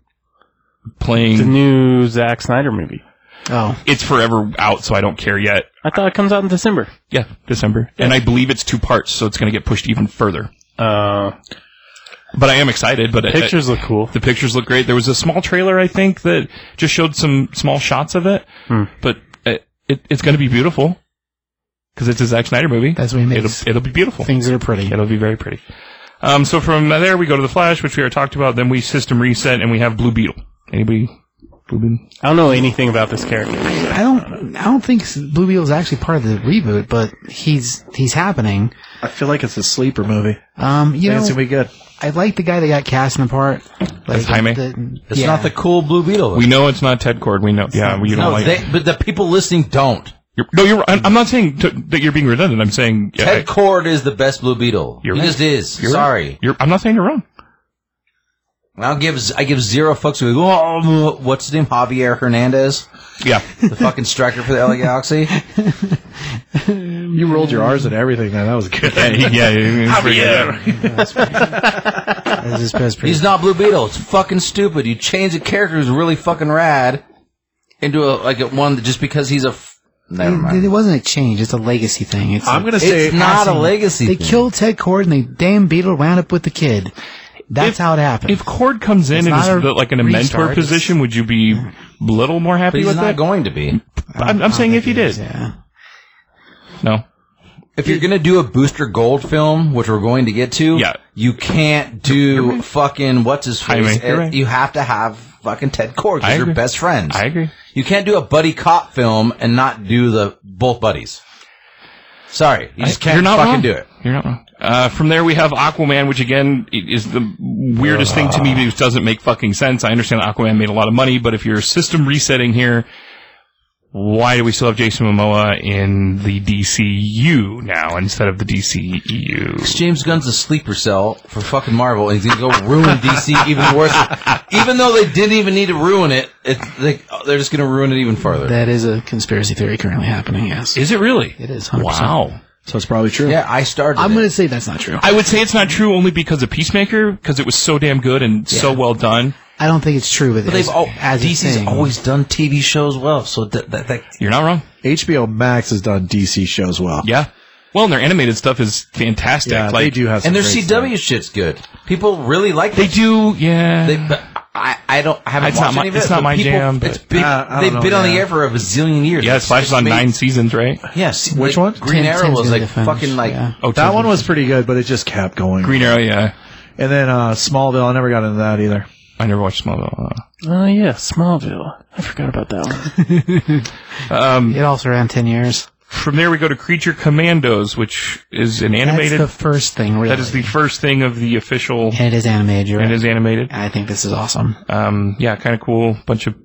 playing.
The new Zack Snyder movie.
Oh,
it's forever out, so I don't care yet.
I thought it comes out in December.
Yeah, December, and I believe it's two parts, so it's going to get pushed even further.
Uh,
But I am excited. But I-
pictures look cool.
The pictures look great. There was a small trailer, I think, that just showed some small shots of it. But it, it, it's going to be beautiful because it's a Zack Snyder movie.
That's what he makes.
it'll, it'll be beautiful.
things that are pretty.
It'll be very pretty. Um, so from there, we go to the Flash, which we already talked about. Then we system reset, and we have Blue Beetle. Anybody? Blue Beetle?
I don't know anything about this character.
I don't. I don't think Blue Beetle is actually part of the reboot, but he's he's happening.
I feel like it's a sleeper movie.
Um, you
Yeah, it's
know,
gonna be good.
I like the guy that got cast in the part. Like,
That's Jaime.
the-
It's
yeah.
not the cool Blue Beetle.
We know it's not Ted Cord. We know. Yeah, we don't
no,
like.
they, but the people listening don't.
You're, no, you're. I'm I'm not saying to, that you're being redundant. I'm saying yeah,
Ted Cord is the best Blue Beetle.
You're
he
right.
just is.
You're right.
Sorry.
You're, I'm not saying you're wrong.
I don't give. z- I give zero fucks. We go. Oh, what's his name? Javier Hernandez,
*laughs* Yeah,
the fucking striker for the LA
*laughs*
Galaxy.
You rolled your R's and everything, man. That was good.
yeah, he- yeah. he's pretty good.
That's his best
*laughs* He's not Blue Beetle. It's fucking stupid. You change a character who's really fucking rad into a like a one that just because he's a. F- Never
It,
mind.
it wasn't a change. It's a legacy thing. It's
I'm
like-
gonna say
It's not a legacy.
they
thing.
killed Ted Cord and they damn Beetle wound up with the kid. That's
If-
how it happened.
If Cord comes in
It's
and
not
is
a
the- like in a mentor
restart, it's-
position, would you be a little more
But
happy
he's
with
not
that?
going to be.
I'm, I'm saying if you did,
yeah.
no.
If you're gonna do a Booster Gold film, which we're going to get to,
Yeah.
you can't do fucking what's his
Jaime,
face.
you're right.
You have to have fucking Ted Cord
I
because you're
agree.
best friends.
I agree.
You can't do a buddy cop film and not do the both buddies. Sorry, you just
I-
can't
you're not
fucking
wrong.
do it.
You're not wrong. Uh, from there, we have Aquaman, which again i- is the weirdest thing to me because it doesn't make fucking sense. I understand Aquaman made a lot of money, but if you're system resetting here, why do we still have Jason Momoa in the DCU now instead of the E DCEU?
James Gunn's a sleeper cell for fucking Marvel, and he's gonna go
*laughs*
ruin DC even worse. Even though they didn't even need to ruin it, it's like, they're just gonna ruin it even further.
That is a conspiracy theory currently happening, yes.
Is it really?
It is, 100%.
Wow.
so it's probably true.
yeah, I started.
I'm
it.
going to say that's not true.
I would say it's not true only because of Peacemaker, because it was so damn good and so well done.
I don't think it's true, but,
But they've
as,
all,
as a
DC's
thing-
always done TV shows well, so that, that, that
You're not wrong.
HBO Max has done DC shows well.
Yeah. Well, and their animated stuff is fantastic.
Yeah,
like,
they do have.
and
Some
their
great
CW
stuff.
shit's good. People really like
They do. Yeah.
They, but I, I don't I haven't
It's
watched
not my-
any of it.
it's not
but
my
people,
jam,
It's
but-
been,
Uh, I don't
they've
know,
been on the
yeah.
air for a bazillion years.
yeah. Flash is on
It's made-
nine seasons, right?
Yes.
Which
like,
one?
Green
Ten-
Arrow
ten's
was
gonna
like
get finished,
fucking like.
yeah.
Oh,
That
Children-
one was pretty good, but it just kept going.
Green Arrow. Yeah.
And then uh, Smallville. I never got into that either.
I never watched Smallville.
Oh yeah, Smallville. I forgot about that one.
It also ran 10 years.
From there, we go to Creature Commandos, which is an animated.
That's the first thing, really.
that is the first thing of the official.
and it is animated, you're
And
right.
is animated.
I think this is awesome.
Um, yeah, kind of cool. Bunch of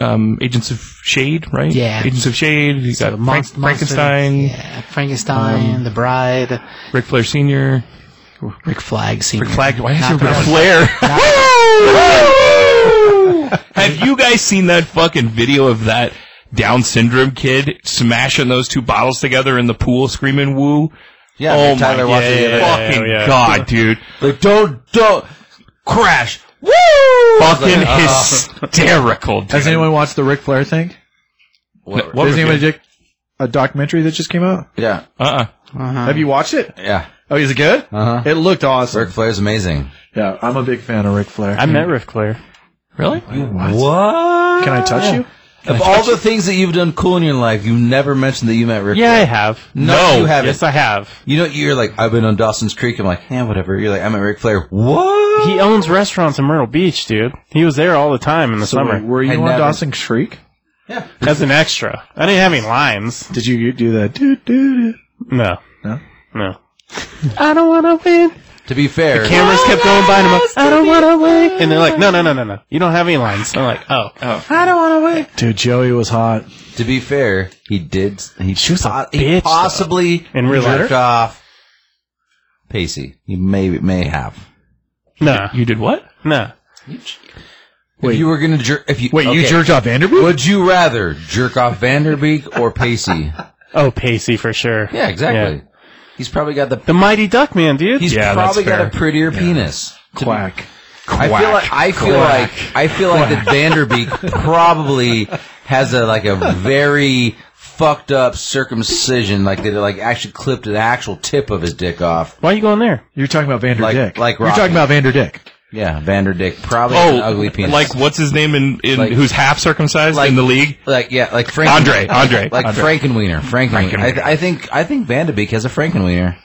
um, Agents of Shade, right?
Yeah.
Agents of Shade. You
So,
got Frank-
monst- monsters,
Frankenstein, Um,
yeah, Frankenstein, The Bride,
Ric Flair Senior,
Rick Flag Senior.
Rick Flag. Why is
Not
there
that
Ric
one.
Flair? *laughs* Have you guys seen that fucking video of that Down syndrome kid smashing those two bottles together in the pool, screaming "woo"?
Yeah,
oh my
Tyler watched it the other day.
fucking
yeah.
god,
*laughs*
dude!
Like don't don't crash. Woo!
fucking
Like, uh,
hysterical. Dude.
Has anyone watched the Ric Flair thing?
whatever.
What
Has
was
anyone
it?
did a documentary that just came out?
Yeah.
Uh-uh.
Have you watched it?
Yeah.
Oh, is it good?
Uh-huh.
It looked awesome.
Ric Flair's amazing.
Yeah, I'm a big fan of Ric Flair.
I met Riff Claire.
Really?
What?
Can I touch you?
Of all the things that you've done cool in your life, you never mentioned that you met Ric
Yeah, I
Flair.
have.
No, you haven't.
Yes, I have.
You know, you're like, I've been on Dawson's Creek. I'm like, yeah, whatever. You're like, I met Ric Flair. What?
He owns restaurants in Myrtle Beach, dude. He was there all the time in the
So
summer
wait, were you
I
on
never-
Dawson Creek?
as an extra. I didn't have any lines.
Did you do that? Do, do, do.
No,
No?
no. I don't want to win.
to be fair,
Cameras kept going by, and I'm like, I don't want to win. And they're like, No, no, no, no, no. You don't have any lines. I'm like, Oh, oh. I don't want to win.
Dude, Joey was hot.
To be fair, he did. He,
She was a
po- he
bitch,
possibly
though. In real life?
jerked off Pacey. He may may have.
No,
You did what?
no.
Wait.
if you were gonna jerk, if you okay.
off Vanderbilt?
Would you rather jerk off Vanderbeek or Pacey?
Oh, Pacey for sure.
Yeah, exactly. He's probably got the.
The Mighty Duck Man, dude.
He's
Yeah, that's
probably got
fair.
a prettier penis. To be-
Quack.
I feel like I feel like I feel like that *laughs* Vanderbeek probably has a like a very fucked up circumcision, like they like actually clipped an actual tip of his dick off.
Why are you going there?
You're talking about Vander
Like-
Dick.
like
You're
Rocky.
talking about Vander Dick.
Yeah, Vander Dick probably has an
Oh,
ugly penis.
like what's his name in, in
Like-
who's half circumcised
Like-
in the league?
like yeah, like Frank
Andre, Andre,
like
Andre.
Frankenweener. Frankenweener. I, th- I think I think Vanderbeek has a Frankenweener.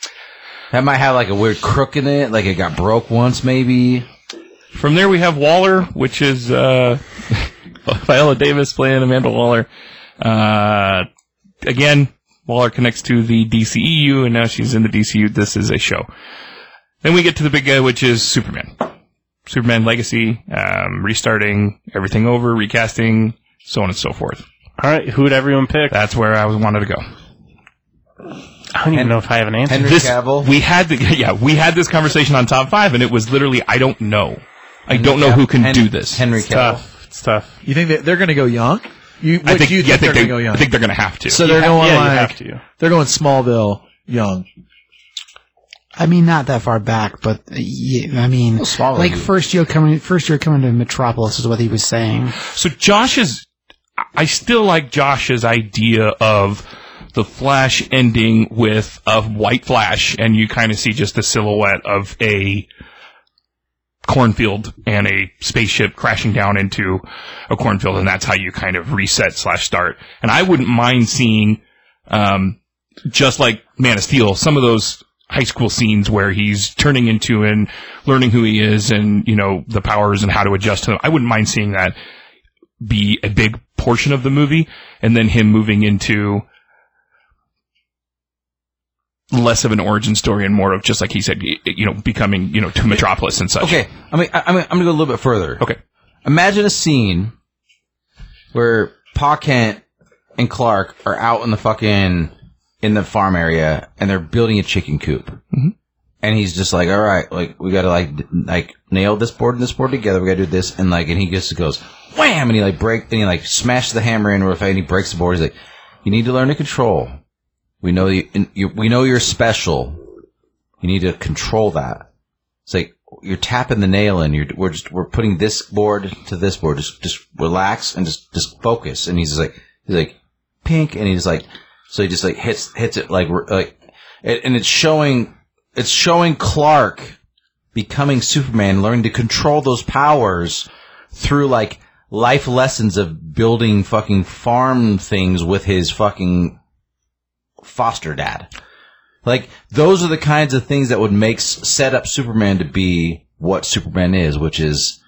That might have like a weird crook in it, like it got broke once maybe.
From there we have Waller, which is uh, *laughs* Viola Davis playing Amanda Waller. Uh, again, Waller connects to the DCEU, and now she's in the DCU. This is a show. Then we get to the big guy, which is Superman. Superman Legacy, um, restarting everything over, recasting, so on and so forth.
All right, who would everyone pick?
That's where I wanted to go.
I don't even know if I have an answer.
Henry
This-
Cavill.
We had the, *laughs* yeah, we had this conversation on top five, and it was literally I don't know. I don't know who can
Hen-
do this.
Henry
It's
Cavill.
Tough. It's tough.
You think that they're going to go young? You,
I
what
think,
do you
yeah, I
think they're going to go
they,
young?
I think they're going to have to.
so they're going
yeah, you
like
have to.
they're going Smallville young.
I mean, not that far back, but uh, yeah, I mean,
smaller
like
than you.
first year coming, first year coming to Metropolis is what he was saying.
So Josh's, I still like Josh's idea of the Flash ending with a white Flash, and you kind of see just the silhouette of a cornfield and a spaceship crashing down into a cornfield, and that's how you kind of reset slash start. And I wouldn't mind seeing, um, just like Man of Steel, some of those high school scenes where he's turning into and learning who he is and, you know, the powers and how to adjust to them. I wouldn't mind seeing that be a big portion of the movie and then him moving into less of an origin story and more of just like he said y- you know becoming you know to metropolis and such
Okay, I mean, I, I mean, I'm gonna go a little bit further.
okay
Imagine a scene where Pa Kent and Clark are out in the fucking in the farm area and they're building a chicken coop. And he's just like, "All right, like we gotta like d- like nail this board and this board together. We gotta do this." And like, and he just goes, "Wham!" And he like break and he like smashes the hammer in with and he breaks the board. He's like, "You need to learn to control. We know you. and you we know you're special. You need to control that." It's like you're tapping the nail in. You're we're just we're putting this board to this board. Just just relax and just just focus. And he's just like he's like pink, and he's like so he just like hits hits it like r- like, and and it's showing it's showing Clark becoming Superman, learning to control those powers through like life lessons of building fucking farm things with his fucking foster dad. Like those are the kinds of things that would make s- set up Superman to be what Superman is, which is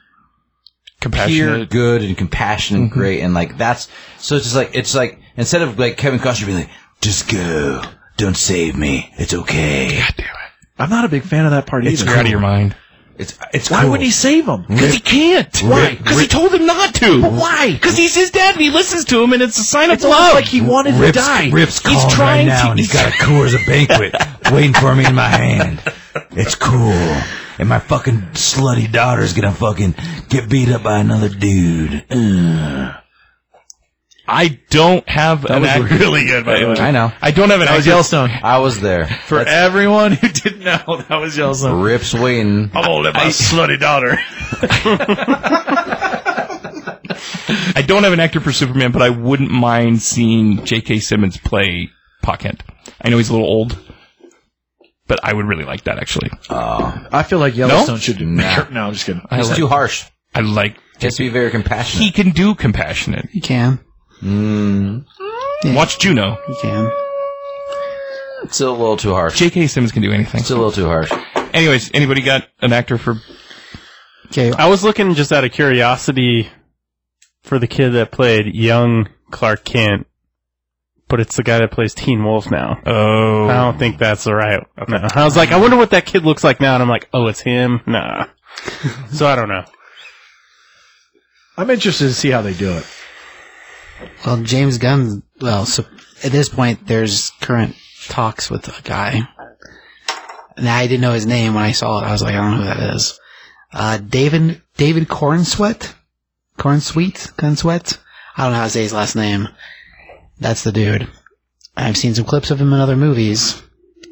pure
compassionate
good and compassionate and great, and like that's so. It's just like it's like instead of like Kevin Costner being like, "Just go, don't save me, it's okay."
god damn it
I'm not a big fan of that part
it's
either.
out of your mind
It's it's
Why
cool. *laughs*
wouldn't he save him?
because he can't why because he told him not to but
why?
because he's his dad and he listens to him and it's a sign of
It's
love
almost like he wanted to die.
Rip's calling
trying
right now,
to-
and he's got a Coors a banquet waiting for me in my hand. It's cool, and my fucking slutty daughter's gonna fucking get beat up by another dude.
i don't have an act- really good by the way.
I know.
i don't have an
That
accurate-
was Yellowstone.
I was there.
For everyone who didn't know, that was Yellowstone.
Rip's waiting.
I'm all about my slutty daughter. *laughs* I don't have an actor for Superman, but I wouldn't mind seeing J.K. Simmons play Pa Kent. I know he's a little old, but I would really like that actually.
I feel like Yellowstone should do.
Nah.
No, I'm just kidding.
I
He's
like,
too harsh.
I like.
Just be very compassionate.
He can do compassionate.
You can,
Watch Juno.
you can.
It's a little too harsh.
J.K. Simmons can do anything.
It's a little too harsh.
Anyways, anybody got an actor for?
Okay,
I was looking just out of curiosity for the kid that played young Clark Kent, but it's the guy that plays Teen Wolf now.
Oh,
I don't think that's the right. No. I was like, I wonder what that kid looks like now, and I'm like, oh, it's him.
*laughs*
Nah. so I don't know.
I'm interested to see how they do it.
well, James Gunn. Well, so at this point, there's current talks with a guy. Now I didn't know his name when I saw it. I was like, I don't know who that is. Uh, David David Cornsweet, Cornsweet, Cornsweet. I don't know how to say his last name. That's the dude. I've seen some clips of him in other movies,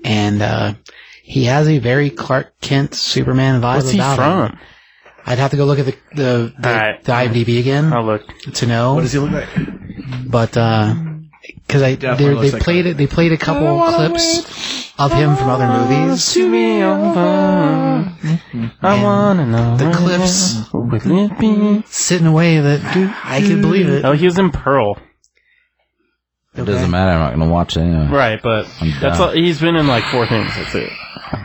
and uh, he has a very Clark Kent Superman vibe
What's he
about him.
from?
I'd have to go look at the the, the,
Alright.
the IMDb again
I'll look.
to know.
What does he look like?
but because I
definitely
they, they
looks like
played
that.
it, they played a couple clips of him from other movies.
To me over. I wanna know.
The
where
clips
Would it be?
sit in a way that I could believe it.
Oh, he was in Pearl.
It doesn't matter. I'm not going to watch it anyway.
Right, but
I'm
that's
done.
all, he's been in like four things. That's it.
All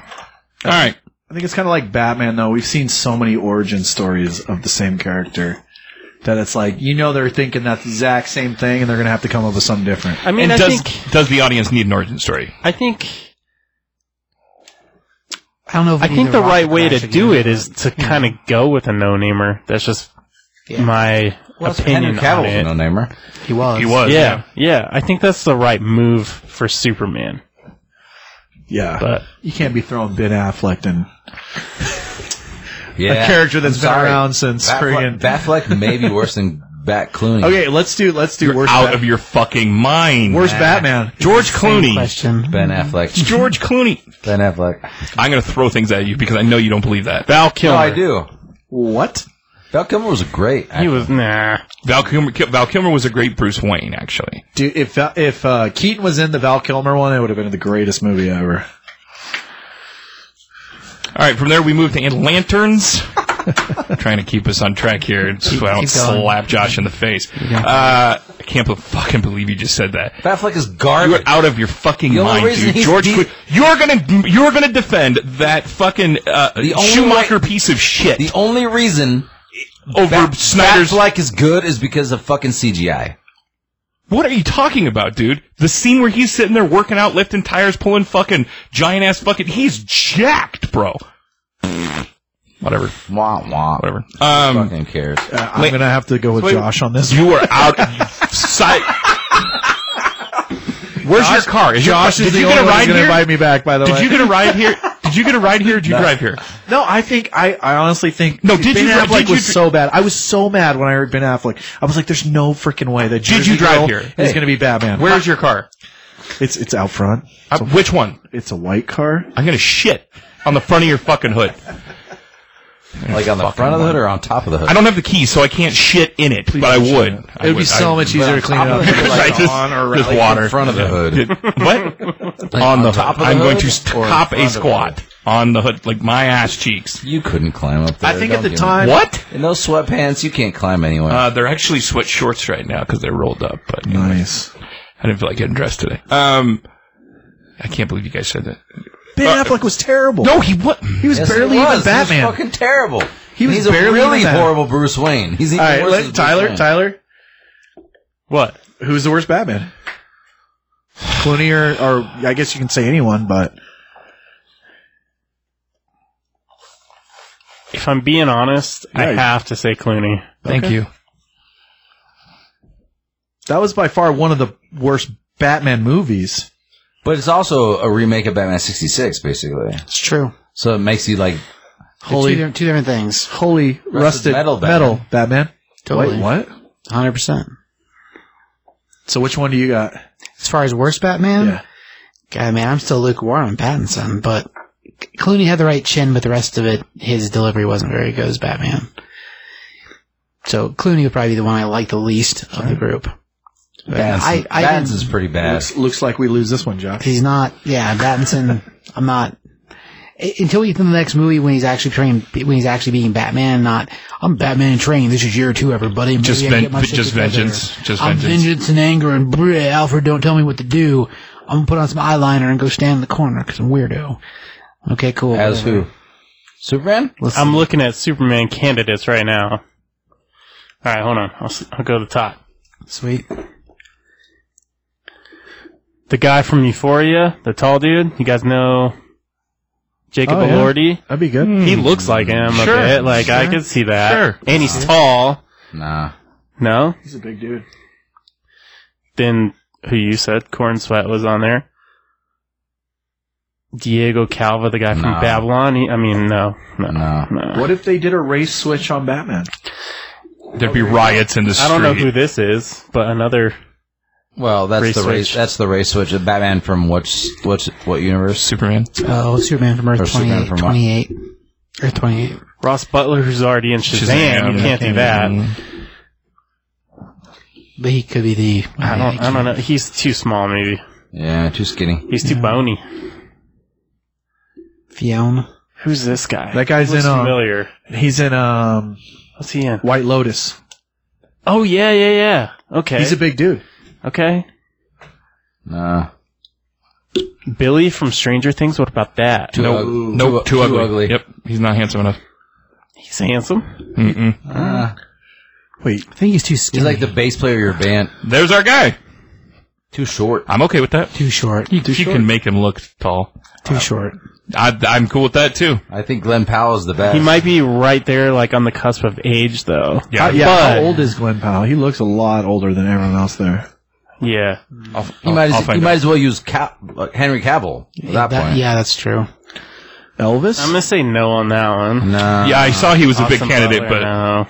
right.
I think it's kind of like Batman, though. We've seen so many origin stories of the same character that it's like you know they're thinking that exact same thing, and they're gonna have to come up with something different.
I mean,
and
I
does
think
does the audience need an origin story?
I think
I don't know. If
I think the right way to do it is to kind of go with a no-namer. That's just
Yeah.
my
Henry
opinion on
Cavill's a
it.
no-namer.
He was.
He was.
Yeah, yeah. I think that's the right move for Superman.
Yeah,
But
you can't be throwing Ben Affleck and
Yeah.
a character that's
I'm
been
sorry.
around since
Batfleck,
friggin'
Batfleck may be worse than Bat Clooney.
okay, let's do let's do
You're
worst
out
Bat-
of your fucking mind.
worst Batman.
George Clooney.
question.
Ben Affleck.
George Clooney.
Ben Affleck.
I'm gonna throw things at you because I know you don't believe that.
Val
No,
Kilmer,
I do.
What?
Val Kilmer was a great.
he
Actor.
was nah.
Val Kilmer, Val Kilmer was a great Bruce Wayne, actually.
Dude, if if uh, Keaton was in the Val Kilmer one, it would have been the greatest movie ever.
All right, from there we move to Ant-
*laughs*
Lanterns. trying to keep us on track here, so I don't
keep going.
slap Josh in the face. Uh, I can't be- fucking believe you just said that.
Batfleck is
You're
garbage.
out of your fucking
The only
mind,
reason
dude.
he's
George,
de-
Clo- you're gonna you're gonna defend that fucking uh,
The only
Schumacher
way-
piece of shit
The only reason
over
Bat-
Snyder's.
Batfleck is good is because of fucking CGI.
what are you talking about, dude? The scene where he's sitting there working out, lifting tires, pulling fucking giant ass fucking. He's jacked, bro. Whatever,
Wah wah.
whatever. Um,
Fucking cares.
Uh, I'm
Wait.
gonna have to go with
Wait.
Josh on this.
you are out. *laughs* you si- Where's your car? Is your car-
Josh is
did
the
you
only
get a
one who's
ride
gonna
here?
invite me back. By the
did
way,
you get a ride here? Did you get a ride here? Or did you drive here?
No, I think I, I honestly think
No, did
Ben
you-
Affleck
did you-
was so bad. I was so mad when I heard Ben Affleck. I was like, "There's no freaking way that
Did you
Jersey
drive
Girl
here?
is
Hey.
going to be Batman."
Where's your car?
It's it's out front.
Uh, which one?
It's a white car.
I'm gonna shit on the front of your fucking hood.
Like on the
Fucking
front of the hood
one.
or on top of the hood.
I don't have the key, so I can't shit in it, but I would. It
It would be so
*laughs*
much easier to clean it up.
hood,
Like
Right, just-
on or
just
like
water.
in front of the
*laughs*
hood.
what? on the
top of
hood.
the
I'm going
hood
to st-
or in
cop
front
a
of the
squat
hood?
on the hood, like my ass cheeks.
You couldn't climb up there.
I think at
Don't
the
do
time,
What?
it. in those sweatpants, you can't climb anywhere.
Uh, they're actually sweat shorts right now because they're rolled up. But anyway,
Nice.
I didn't feel like getting dressed today. Um, I can't believe you guys said that.
Ben Affleck was terrible.
No, he what?
he was
Yes,
barely
he was.
even Batman.
He was fucking terrible.
He was
He's a
barely
really
even Batman.
horrible Bruce Wayne. He's even
All right,
worse
let-
as Bruce
Tyler.
Wayne.
Tyler,
What?
who's the worst Batman? Clooney or, or I guess you can say anyone, but
If I'm being honest, I
Yeah.
have to say Clooney.
Thank you.
that was by far one of the worst Batman movies.
But it's also a remake of Batman '66, basically.
It's true.
So it makes you like
They're two, different, two different things.
holy rusted,
metal
metal
Batman.
Batman.
Totally.
Wait, what?
Hundred percent.
So which one do you got?
As far as worst Batman, God, man, I'm still lukewarm on Pattinson, but Clooney had the right chin, but the rest of it, his delivery wasn't very good as Batman. So Clooney would probably be the one I like the least of the group. But I, I
Batman's is
didn't-
pretty bad.
Looks, looks like we lose this one, Josh.
he's not. Yeah, Pattinson. I'm not. I- Until he's in the next movie when he's actually trained, when he's actually being Batman, not I'm Batman and trained. This is year two, everybody. Maybe
Just
I can
ven-
get my shit
just
together."
vengeance. Just
I'm
vengeance.
vengeance and anger and bleh, Alfred, don't tell me what to do. I'm gonna put on some eyeliner and go stand in the corner because I'm weirdo. Okay, cool.
As
whatever.
who? Superman?
Let's
I'm looking at Superman candidates right now. All right, hold on. I'll, s- I'll go to the top.
sweet.
The guy from Euphoria, the tall dude. You guys know Jacob
Oh, yeah.
Elordi.
That'd be
Hmm.
good.
He looks like him
Sure,
a bit. Like I
sure,
could see that.
sure.
And he's tall.
Nah.
No.
He's a big dude.
Then who you said Corn Sweat was on there. Diego Calva, the guy from
No.
Babylon. He, I mean, no, no,
No.
no.
What if they did a race switch on Batman?
There'd be riots in the street.
I don't know who this is, but another
Well, that's
Race
the race.
switch.
That's the race switch. The Batman from what's what's what universe?
Superman.
Oh, Superman from Earth
Or
28,
Superman from what?
28. or 28.
Ross Butler, who's already in Shazam,
Shazam,
you
yeah. Mm-hmm.
can't do that.
But he could be the. uh,
I don't, I don't know. He's too small, maybe.
Yeah, too skinny.
He's too bony.
Fionn.
Who's this guy?
That guy's
Looks
in, um,
familiar.
He's in um,
What's he in?
White Lotus.
Oh yeah, yeah, yeah. Okay.
He's a big dude.
okay.
Nah.
Billy from Stranger Things. What about that?
Too
Nope.
ug-
Nope. Too, ugly.
ugly.
Yep. He's not handsome enough.
He's handsome.
Mm-mm.
Ah,
Wait,
I think he's too skinny.
he's like the bass player of your band.
There's our guy.
Too short.
I'm okay with that.
too short.
You, you can make him look tall.
Too short.
I, I'm cool with that too.
I think Glenn Powell's the best.
He might be right there, like on the cusp of age, though.
Yeah.
Uh, yeah.
But-
how old is Glenn Powell? He looks a lot older than everyone else there.
Yeah.
I'll,
He might, as,
I'll
he
find
might
out.
as well use Ca- uh, Henry Cavill at that,
That-
point.
yeah, that's true.
Elvis?
I'm gonna say no on that one.
Nah.
Yeah, I saw he was a big
Austin
candidate,
Butler,
but
no.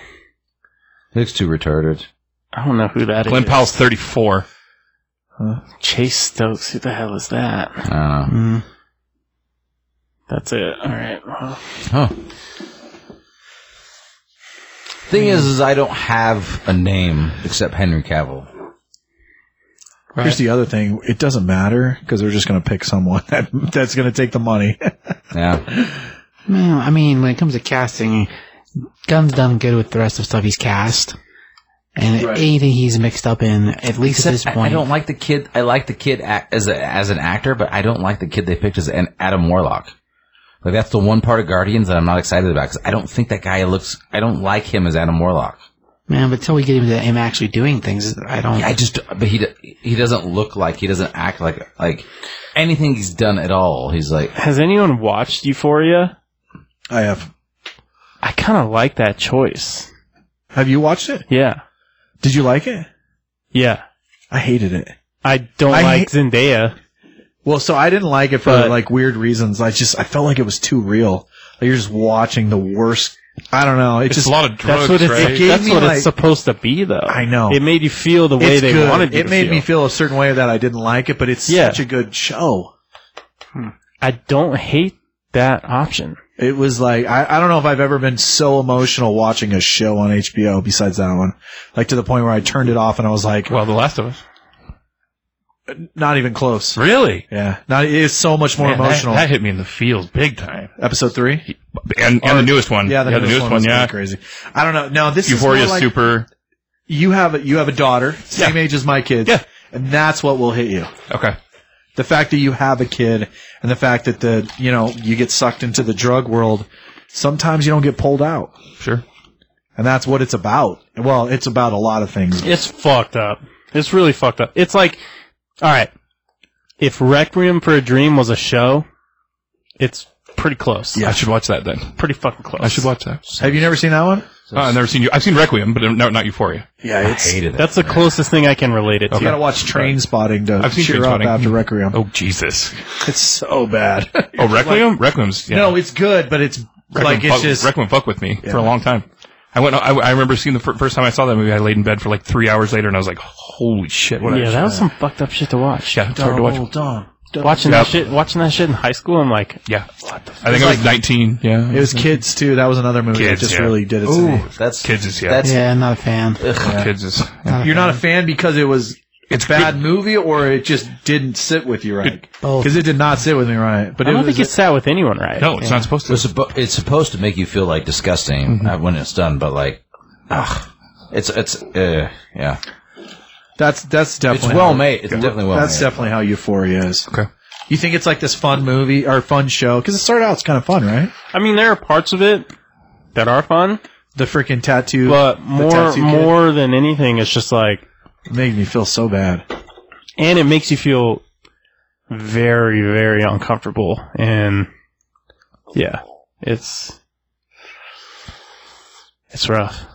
Looks too retarded.
I don't know who that is.
Glenn Powell's 34.
Chase Stokes. Who the hell is that?
I don't know.
Mm.
That's it. All right. Well,
Hmm. Huh. Thing is, is I don't have a name except Henry Cavill.
Here's the other thing. It doesn't matter because they're just going to pick someone *laughs* that, that's going to take the money. *laughs*
Yeah.
Well, I mean, when it comes to casting, Gunn's done good with the rest of stuff he's cast. And anything he's mixed up in, at least at this
Except I, I
point.
don't like the kid. I like the kid act as a, as an actor, but I don't like the kid they picked as an Adam Warlock. Like that's the one part of Guardians that I'm not excited about because I don't think that guy looks. I don't like him as Adam Warlock.
man, but until we get him to him actually doing things, I don't.
I just, but he do- he doesn't look like he doesn't act like like anything he's done at all. He's like
has anyone watched Euphoria?
I have.
I kind of like that choice.
Have you watched it?
Yeah.
Did you like it?
Yeah.
I hated it.
I don't
I
like Zendaya.
Well, so I didn't like it for
But-
like weird reasons. I just I felt like it was too real. Like, you're just watching the worst. I don't know. It
It's
just
a lot of drugs,
That's what it's.
right?
gave
That's
me,
what
like-
it's supposed to be, though.
I know.
It made you feel the way
it's
they
good.
wanted you
It
to
made
feel.
me feel a certain way that I didn't like it, but it's
Yeah.
such a good show.
I don't hate that option.
It was like I, I don't know if I've ever been so emotional watching a show on HBO besides that one. Like to the point where I turned it off and I was like,
Well, The Last of Us.
not even close.
Really?
Yeah, not it's so much more
Man, that-
emotional.
That, hit me in the feels big time.
Episode three,
And and the newest one.
yeah, the, newest, one, was
yeah.
pretty crazy. I don't know. No, this
Euphoria
is more like
super.
you have a, you have a daughter, same
Yeah.
age as my kids,
Yeah.
and that's what will hit you.
Okay.
The fact that you have a kid, and the fact that the you know you get sucked into the drug world. Sometimes you don't get pulled out,
Sure.
and that's what it's about. Well, it's about a lot of things.
It's fucked up. It's really fucked up. It's like, all right, if Requiem for a Dream was a show, it's pretty close.
I should watch that then.
pretty fucking close.
I should watch that.
Have you never seen that one?
Uh, I've never seen you. I've seen Requiem, but no, not Euphoria.
Yeah,
I hated it.
That's the closest thing I can relate it
You
to.
gotta watch Train Spotting to
I've seen
cheer up
Trainspotting.
after Requiem.
Oh Jesus!
It's so bad.
Oh Requiem, Requiem's yeah.
*laughs* No, it's good, but it's
Requiem
like it's
fuck-
just
Requiem fuck with me for a long time. I went. I, I remember seeing the fir- first time I saw that movie. I laid in bed for like three hours later, and I was like, "Holy shit!" What
yeah,
I,
that was some fucked up shit to watch.
yeah, it's hard to watch.
Watching
Yeah.
that shit, watching that shit in high school, I'm like,
Yeah, I think I was nineteen. Yeah,
It was kids too. That was another movie
Kids,
that just
yeah.
really did it to
Ooh,
me.
that's
Kids is- yeah.
That's
yeah, I'm not a fan.
kids is.
You're not a fan because it was
It's
it's bad movie, or it just didn't sit with you right?
Both.
Because it did not sit with me right. But
I
it
don't
was
think it sat with anyone right.
No, it's not supposed to.
It's, suppo- it's supposed to make you feel like disgusting uh when it's done, but like, ugh, it's it's uh, yeah,
that's that's
it's
definitely
well
how-
made. It's definitely well
That's
made.
definitely how Euphoria is.
Okay.
You think it's like this fun movie or fun show? Because it started out it's kind of fun, right?
I mean, there are parts of it that are fun,
The freaking tattoo,
but
the
more
tattoo kid
more than anything, it's just like,
made me feel so bad.
and it makes you feel very very uncomfortable and yeah it's it's rough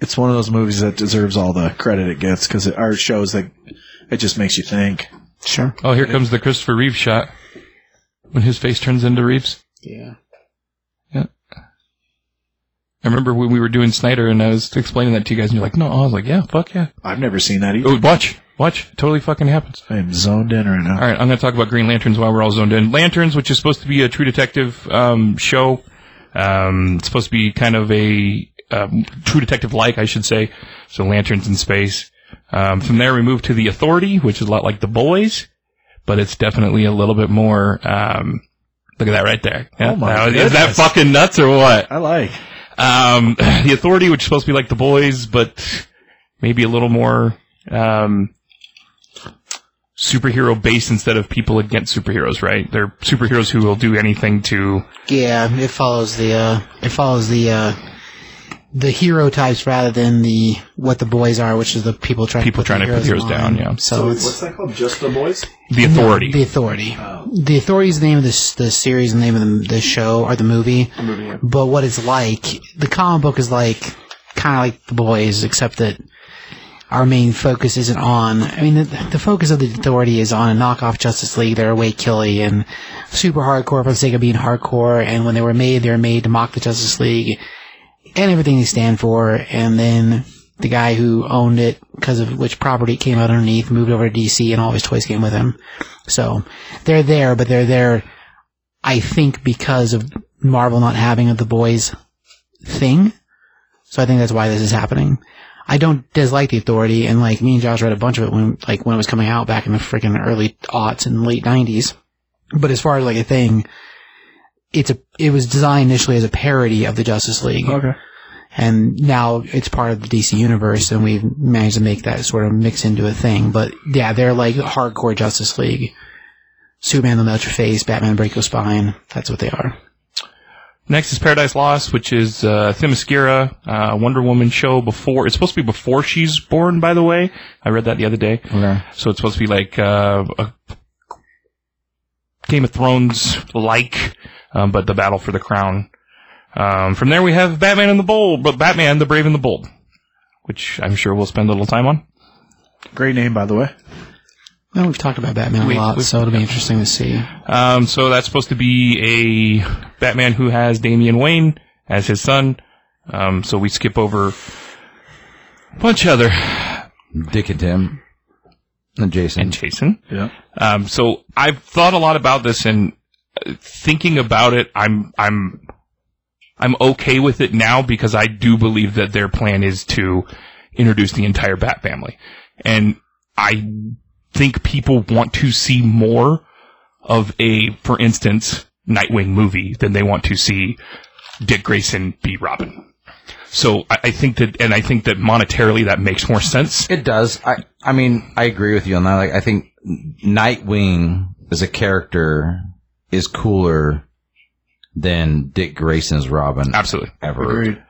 It's one of those movies that deserves all the credit it gets because it or it shows that it just makes you think.
Sure.
Oh, here comes the Christopher Reeve shot when his face turns into Reeves.
Yeah.
I remember when we were doing Snyder, and I was explaining that to you guys, and you're like, "No," I was like, "Yeah, fuck yeah,
I've never seen that either.
oh, watch, watch, it totally fucking happens."
I am zoned in right now.
All right, I'm going to talk about Green Lanterns while we're all zoned in. Lanterns, which is supposed to be a True Detective um, show, Um, it's supposed to be kind of a um, true detective like, I should say. So lanterns in space. Um, from there, we move to the Authority, which is a lot like the Boys, but it's definitely a little bit more. Um, look at that right there. Yeah,
Oh my
that was- is that
goodness.
fucking nuts or what?
I like.
Um, *sighs* the Authority, which is supposed to be like the Boys, but maybe a little more um, superhero based instead of people against superheroes. Right? They're superheroes who will do anything to.
Yeah, it follows the uh, it follows the uh, the hero types rather than the what the boys are, which is the people trying
People
to put
trying
the
to put
heroes
heroes down,
on.
yeah.
So, it's
that called? Just the boys?
The authority.
the authority. The authority is the name of this the series, the name of the, the show or the movie. But what it's like, the comic book is like kind of like the boys, except that our main focus isn't on. I mean, the, the focus of the authority is on a knockoff Justice League. They're way killy and super hardcore for the sake of being hardcore. And when they were made, they were made to mock the Justice League and everything they stand for. And then the guy who owned it, because of which property it came out underneath, moved over to DC, and all his toys came with him. So they're there, but they're there, I think, because of Marvel not having the boys thing. So I think that's why this is happening. I don't dislike the Authority, and like me and Josh read a bunch of it when like when it was coming out back in the freaking early aughts and late nineties. But as far as like a thing, it's a it was designed initially as a parody of the Justice League.
Okay.
And now it's part of the DC universe, and we've managed to make that sort of mix into a thing. But yeah, they're like hardcore Justice League. Superman will melt your face, Batman break your spine. That's what they are.
Next is Paradise Lost, which is uh, Themyscira, uh, Wonder Woman show before. It's supposed to be before she's born, by the way. I read that the other day.
Okay.
So it's supposed to be like uh, a Game of Thrones like, um, but the battle for the crown. Um, from there, we have Batman and the Bold, but Batman the Brave and the Bold, which I'm sure we'll spend a little time on.
Great name, by the way.
Well, we've talked about Batman
We-
a lot,
we've-
so it'll be interesting to see.
Um, so that's supposed to be a Batman who has Damian Wayne as his son. Um, so we skip over a bunch of other
Dick and Tim and Jason.
and Jason.
Yeah.
Um, so I've thought a lot about this, and uh, thinking about it, I'm I'm I'm okay with it now because I do believe that their plan is to introduce the entire Bat family, and I think people want to see more of a, for instance, Nightwing movie than they want to see Dick Grayson be Robin. So I, I think that, and I think that monetarily that makes more sense.
It does. I I mean, I agree with you on that. Like I think Nightwing as a character is cooler than Dick Grayson's Robin
Absolutely.
ever.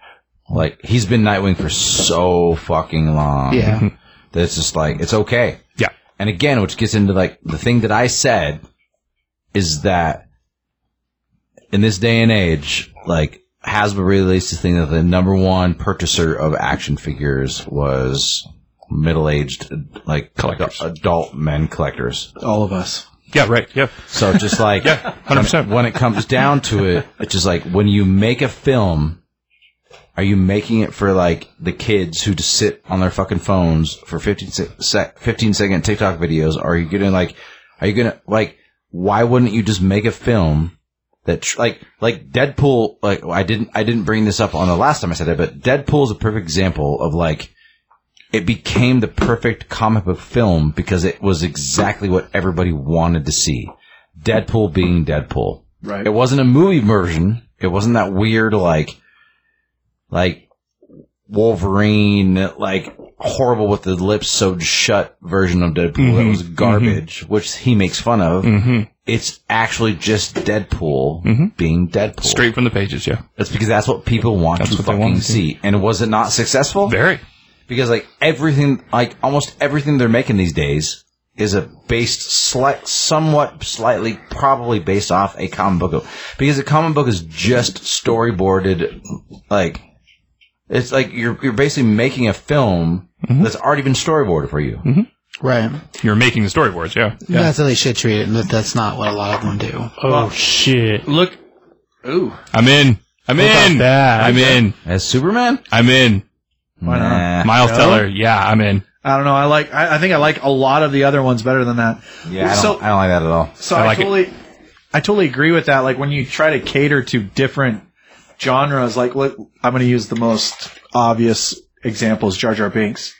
Like he's been Nightwing for so fucking long.
Yeah.
*laughs* That it's just like it's okay.
Yeah.
And again, which gets into like the thing that I said is that in this day and age, like Hasbro released the thing that the number one purchaser of action figures was middle-aged like
Collectors.
adult men collectors.
All of us.
Yeah. Right. Yeah.
So just like
Yeah, 100%.
When, when it comes down to it, it's just like when you make a film, are you making it for like the kids who just sit on their fucking phones for 15 sec, 15 second TikTok videos? Or are you gonna like, are you gonna like, why wouldn't you just make a film that tr- like, like Deadpool, like I didn't, I didn't bring this up on the last time I said it, but Deadpool is a perfect example of like, it became the perfect comic book film because it was exactly what everybody wanted to see. Deadpool being Deadpool.
Right.
It wasn't a movie version. It wasn't that weird like like Wolverine like horrible with the lips sewed shut version of Deadpool that
Mm-hmm.
was garbage, which he makes fun of. It's actually just Deadpool being Deadpool.
Mm-hmm. Straight from the pages, yeah.
It's because that's what people want
That's
to
what they
fucking
want to
see. And was it not successful?
Very.
because like everything, like almost everything they're making these days is a based slight, somewhat slightly, probably based off a comic book. Because a comic book is just storyboarded, like it's like you're you're basically making a film
Mm-hmm.
that's already been storyboarded for you.
Right.
You're making the storyboards, yeah.
That's how they should treat it, but that's not what a lot of them do.
Oh shit!
Look. Ooh.
I'm in. I'm in.
that?
I'm in.
As Superman,
I'm in.
why
Uh-huh.
not?
Miles Teller, yeah, I'm in.
I don't know. I like. I, I think I like a lot of the other ones better than that.
Yeah, I don't,
So-
I don't like that at all.
So
I
I,
like it.
totally, I totally agree with that. Like when you try to cater to different genres, like what I'm going to use the most obvious examples: Jar Jar Binks.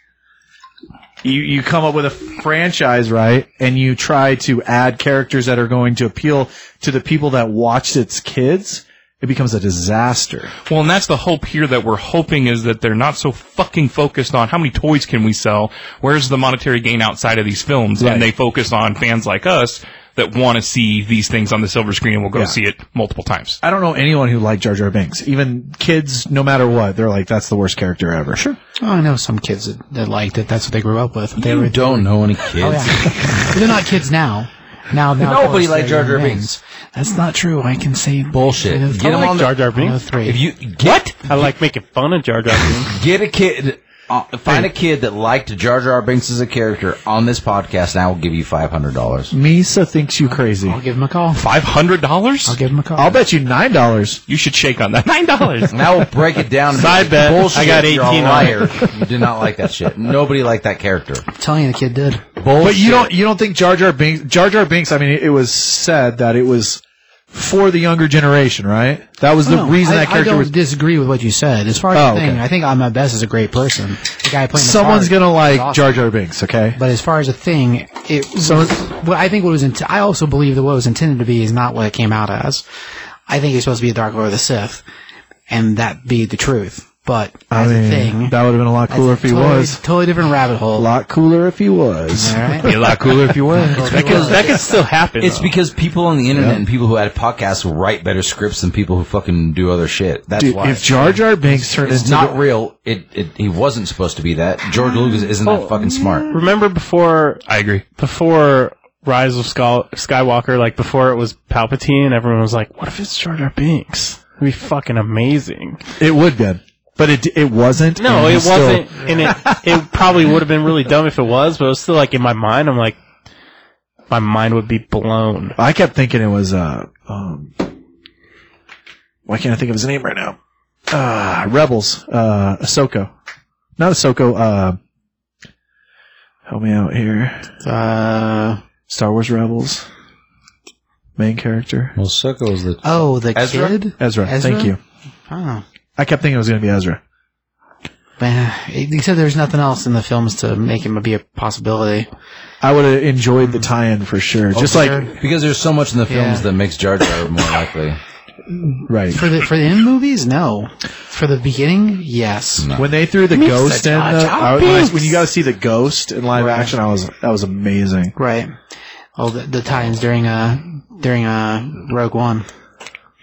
You you come up with a franchise, right? And you try to add characters that are going to appeal to the people that watched its kids. It becomes a disaster.
Well, and that's the hope here that we're hoping is that they're not so fucking focused on how many toys can we sell, where's the monetary gain outside of these films,
Right.
and they focus on fans like us that want to see these things on the silver screen and will go see it multiple times.
I don't know anyone who liked Jar Jar Binks. Even kids, no matter what, they're like, "That's the worst character ever." Sure.
Oh, I know some kids that, that liked it. That's what they grew up with. They
You
were
don't know any kids.
Oh, yeah. *laughs* They're not kids now. Now, now. of
Nobody
course,
liked
they're
Jar Jar
young
Binks.
men. That's not true. I can say
Bullshit.
I
Get him
like
on the-
Jar Jar Binks.
All three.
If you get
I like making fun of Jar Jar
*laughs*
Binks.
get a kid, uh, find a kid that liked Jar Jar Binks as a character on this podcast, and I will give you five hundred dollars.
Misa thinks you crazy.
I'll give him a call.
Five hundred dollars?
I'll give him a call.
I'll bet you nine dollars.
You should shake
*laughs*
on that. Nine *laughs* dollars.
And I will break it down.
Side bet.
Bullshit.
I got
You're a
18 on
liar. You did not like that shit. Nobody liked that character.
I'm telling you, the kid did.
Bullshit.
But you don't you don't think Jar Jar Binks Jar Jar Binks? I mean, it, it was said that it was for the younger generation, right? That was the
No,
reason
Oh, I,
that
I
character
don't
was.
disagree with what you said. As far as
Oh,
the thing,
okay.
I think I'm at best is a great person. The guy playing the
Someone's
part
gonna
is
like
awesome.
Jar Jar Binks, okay?
But as far as a thing, it was, what I think what was int- I also believe that what it was intended to be is not what it came out as. I think it's supposed to be a Dark Lord of the Sith, and that be the truth. But
I
as
mean,
a thing,
that would have been a lot
that's a
cooler if he
totally,
was.
totally different rabbit
A
hole.
lot cooler if he was.
All right?
Be a lot cooler if you were.
that, could, that could still happen.
It's
though.
because people on the internet and people who had podcasts write better scripts than people who fucking do other shit. That's
Dude,
why.
if Jar Jar Binks turned
it's
into
not real. It, it he wasn't supposed to be that. George Lucas isn't that fucking smart.
remember before
I agree.
before Rise of Sky- Skywalker, like before it was Palpatine, everyone was like, "What if it's Jar Jar Binks?" It'd be fucking amazing.
the, it would been, but it it wasn't.
No,
and
it
he's still-
wasn't, and it it probably would have been really dumb if it was, but it was still like in my mind. I'm like, my mind would be blown.
I kept thinking it was uh um why can't I think of his name right now? Uh Rebels, uh Ahsoka. Not Ahsoka, uh help me out here.
Uh,
Star Wars Rebels. Main character.
Well, Soko was the
oh, the
Ezra?
kid.
Ezra,
Ezra?
thank you.
Oh,
I kept thinking it was gonna be Ezra.
man. He said there's nothing else in the films to make him be a possibility.
I would have enjoyed the
Hmm.
tie in for sure. Just like
sure.
because there's so much in the films
Yeah.
that makes Jar Jar more likely.
right.
For the for the end movies, no. For the beginning, yes.
When they threw the ghost in, the,
Jar Jar
I, when, I-
Binks.
when you got to see the ghost in live
Right.
action, I was that was amazing.
Right. Oh, the, the times during uh during uh Rogue One.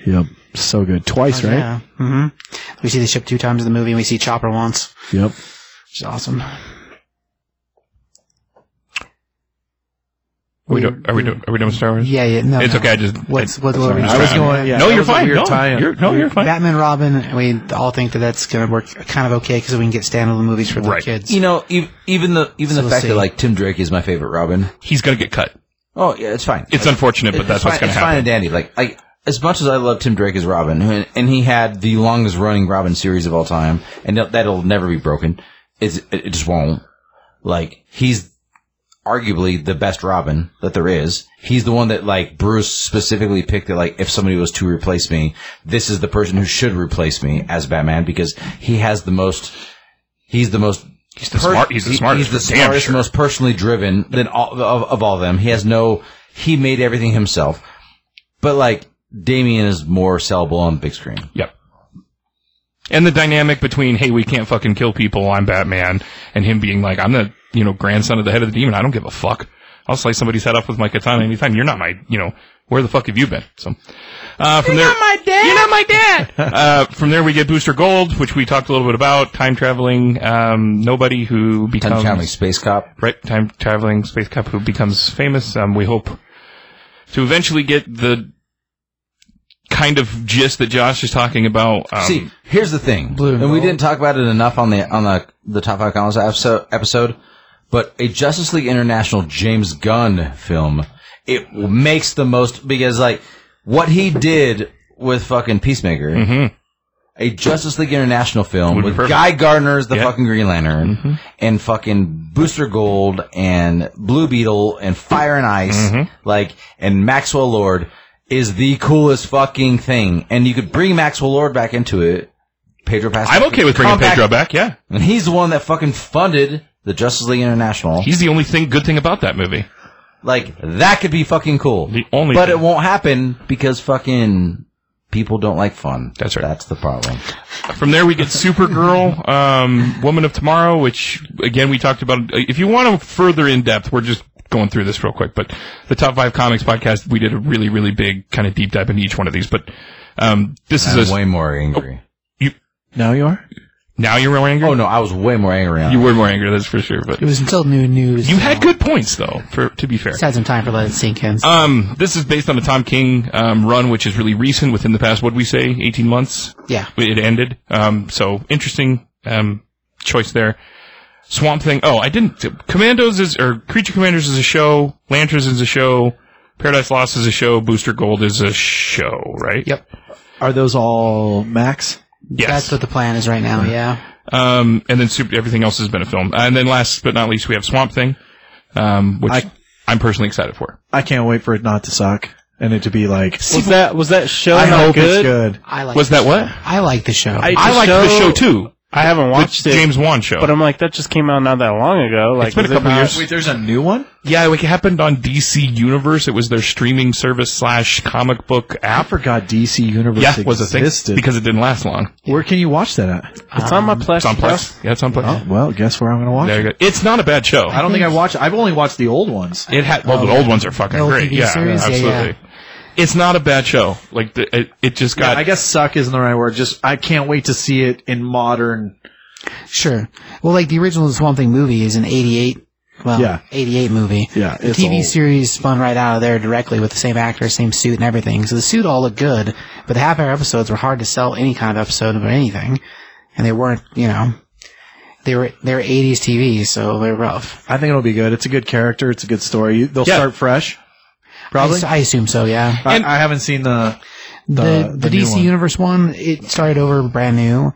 Yep, so good twice, right?
Yeah. hmm We see the ship two times in the movie, and we see Chopper once,
Yep.
which is awesome.
We do, are we do, are we done with Star Wars?
Yeah. Yeah. No.
it's
no.
okay. I just
What's
I-
what? what were you
I was
saying?
going. Yeah,
no,
that
you're
was a
fine.
weird
No,
tie-in.
you're, no, you're fine.
Batman, Robin. We all think that that's going to work kind of okay because we can get standalone movies for the
Right.
kids.
You know, ev- even the even the
So we'll
fact
see.
that like Tim Drake is my favorite Robin.
He's gonna get cut.
Oh yeah, it's fine.
It's
Like,
unfortunate, but that's
it's
what's
fine,
gonna
it's fine
happen.
and dandy. Like like as much as I love Tim Drake as Robin, and, and he had the longest running Robin series of all time, and that- that'll never be broken. It's, it, it just won't. Like he's arguably the best Robin that there is. He's the one that like Bruce specifically picked that like if somebody was to replace me, this is the person who should replace me as Batman because he has the most. He's the most
He's the smart. He's the
he-
smartest.
He's the
for damn
smartest,
sure.
most personally driven than all, of, of all of them. He has no. He made everything himself. But like Damien is more sellable on the big screen.
Yep. And the dynamic between, hey, we can't fucking kill people, I'm Batman, and him being like, I'm the, you know, grandson of the head of the demon, I don't give a fuck. I'll slice somebody's head off with my katana anytime. You're not my, you know, where the fuck have you been? So, uh, from there,
my dad.
you're not
*laughs*
my dad. uh, from there, we get Booster Gold, which we talked a little bit about. Time traveling, um, nobody who
Time
Um,
becomes
traveling space cop.
right time traveling space cop who becomes famous. Um, we hope to eventually get the kind of gist that Josh is talking about. Um,
See, here's the thing,
Blue
and
and
we
gold.
didn't talk about it enough on the on the the top five comics episode, episode. But a Justice League International James Gunn film, it makes the most because like what he did with fucking Peacemaker, a Justice League International film
Mm-hmm. Would be
with
perfect.
Guy Gardner as the
Yeah. Mm-hmm.
fucking Green Lantern and fucking Booster
Mm-hmm.
Gold and Blue Beetle and Fire and Ice, like and Maxwell Lord. is the coolest fucking thing. And you could bring Maxwell Lord back into it. Pedro Pascal.
I'm okay with
could
bringing
come back-
Pedro back. Yeah,
And he's the one that fucking funded the Justice League International.
he's the only thing good thing about that movie.
like, that could be fucking cool.
The only
But
thing.
it won't happen because fucking people don't like fun.
That's right.
That's the problem.
From there, we get Supergirl, um, Woman of Tomorrow, which again we talked about. uh, If you want to further in depth, we're just going through this real quick. But the top five comics podcast, we did a really, really big kind of deep dive into each one of these. But um, this is
I'm
a,
way more angry.
Now you are.
now you're more angry.
Oh, no, I was way more angry on
you were more angry. That's for sure. But
It was still new news.
you had good points though. For to be fair,
Just had some time for letting it sink in.
um, this is based on the Tom King um, run, which is really recent, within the past what we say, eighteen months.
yeah.
it ended. Um, so interesting um, choice there. Swamp Thing. Oh, I didn't. Commandos is or Creature Commanders is a show. Lanterns is a show. Paradise Lost is a show. Booster Gold is a show, right?
Yep.
Are those all Max?
Yes.
That's what the plan is right
Mm-hmm.
now, yeah.
um, and then super, everything else has been a film. And then last but not least, we have Swamp Thing, um, which I,
I-
am personally excited for.
I can't wait for it not to suck and it to be like.
Was that was that show
I
not
hope
good?
it's good.
I like
Was
the
that
show.
what?
I like the show.
I-
I
The
liked the
show-
show too.
I haven't
The um,
watched it,
James Wan show.
but I'm like that just came out not that long ago.
it's
Like
been a
is it
couple
not-
years.
Uh, there's a new one.
Yeah, like it happened on DC Universe. It was their streaming service slash comic book
I
app.
forgot DC Universe
yeah, was a thing
existed.
because it didn't last long.
Where can you watch that at?
It's on my Plex.
It's on Plex. Yeah, it's on Plex.
Oh, well, guess where I'm going to watch
There
it.
you go. It's not a bad show.
I don't think I watched. I've only watched the old ones.
It had well, the old ones are fucking
The old
great.
TV
Yeah,
series? Yeah,
absolutely. It's not a bad show. Like the, it, it just got.
I guess "suck" isn't the right word. Just I can't wait to see it in modern.
Sure. Well, like the original Swamp Thing movie is an 88, well,
Yeah.
88 movie.
Yeah,
The
it's
TV
old.
series spun right out of there directly with the same actor, same suit, and everything. So the suit all looked good, but the half hour episodes were hard to sell any kind of episode of anything. And they weren't, you know, they were, they were 80s TV, so they're rough.
I think it'll be good. It's a good character. It's a good story. You- They'll
Yeah.
start fresh.
I,
Probably.
s- I assume so, yeah.
I,
And-
I haven't seen the.
the,
the
the,
new
DC
one.
Universe one, it started over brand new.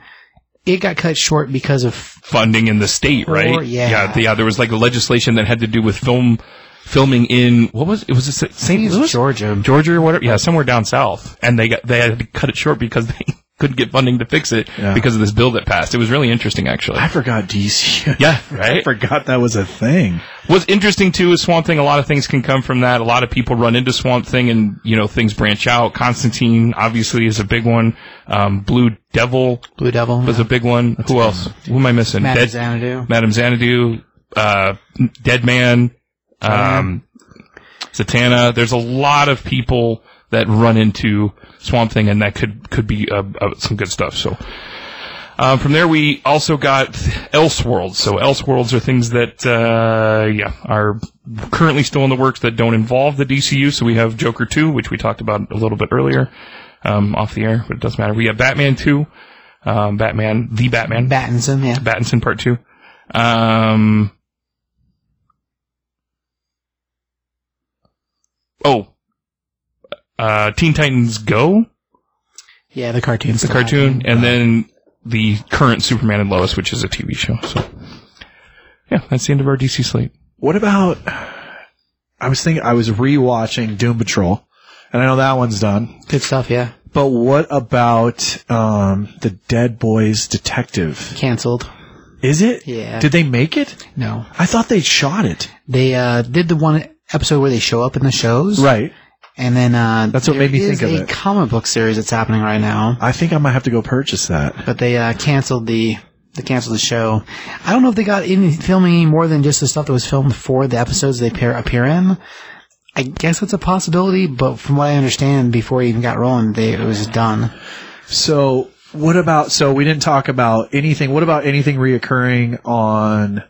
It got cut short because of
funding in the state, right?
Or- yeah.
yeah, the- yeah, There was like legislation that had to do with film filming in what was it was it Sa- St.
it was
Louis,
Georgia.
Georgia, or whatever. Yeah, somewhere down south, and they got they had to cut it short because *laughs* they couldn't get funding to fix it
Yeah.
because of this bill that passed. It was really interesting, actually.
I forgot *laughs* DC.
yeah,
I
right.
forgot that was a thing.
What's interesting too is Swamp Thing. A lot of things can come from that. A lot of people run into Swamp Thing, and you know things branch out. Constantine obviously is a big one. Um, Blue Devil
Blue Devil.
was a big one. Who else? Who am I missing?
Madame
Dead-
Xanadu.
Madame Xanadu, uh, Dead Man, um, Satana. There's a lot of people that run into Swamp Thing, and that could could be uh, uh, some good stuff. So. Um, from there, we also got Elseworlds. So Elseworlds are things that, uh, yeah, are currently still in the works that don't involve the DCU. So we have Joker 2, which we talked about a little bit earlier, um, off the air, but it doesn't matter. We have Batman 2, um, Batman, the Batman,
Battinson, yeah.
Battinson Part Two. Um, oh, uh, Teen Titans Go,
Yeah, the cartoons.
the
Oh,
cartoon, and then the current Superman and Lois, which is a TV show. So, yeah, that's the end of our DC slate.
What about? I was thinking. I was rewatching Doom Patrol, and I know that one's done.
Good stuff, yeah.
But what about um, the Dead Boys Detective?
Cancelled.
Is it?
Yeah.
Did they make it?
No.
I thought they shot it.
They uh, did the one episode where they show up in the shows.
Right.
And then uh,
That's what
there
made me
is
think of
a
it.
comic book series that's happening right now.
I think I might have to go purchase that.
But they uh, canceled the they canceled the show. I don't know if they got any filming any more than just the stuff that was filmed for the episodes they pair, appear in. I guess that's a possibility, but from what I understand, before it even got rolling, they, it was done.
So what about? So we didn't talk about anything. What about anything reoccurring on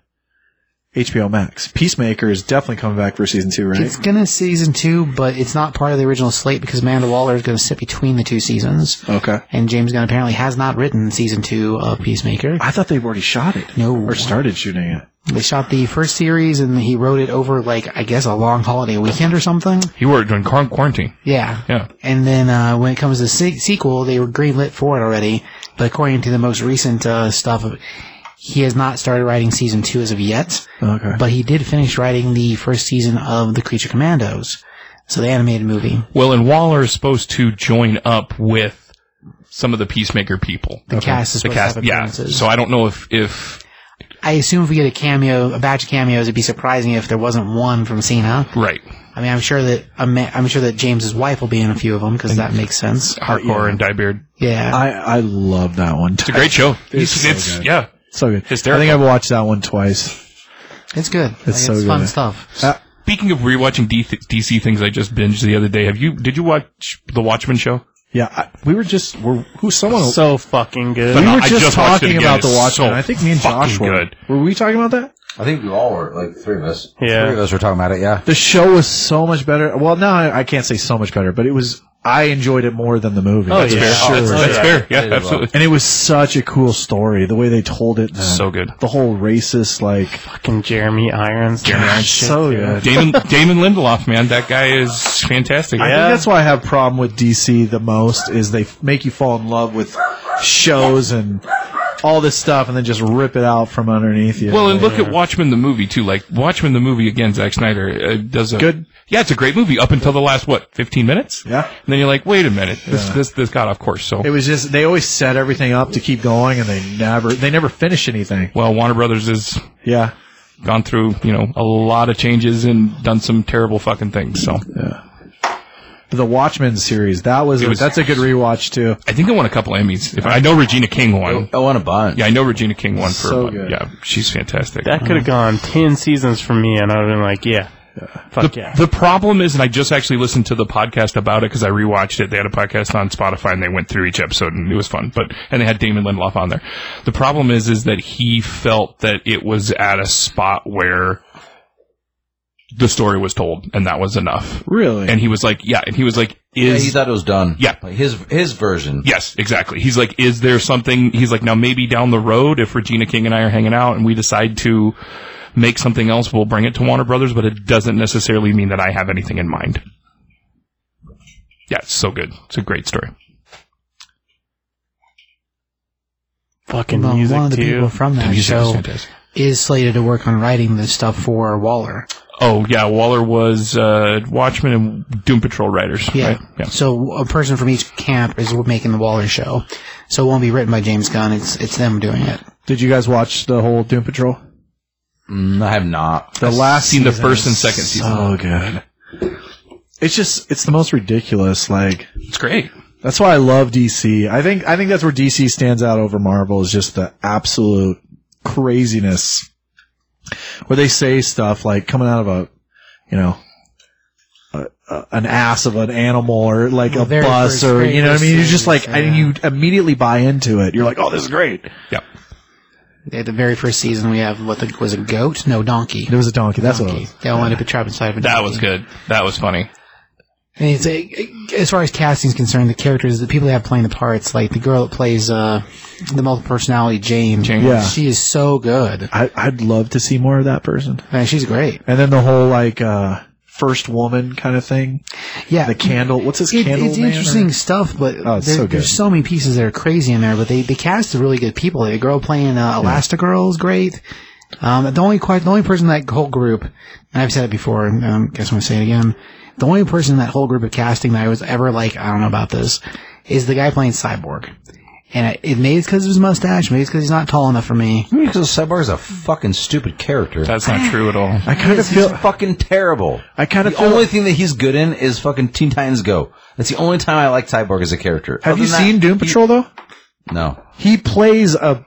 HBO Max? Peacemaker is definitely coming back for season two, right?
It's gonna season two, but it's not part of the original slate because Amanda Waller is gonna sit between the two seasons.
okay.
And James Gunn apparently has not written season two of Peacemaker.
I thought they've already shot it.
No.
Or started shooting it.
They shot the first series and he wrote it over like I guess a long holiday weekend or something.
He worked during quar- quarantine.
Yeah.
Yeah,
And then uh, when it comes to se- sequel, they were greenlit for it already. But according to the most recent uh, stuff, he has not started writing season two as of yet.
Okay.
But he did finish writing the first season of The Creature Commandos. So the animated movie,
Well, and Waller is supposed to join up with some of the Peacemaker people.
the cast is
The
supposed to
cast,
have
yeah.
appearances.
So I don't know if if
I assume if we get a cameo, a batch of cameos, it'd be surprising if there wasn't one from Cena.
right
I mean, I'm sure that I'm sure that James's wife will be in a few of them because that makes sense.
hardcore and Diebeard.
Yeah,
I I love that one.
It's a great show.
It's
It's,
so
it's-
good.
yeah.
So good.
Hysterical.
I think I've watched that one twice.
it's good. Like, It's,
so
fun
good.
stuff.
Uh,
Speaking of rewatching D- DC things, I just binged the other day. Have you? Did you watch the Watchmen show?
yeah, I, we were just we're, who someone
So fucking good.
we
no,
were
I
just,
just watched it
talking
again.
about the
It's
Watchmen.
so
I think me and Josh
fucking
were.
good.
Were we talking about that?
I think we all were like three of us.
Yeah.
three of us were talking about it. Yeah,
The show was so much better. Well, no, I I can't say so much better, but it was. I enjoyed it more than the movie.
Oh, That's yeah. fair.
Oh, that's, that's fair. Yeah, absolutely.
And it was such a cool story. The way they told it, man.
So good.
The whole racist, like,
fucking Jeremy Irons.
Jeremy Irons.
*laughs* so good. *laughs*
Damon Damon Lindelof, man, that guy is fantastic.
I
Yeah.
think that's why I have problem with DC the most is they f- make you fall in love with shows and all this stuff, and then just rip it out from underneath you.
Well, and look at Watchmen the movie too. Like Watchmen the movie again, Zack Snyder uh, does a
Good.
Yeah, it's a great movie up until the last what fifteen minutes.
Yeah.
and then you're like, wait a minute, this this this got off course. So
it was just they always set everything up to keep going, and they never they never finish anything.
well, Warner Brothers has
Yeah,
gone through you know a lot of changes and done some terrible fucking things. So
but the Watchmen series that was,
It was-
that's a good rewatch too.
I think I won a couple Emmys. If I know Regina King won.
I want a bunch.
Yeah, I know Regina King won for
So
one.
good.
Yeah, she's fantastic.
That could have gone ten seasons for me, and I'd have been like, yeah, fuck
the,
yeah.
the problem is, and I just actually listened to the podcast about it because I rewatched it. They had a podcast on Spotify and they went through each episode and it was fun. But and they had Damon Lindelof on there. The problem is, is that he felt that it was at a spot where the story was told and that was enough.
Really,
And he was like, yeah, and he was like,
Yeah,
is
he thought it was done.
Yeah.
Like, his his version.
Yes, exactly. He's like, is there something? He's like, now maybe down the road, if Regina King and I are hanging out and we decide to make something else, we'll bring it to Warner Brothers, but it doesn't necessarily mean that I have anything in mind. Yeah, it's so good. It's a great story.
fucking
Well,
music
one of the people
too.
from that
music is
show
fantastic.
is slated to work on writing this stuff for Waller.
Oh, yeah. Waller was uh, Watchmen and Doom Patrol writers.
Yeah.
Right? Yeah.
So a person from each camp is making the Waller show. So it won't be written by James Gunn. It's it's them doing it.
did you guys watch the whole Doom Patrol?
Mm, I have not.
The last
Seen the
season
first
is
and second season.
So good. It's just it's the most ridiculous. Like
It's great.
that's why I love DC. I think I think that's where DC stands out over Marvel is just the absolute craziness. Where they say stuff like coming out of a, you know, a, a, an ass of an animal or like
Well,
a
very
bus
first-
or
very
you know what I
first
mean. You're just
series,
like and
yeah.
you immediately buy into it. You're like, oh, this is great.
Yeah.
At the very first season, we have what the, was a goat? No, donkey.
There was a donkey. That's what it
donkey.
was.
They all ended up trapped inside of a
That
donkey.
was good. That was funny.
And it's a, as far as casting is concerned, the characters, the people they have playing the parts, like the girl that plays uh, the multiple personality Jane.
Jane.
Yeah.
She is so good.
I, I'd love to see more of that person.
Man, she's great.
And then the whole like uh first woman kind of thing.
Yeah.
The candle. What's this
It-
candle?
it's
man or-
interesting stuff, but
Oh, it's
there-
so good.
there's so many pieces that are crazy in there. But they, they cast the really good people. The girl playing uh, Elastigirl is great. Um, the only quite the only person in that whole group, and I've said it before, and um, guess I'm gonna say it again. The only person in that whole group of casting that I was ever like, I don't know about this, is the guy playing Cyborg. And it, it maybe it's because of his mustache, maybe it's because he's not tall enough for me.
Because Cyborg is a fucking stupid character.
That's not true at
*sighs*
all.
I kind of
he's
feel.
fucking terrible.
I kind of
The
feel.
only thing that he's good in is fucking Teen Titans Go. That's the only time I like Cyborg as a character.
have
Other
you
than
seen
that,
Doom Patrol though?
he- no.
He plays a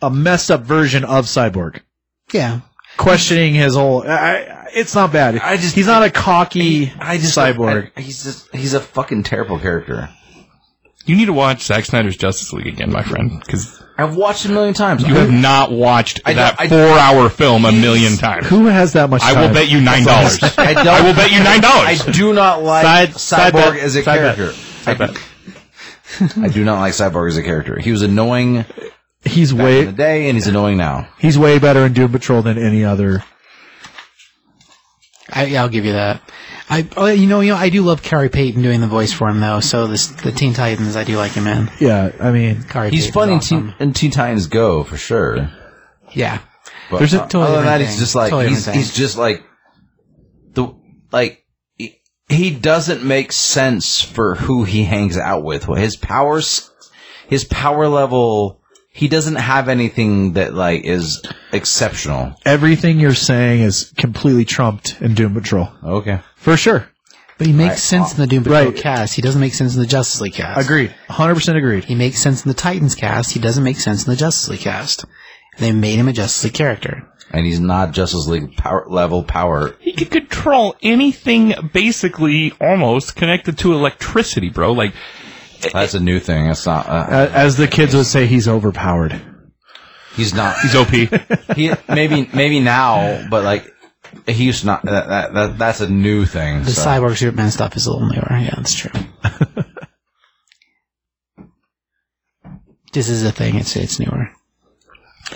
a messed up version of Cyborg,
Yeah,
questioning his whole. I, I, it's not bad.
I just-
he's not a cocky cyborg.
I- he's just he's a fucking terrible character.
You need to watch Zack Snyder's Justice League again, my friend, because
I've watched a million times.
you have not watched
I
that
don't- I-
four-hour film a million times.
Who has that much?
I will
time?
bet you nine dollars.
I don't.
I will bet you nine
I
dollars.
do not like
Side- side
Cyborg
bet.
as a
Side bet.
character. I, I do not like Cyborg as a character. He was annoying
he's
back in the
way
day, and he's annoying now.
he's way better in Doom Patrol than any other.
I, yeah, I'll give you that. I, oh, you know, you know, I do love Carrie Payton doing the voice for him though. So this, the Teen Titans, I do like him in.
Yeah, I mean,
Carrie
He's
Payton's
fun in,
awesome.
Teen, in Teen Titans Go for sure.
Yeah.
But
There's a
o-
totally
other than that,
different
he's
thing.
just like
Totally
he's
different thing.
he's just like the like he- he doesn't make sense for who he hangs out with. His powers, his power level, he doesn't have anything that like is exceptional.
Everything you're saying is completely trumped in Doom Patrol.
Okay.
For sure.
But he makes sense in the Doom Patrol
Right.
cast. He doesn't make sense in the Justice League cast.
Agreed. 100% agreed.
He makes sense in the Titans cast. He doesn't make sense in the Justice League cast. And they made him a Justice League character.
And he's not Justice League power level power.
He could control anything, basically, almost connected to electricity, bro. Like,
That's a new thing. That's not. Uh,
A- As the kids would say, he's overpowered.
he's not.
he's OP.
He maybe maybe now, but like he's not. That, that, that that's a new thing.
The
so.
cyborg Superman stuff is a little newer. Yeah, that's true. this is a thing. It's it's newer.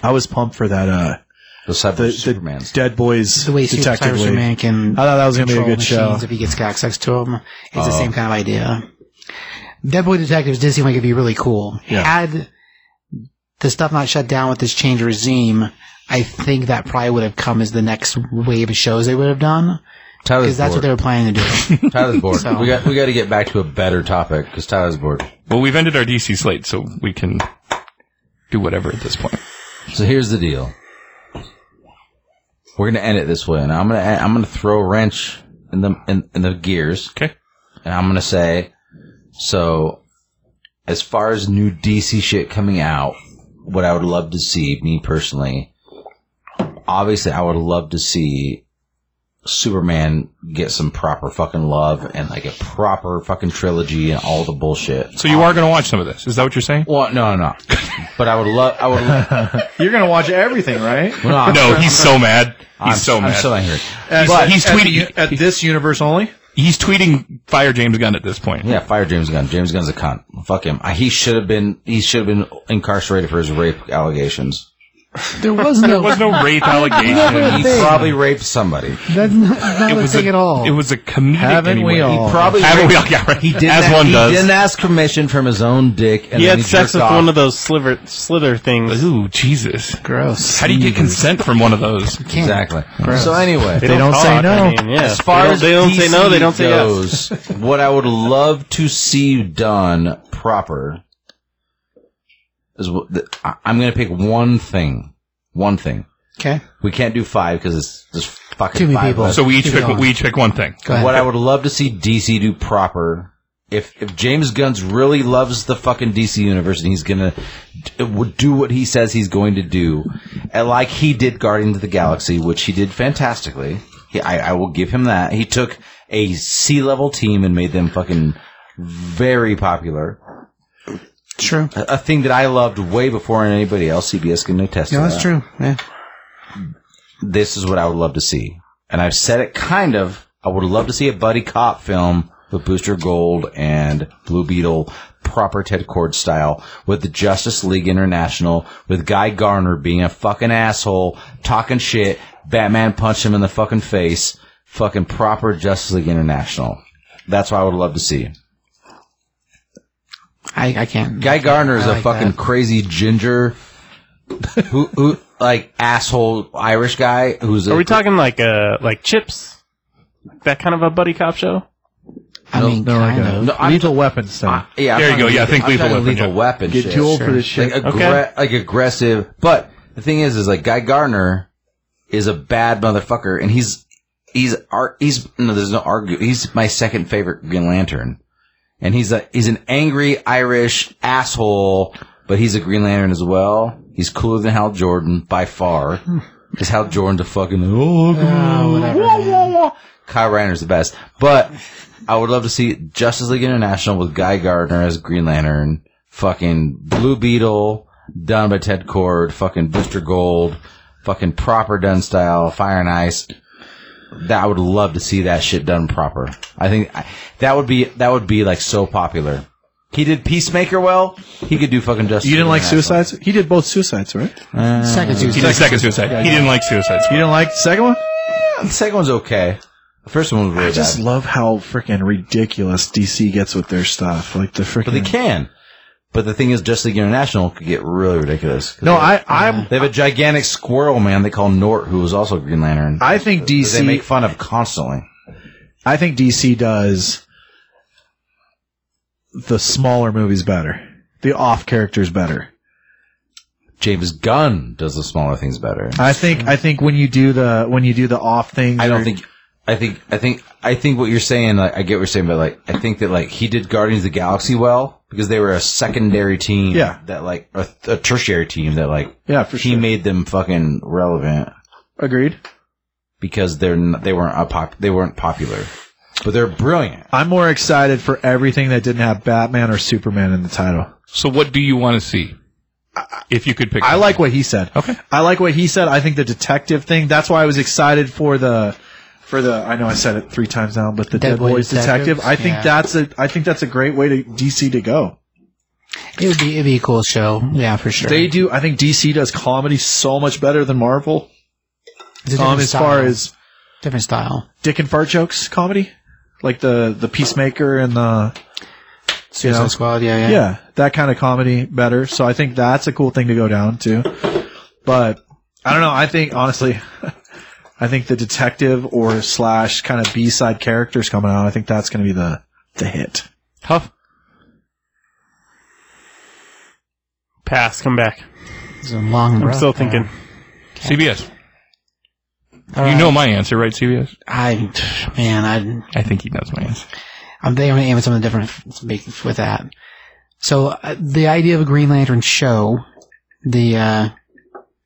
I was pumped for that, uh,
the cyber
the,
Superman.
the Dead Boys
The way Super-
Detective
Cyber
League.
Superman can
I thought that was gonna be
control
a good show. Oh.
machines if he gets access to them. It's the same kind of idea. Dead Boy Detectives did seem like it'd be really cool.
Yeah.
Had the stuff not shut down with this change of regime, I think that probably would have come as the next wave of shows they would have done
Tyler's
because that's what
bored.
they were planning to do.
*laughs*
Tyler's bored.
*laughs* So-
We got we got to get back to a better topic because Tyler's bored.
well, we've ended our DC slate, so we can do whatever at this point.
So here's the deal. We're gonna end it this way, and I'm gonna I'm gonna throw a wrench in the in, in the gears,
Okay.
and I'm gonna say, so as far as new DC shit coming out, what I would love to see, me personally, obviously I would love to see Superman get some proper fucking love and like a proper fucking trilogy and all the bullshit.
So you are going to watch some of this. Is that what you're saying?
Well, no,
*laughs*
no, no. But I would love, I would. Lo-
You're going to watch everything, right?
no, I'm-
*laughs* No, he's so mad. He's
I'm,
so mad.
I'm so angry.
At-
But- he's
at-
tweeting-
at this universe only.
he's tweeting fire James Gunn at this point.
Yeah, fire James Gunn. James Gunn's a cunt. Fuck him. I- He should have been. He should have been incarcerated for his rape allegations.
there was no.
There was no rape allegation.
He
Thing.
probably raped somebody.
that's not, not a thing
a,
at all.
It was a comedic.
Haven't we
anyway.
all?
He probably
Haven't
raped-
we all? Yeah, right.
He didn't.
As
a-
one
he
does.
didn't ask permission from his own dick. And
He
then
had sex
jerked
with
off.
one of those sliver slither things.
Ooh, Jesus.
gross.
How do you get consent from one of those?
Can't.
Exactly. So anyway,
They don't say no.
I mean, yeah.
as far
they don't,
as
they don't say no,
DC
they don't say yes.
goes, what I would love to see done proper is what the, I, I'm going to pick one thing. One thing.
Okay,
We can't do five because it's just fucking
Too many
five
people.
of us.
So we each
Keep
pick.
going.
We each pick one thing.
go ahead.
What I would love to see DC do proper, if if James Gunn's really loves the fucking DC universe and he's gonna d- would do what he says he's going to do, and like he did Guardians of the Galaxy, which he did fantastically. He, I, I will give him that. He took a C level team and made them fucking very popular.
true.
A, a thing that I loved way before anybody else. CBS can attest.
No,
to that
that's true. Yeah.
this is what I would love to see. And I've said it kind of. I would love to see a buddy cop film with Booster Gold and Blue Beetle, proper Ted Cord style, with the Justice League International, with Guy Garner being a fucking asshole, talking shit, Batman punched him in the fucking face, fucking proper Justice League International. That's what I would love to see.
I, I can't.
Guy Gardner is
I
a
like
fucking
that.
crazy ginger, who, who like asshole Irish guy who's.
Are
a,
we talking like uh like chips? That kind of a buddy cop show?
I mean,
No, I
kind
got
of.
No, I'm-
lethal weapons thing.
Uh, yeah,
There you go.
talking
Yeah, I think
I'm
lethal
talking
weapon,
lethal
yeah.
weapon.
Get
shit.
too old
sure.
for this shit.
Like aggre- like aggressive. But the thing is, is like Guy Gardner is a bad motherfucker, and he's he's ar- he's no, there's no argue. He's my second favorite Green Lantern, and he's a he's an angry Irish asshole, but he's a Green Lantern as well. He's cooler than Hal Jordan by
*laughs*
far. Is Hal Jordan a fucking oh,
Oh, whatever,
wah,
man.
wah, wah. Kyle Reiner's the best, but I would love to see Justice League International with Guy Gardner as Green Lantern, fucking Blue Beetle done by Ted Cord, fucking Booster Gold, fucking proper done style, Fire and Ice. That I would love to see that shit done proper. I think I, that would be that would be like so popular. He did Peacemaker well. He could do fucking Justice.
You didn't
League
like
International.
Suicides? He did both Suicides, right?
Second
He did
Suicide.
second suicide. He didn't like suicides.
You didn't like the second one?
Eh, The second one's okay. The first one was really
I just
bad.
love how freaking ridiculous DC gets with their stuff. Like the
but they
freaking.
can. But the thing is, Justice League International could get really ridiculous. 'Cause
No,
they-
I I'm
They have a gigantic squirrel man they call Nort, who was also Green Lantern.
I think
They
DC
make fun of constantly.
I think DC does the smaller movies better, the off characters better.
James Gunn does the smaller things better.
I think I think when you do the when you do the off things,
I don't
or-
think. I think. I think. I think what you're saying. Like, I get what you're saying, but like, I think that like he did Guardians of the Galaxy well because they were a secondary team.
Yeah.
That like a, a tertiary team that like
yeah, for
he
sure.
made them fucking relevant
Agreed.
because they're not, they weren't a pop, they weren't popular, but they're brilliant.
I'm more excited for everything that didn't have Batman or Superman in the title.
So what do you want to see? If you could pick,
I like what he said.
Okay.
I like what he said. I think the detective thing. That's why I was excited for the for the. I know I said it three times now, but the Dead,
Dead Boy
Boys detective.
Detectives,
I think
yeah.
that's a. I think that's a great way to DC to go.
It would be it'd be a cool show. Yeah, for sure.
They do. I think DC does comedy so much better than Marvel.
It's a
Um,
different
as far
style.
as
different style.
dick and fart jokes comedy, like the the Peacemaker and the
Suicide
know?
Squad. Yeah, yeah.
yeah that kind of comedy better. So I think that's a cool thing to go down to. But I don't know. I think honestly, *laughs* I think the detective or slash kind of B side characters coming out. I think that's going to be the the hit.
Huff.
Pass. Come back.
It's a long.
I'm
rough
still
time.
thinking.
CBS.
All
You
right.
know my answer, right? CBS.
Uh, I man, I
I think he knows my answer.
I'm thinking I'm gonna aim at something different f- make- with that. So uh, the idea of a Green Lantern show, the uh,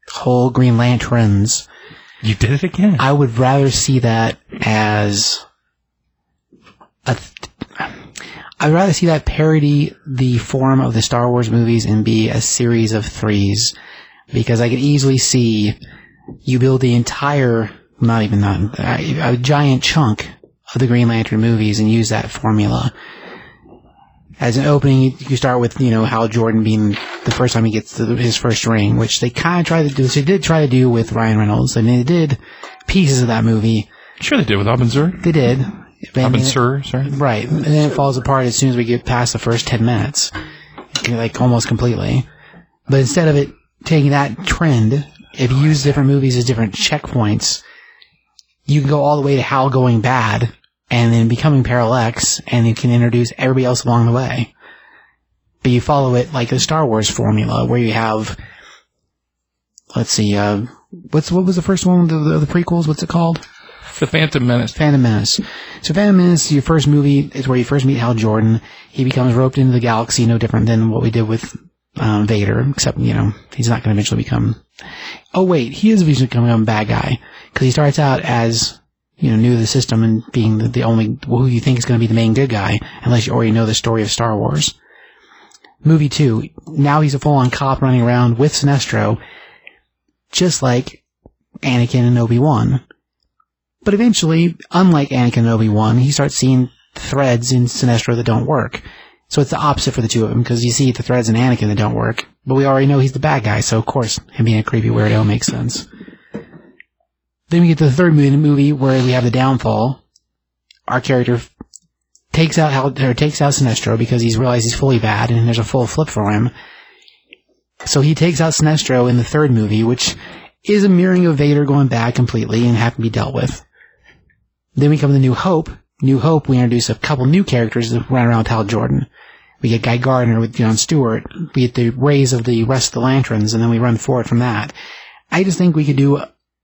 whole Green Lanterns,
You did it again.
I would rather see that as a. Th- I'd rather see that parody the form of the Star Wars movies and be a series of threes, because I could easily see you build the entire, not even that, a a giant chunk of the Green Lantern movies and use that formula. As an opening, you- you start with, you know, Hal Jordan being the first time he gets the, his first ring, which they kind of tried to do, so they did try to do with Ryan Reynolds, and they did pieces of that movie.
sure, they did with Robin Zur.
They did. And
Robin
then-
Sur. Sorry.
Right. And then it falls apart as soon as we get past the first 10 minutes. Like almost completely. But instead of it taking that trend, if you use different movies as different checkpoints, you can go all the way to Hal going bad and then becoming Parallax and you can introduce everybody else along the way. But you follow it like the Star Wars formula where you have, let's see, uh, what's, what was the first one of the, the prequels? What's it called?
The Phantom Menace.
Phantom Menace. So Phantom Menace, your first movie is where you first meet Hal Jordan. He becomes roped into the galaxy, no different than what we did with um, Vader, except you know he's not going to eventually become. Oh wait, he is eventually going to become a bad guy because he starts out as you know new to the system and being the, the only who you think is going to be the main good guy, unless you already know the story of Star Wars. Movie two, now he's a full-on cop running around with Sinestro, just like Anakin and Obi Wan. But eventually, unlike Anakin and Obi-Wan, he starts seeing threads in Sinestro that don't work. So it's the opposite for the two of them, because you see the threads in Anakin that don't work, but we already know he's the bad guy, so of course, him being a creepy weirdo makes sense. Then we get to the third movie, movie where we have the downfall. Our character f- takes out Hal, or takes out Sinestro because he's realized he's fully bad, and there's a full flip for him. So he takes out Sinestro in the third movie, which is a mirroring of Vader going bad completely and have to be dealt with. Then we come to New Hope. New Hope, we introduce a couple new characters that run around with Hal Jordan. We get Guy Gardner with John Stewart. We get the rays of the rest of the Lanterns, and then we run forward from that. I just think we could do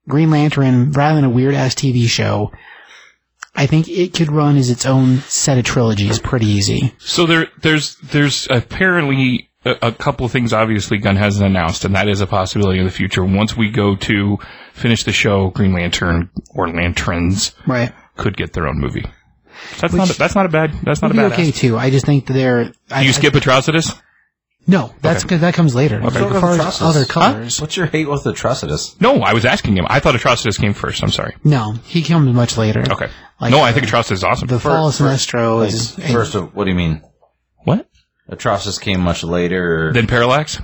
Green Lantern rather than a weird ass TV show. I think it could run as its own set of trilogies pretty easy.
So there, there's, there's apparently a, a couple of things. Obviously, Gunn hasn't announced, and that is a possibility in the future. Once we go to finish the show, Green Lantern or Lanterns
Right.
could get their own movie. That's not. A, that's not a bad. That's not a
It'd be
bad.
okay
ask.
too. I just think that they're. I,
Do
I-
you skip Atrocitus?
No, that's good. that comes later. Okay. As far as other colors,
What's your hate with Atrocitus?
No, I was asking him. I thought Atrocitus came first. I'm sorry.
no, he comes much later.
Okay.
Like, uh,
no, I think Atrocitus is awesome.
The Fall of Sinestro is is-
First of what do you mean?
what?
Atrocitus came much later.
Then Parallax.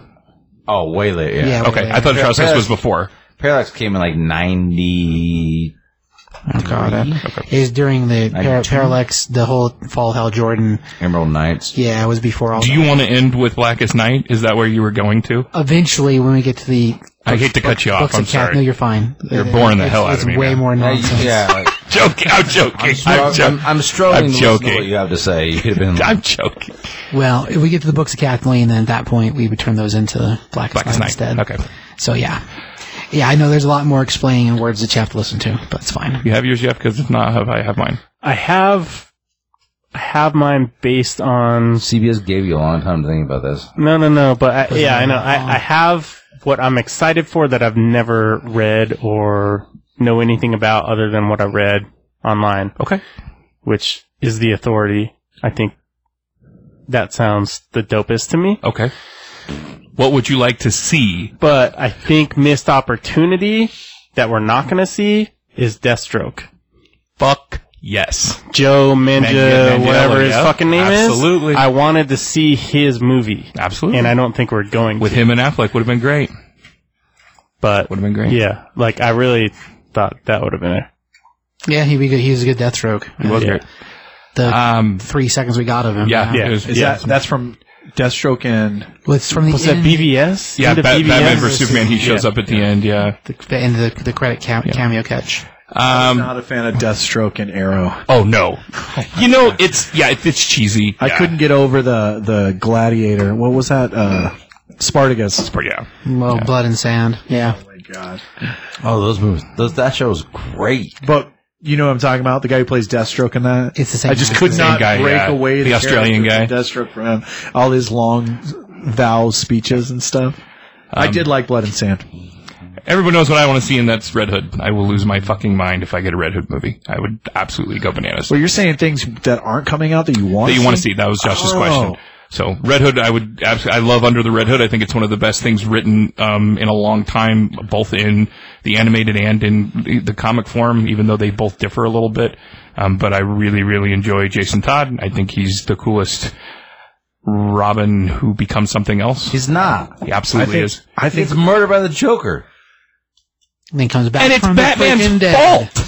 oh, way later. Yeah.
Yeah.
Okay, I thought Atrocitus was before.
Parallax came in like ninety.
Oh god, okay. is during the para- Parallax, the whole Fall Hell Jordan.
Emerald Knights.
Yeah, it was before all.
Do
that.
you want to end with Blackest Night? Is that where you were going to?
Eventually, when we get to the
I hate to cut you off.
books
I'm
of Cat,
sorry.
no, you're fine.
You're boring the
It's-
hell out
it's
of me,
way
man.
more
Yeah,
nonsense.
yeah, like,
joking. I'm joking. I'm
I'm,
joking.
I'm struggling
I'm
to listen to
joking.
what you have to say. You could have been
*laughs*
like,
I'm joking.
Well, if we get to the books of Kathleen, then at that point we would turn those into Black,
Black
Blackest
as
Night
night.
instead.
Okay.
So yeah, yeah, I know there's a lot more explaining and words that you have to listen to, but it's fine.
You have yours, Jeff, because if not, have I have mine.
I have I have mine based on
CBS gave you a long time to think about this.
no no no, but I, yeah, I know I,
Oh.
I have what I'm excited for that I've never read or know anything about other than what I read online,
Okay.
which is the authority. I think that sounds the dopest to me.
Okay. What would you like to see?
But I think missed opportunity that we're not going to see is Deathstroke.
Fuck yes.
Joe
Manganiello,
Mangia, whatever his
yeah.
fucking name
Absolutely.
is. I wanted to see his movie,
Absolutely.
and I don't think we're going
with
to,
him and Affleck would have been great.
But
Would have been great.
yeah, like I really thought that would have been it.
Yeah, he'd be good. He was a good Deathstroke.
It was
Yeah.
great.
The
Um.
three seconds we got of him.
Yeah.
Yeah.
it was-
Is
Yeah.
that that's from Deathstroke and
Well, it's from the
Was that
end,
BVS?
yeah,
End
Bat-
of
Batman
BVS?
vs Superman. He shows
Yeah.
up at the end. Yeah.
the, the end of the, the credit cam- cameo catch.
Um.
not a fan of Deathstroke and Arrow.
Oh
*laughs*
no. You know it's yeah it- it's cheesy.
I
Yeah.
couldn't get over the the Gladiator. What was that? Uh, Spartacus.
But yeah.
Well, blood and sand. Yeah.
my god.
Oh, those movies. Those, that show was great.
But you know what I'm talking about? The guy who plays Deathstroke in that?
It's the same
I just
guy.
could
Same
not
guy,
break
yeah.
away
The Australian
character of Deathstroke from him. All his long vow speeches and stuff.
Um,
I did like Blood and Sand.
Everyone knows what I want to see, and that's Red Hood. I will lose my fucking mind if I get a Red Hood movie. I would absolutely go bananas.
Well, you're saying things that aren't coming out that you want
that you want to see. That was Josh's
Oh.
question. So Red Hood, I would absolutely. I love Under the Red Hood. I think it's one of the best things written um, in a long time, both in the animated and in the comic form. Even though they both differ a little bit, um, but I really, really enjoy Jason Todd. I think he's the coolest Robin who becomes something else.
He's not.
He
I
absolutely
think,
is.
I think
It's murder by the Joker.
And then comes back
And it's
from the freaking
Batman's
dead.
fault.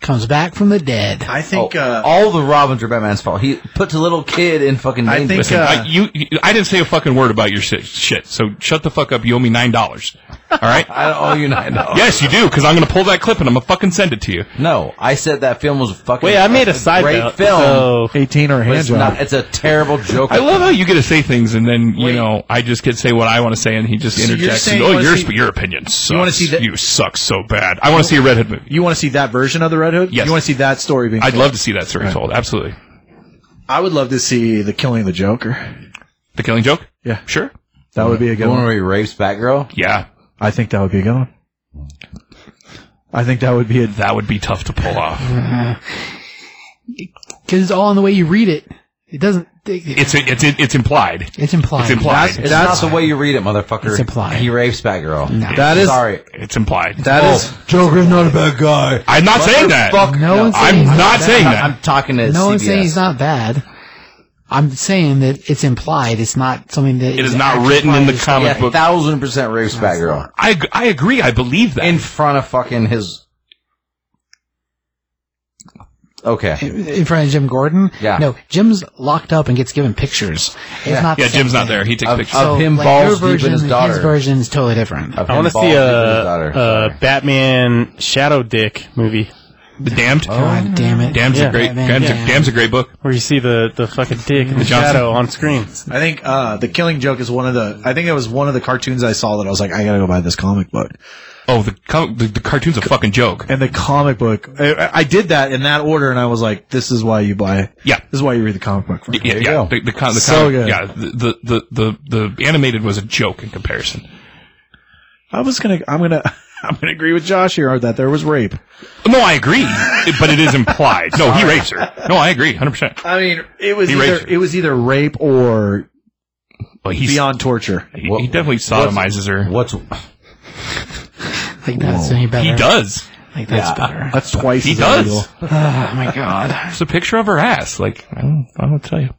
Comes back from the dead.
I think
Oh,
uh,
all the Robins are Batman's fault. He puts a little kid in fucking
I
danger.
think, uh,
I, you, you- I didn't say a fucking word about your shit. shit so shut the fuck up. You owe me nine dollars. All right.
I don't owe you nine dollars.
yes, you do, because I'm gonna pull that clip and I'm gonna fucking send it to you.
No, I said that film was fucking.
Wait, I made a
it's
side
great
note,
film.
So
18 or a
but
hand
it's,
job.
not, it's a terrible Joker.
I love how you get to say things and then you know I just get to say what I want to say and he just
So you're
interjects.
saying
and,
you
oh,
wanna
your
see-
your opinion sucks. You,
wanna see that-
suck so bad. I want to see a Red Hood movie.
you want to see that version of the Red Hood?
Yes.
You want to see that story being
I'd love to see that story told. Absolutely.
I would love to see the killing of the Joker.
The Killing Joke.
Yeah.
Sure.
That would be a good
the one
one.
where he rapes Batgirl.
Yeah,
I think that would be a good one. I think that would be a
that would be tough to pull off.
Because it's all in the way you read it. It doesn't. It,
It's it's it's implied.
it's implied.
It's implied.
It's
That's-
not the way you read it, motherfucker.
It's implied.
He rapes Batgirl.
that is
Sorry,
It's implied.
that
Oh,
is
Joker's not a bad guy.
I'm not saying that.
Fuck
No one's
I'm
saying
not
that.
saying that.
I'm talking to
No one's
CBS.
saying he's not bad. I'm saying that it's implied. It's not something that
It is
is
not
actually
written in the
implied.
He
comic
a
book.
thousand percent rapes Batgirl
I ag- I agree. I believe that.
in front of fucking his. Okay.
in front of Jim Gordon.
Yeah.
No, Jim's locked up and gets given pictures. It's not.
yeah,
the same
Jim's not
thing.
there. He takes
Of-
pictures.
of- him
your
balls deep in
version,
his daughter.
version is totally different.
Of
I want
him
to see
balding
uh, a,
with his daughter.
a Batman Shadow Dick movie
the Damned.
God damn it!
Damned's
Yeah.
a great.
Batman,
Damned's,
yeah.
a, Damned's a great book.
where you see the, the fucking dick and the
Johnson-
shadow on screen.
I think uh, the Killing Joke is one of the. I think it was one of the cartoons I saw that I was like, I gotta go buy this comic book.
Oh, the com- the, the cartoon's a fucking joke.
And the comic book, I, I did that in that order, and I was like, this is why you buy.
Yeah.
This is why you read the comic book. From.
Yeah,
There you
yeah.
go.
The, the, con- the
So
comic-
good.
Yeah, the, the, the, the, the animated was a joke in comparison.
I was gonna. I'm gonna. *laughs* I'm gonna agree with Josh here that there was rape.
No, I agree, but it is implied. No, he rapes her. No, I agree, hundred percent.
I mean, it was
He
either
raped her.
it was either rape or
But he's
beyond torture.
he, he definitely sodomizes her.
What's
Like that's any better.
He does.
Like that's better.
That's twice.
He
as
does.
illegal.
Oh my god!
It's a picture of her ass. Like I don't, I don't tell you.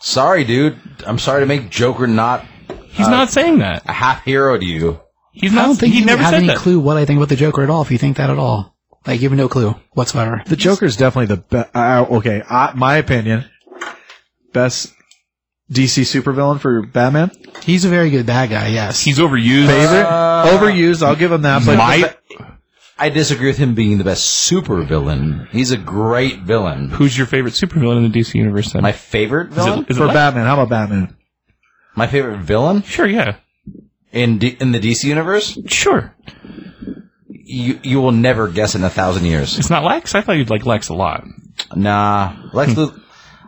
sorry, dude? I'm sorry to make Joker not
He's not saying that.
a half hero to you.
He's
I
not.
don't think
he
you
never
have
said
any
that.
clue what I think about the Joker at all. If you think that at all, like you have no clue whatsoever.
The Joker's definitely the best. Uh, okay, I, my opinion, best DC supervillain for Batman.
He's a very good bad guy. Yes.
He's overused.
Uh, Favorite, overused. I'll give him that. But
my
I disagree with him being the best super villain. He's a great villain.
Who's your favorite supervillain in the DC universe? Then
My favorite
Is it-
villain?
is it
For
Lex?
Batman, how about Batman?
My favorite villain
Sure, yeah,
in D- in the DC universe?
sure.
You you will never guess in a thousand years.
It's not Lex. I thought you'd like Lex a lot.
Nah,
Hmm.
Lex Luthor.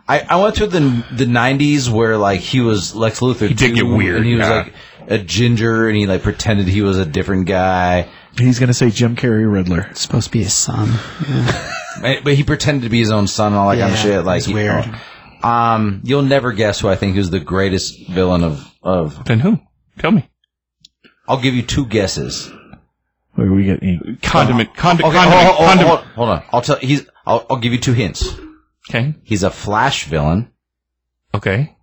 I, I went through the the '90s where like he was Lex Luthor.
He did get
2,
weird,
and he was
yeah.
like a ginger, and he like pretended he was a different guy,
He's gonna say Jim Carrey Riddler.
It's supposed to be his son.
but but he pretended to be his own son and all that kind of
Yeah,
shit. Like
it's
you
weird.
know. um, you'll never guess who I think is the greatest villain of of.
Then who? Tell me.
I'll give you two guesses.
Wait, we get any-
Condiment. condi-
Ah, Okay, oh,
condiment.
hold, hold-
condiment.
hold- hold on. I'll tell. He's. I'll, I'll give you two hints.
Okay.
He's a Flash villain,
Okay.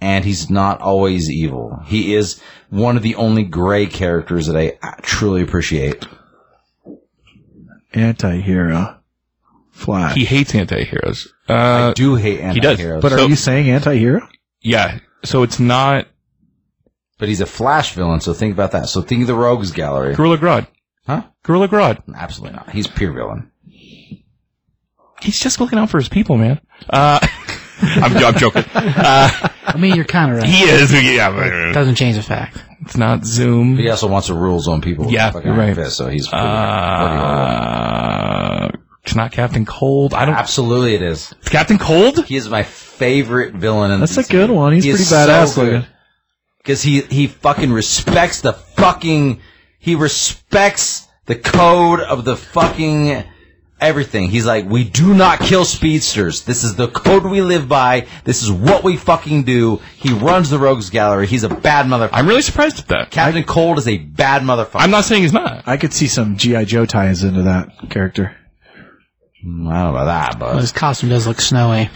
and he's not always evil. He is one of the only gray characters that I uh, truly appreciate.
anti-hero. Flash.
He hates anti-heroes.
I
Uh,
do hate
does,
anti-heroes,
but
but,
are
so-
you saying anti-hero?
yeah. So it's not
he's a Flash villain. So think about that. So think of the Rogues Gallery.
Gorilla Grodd.
Huh?
Gorilla Grodd.
Absolutely not. He's pure villain.
He's just looking out for his people, man. Uh, *laughs* I'm, I'm *laughs* joking.
I mean, you're kind of right.
He is. Yeah. but- uh,
Doesn't change the fact.
It's not Zoom.
But he also wants to rule zone people. with
Yeah,
a fucking
you're
iron
right.
fist, so he's. pretty-
Uh, it's not Captain Cold. I don't.
absolutely, it is.
It's Captain Cold.
He is my favorite villain. In
That's
the
a good one. He's pretty badass looking.
Because he he fucking respects the fucking he respects the code of the fucking everything. He's like, we do not kill speedsters. This is the code we live by. This is what we fucking do. He runs the Rogues Gallery. He's a bad motherfucker.
I'm really surprised at that.
Captain Cold is a bad motherfucker.
I'm not saying he's not.
I could see some GI Joe ties into that character.
Mm, I don't know about that,
Well,
but
his costume does look snowy.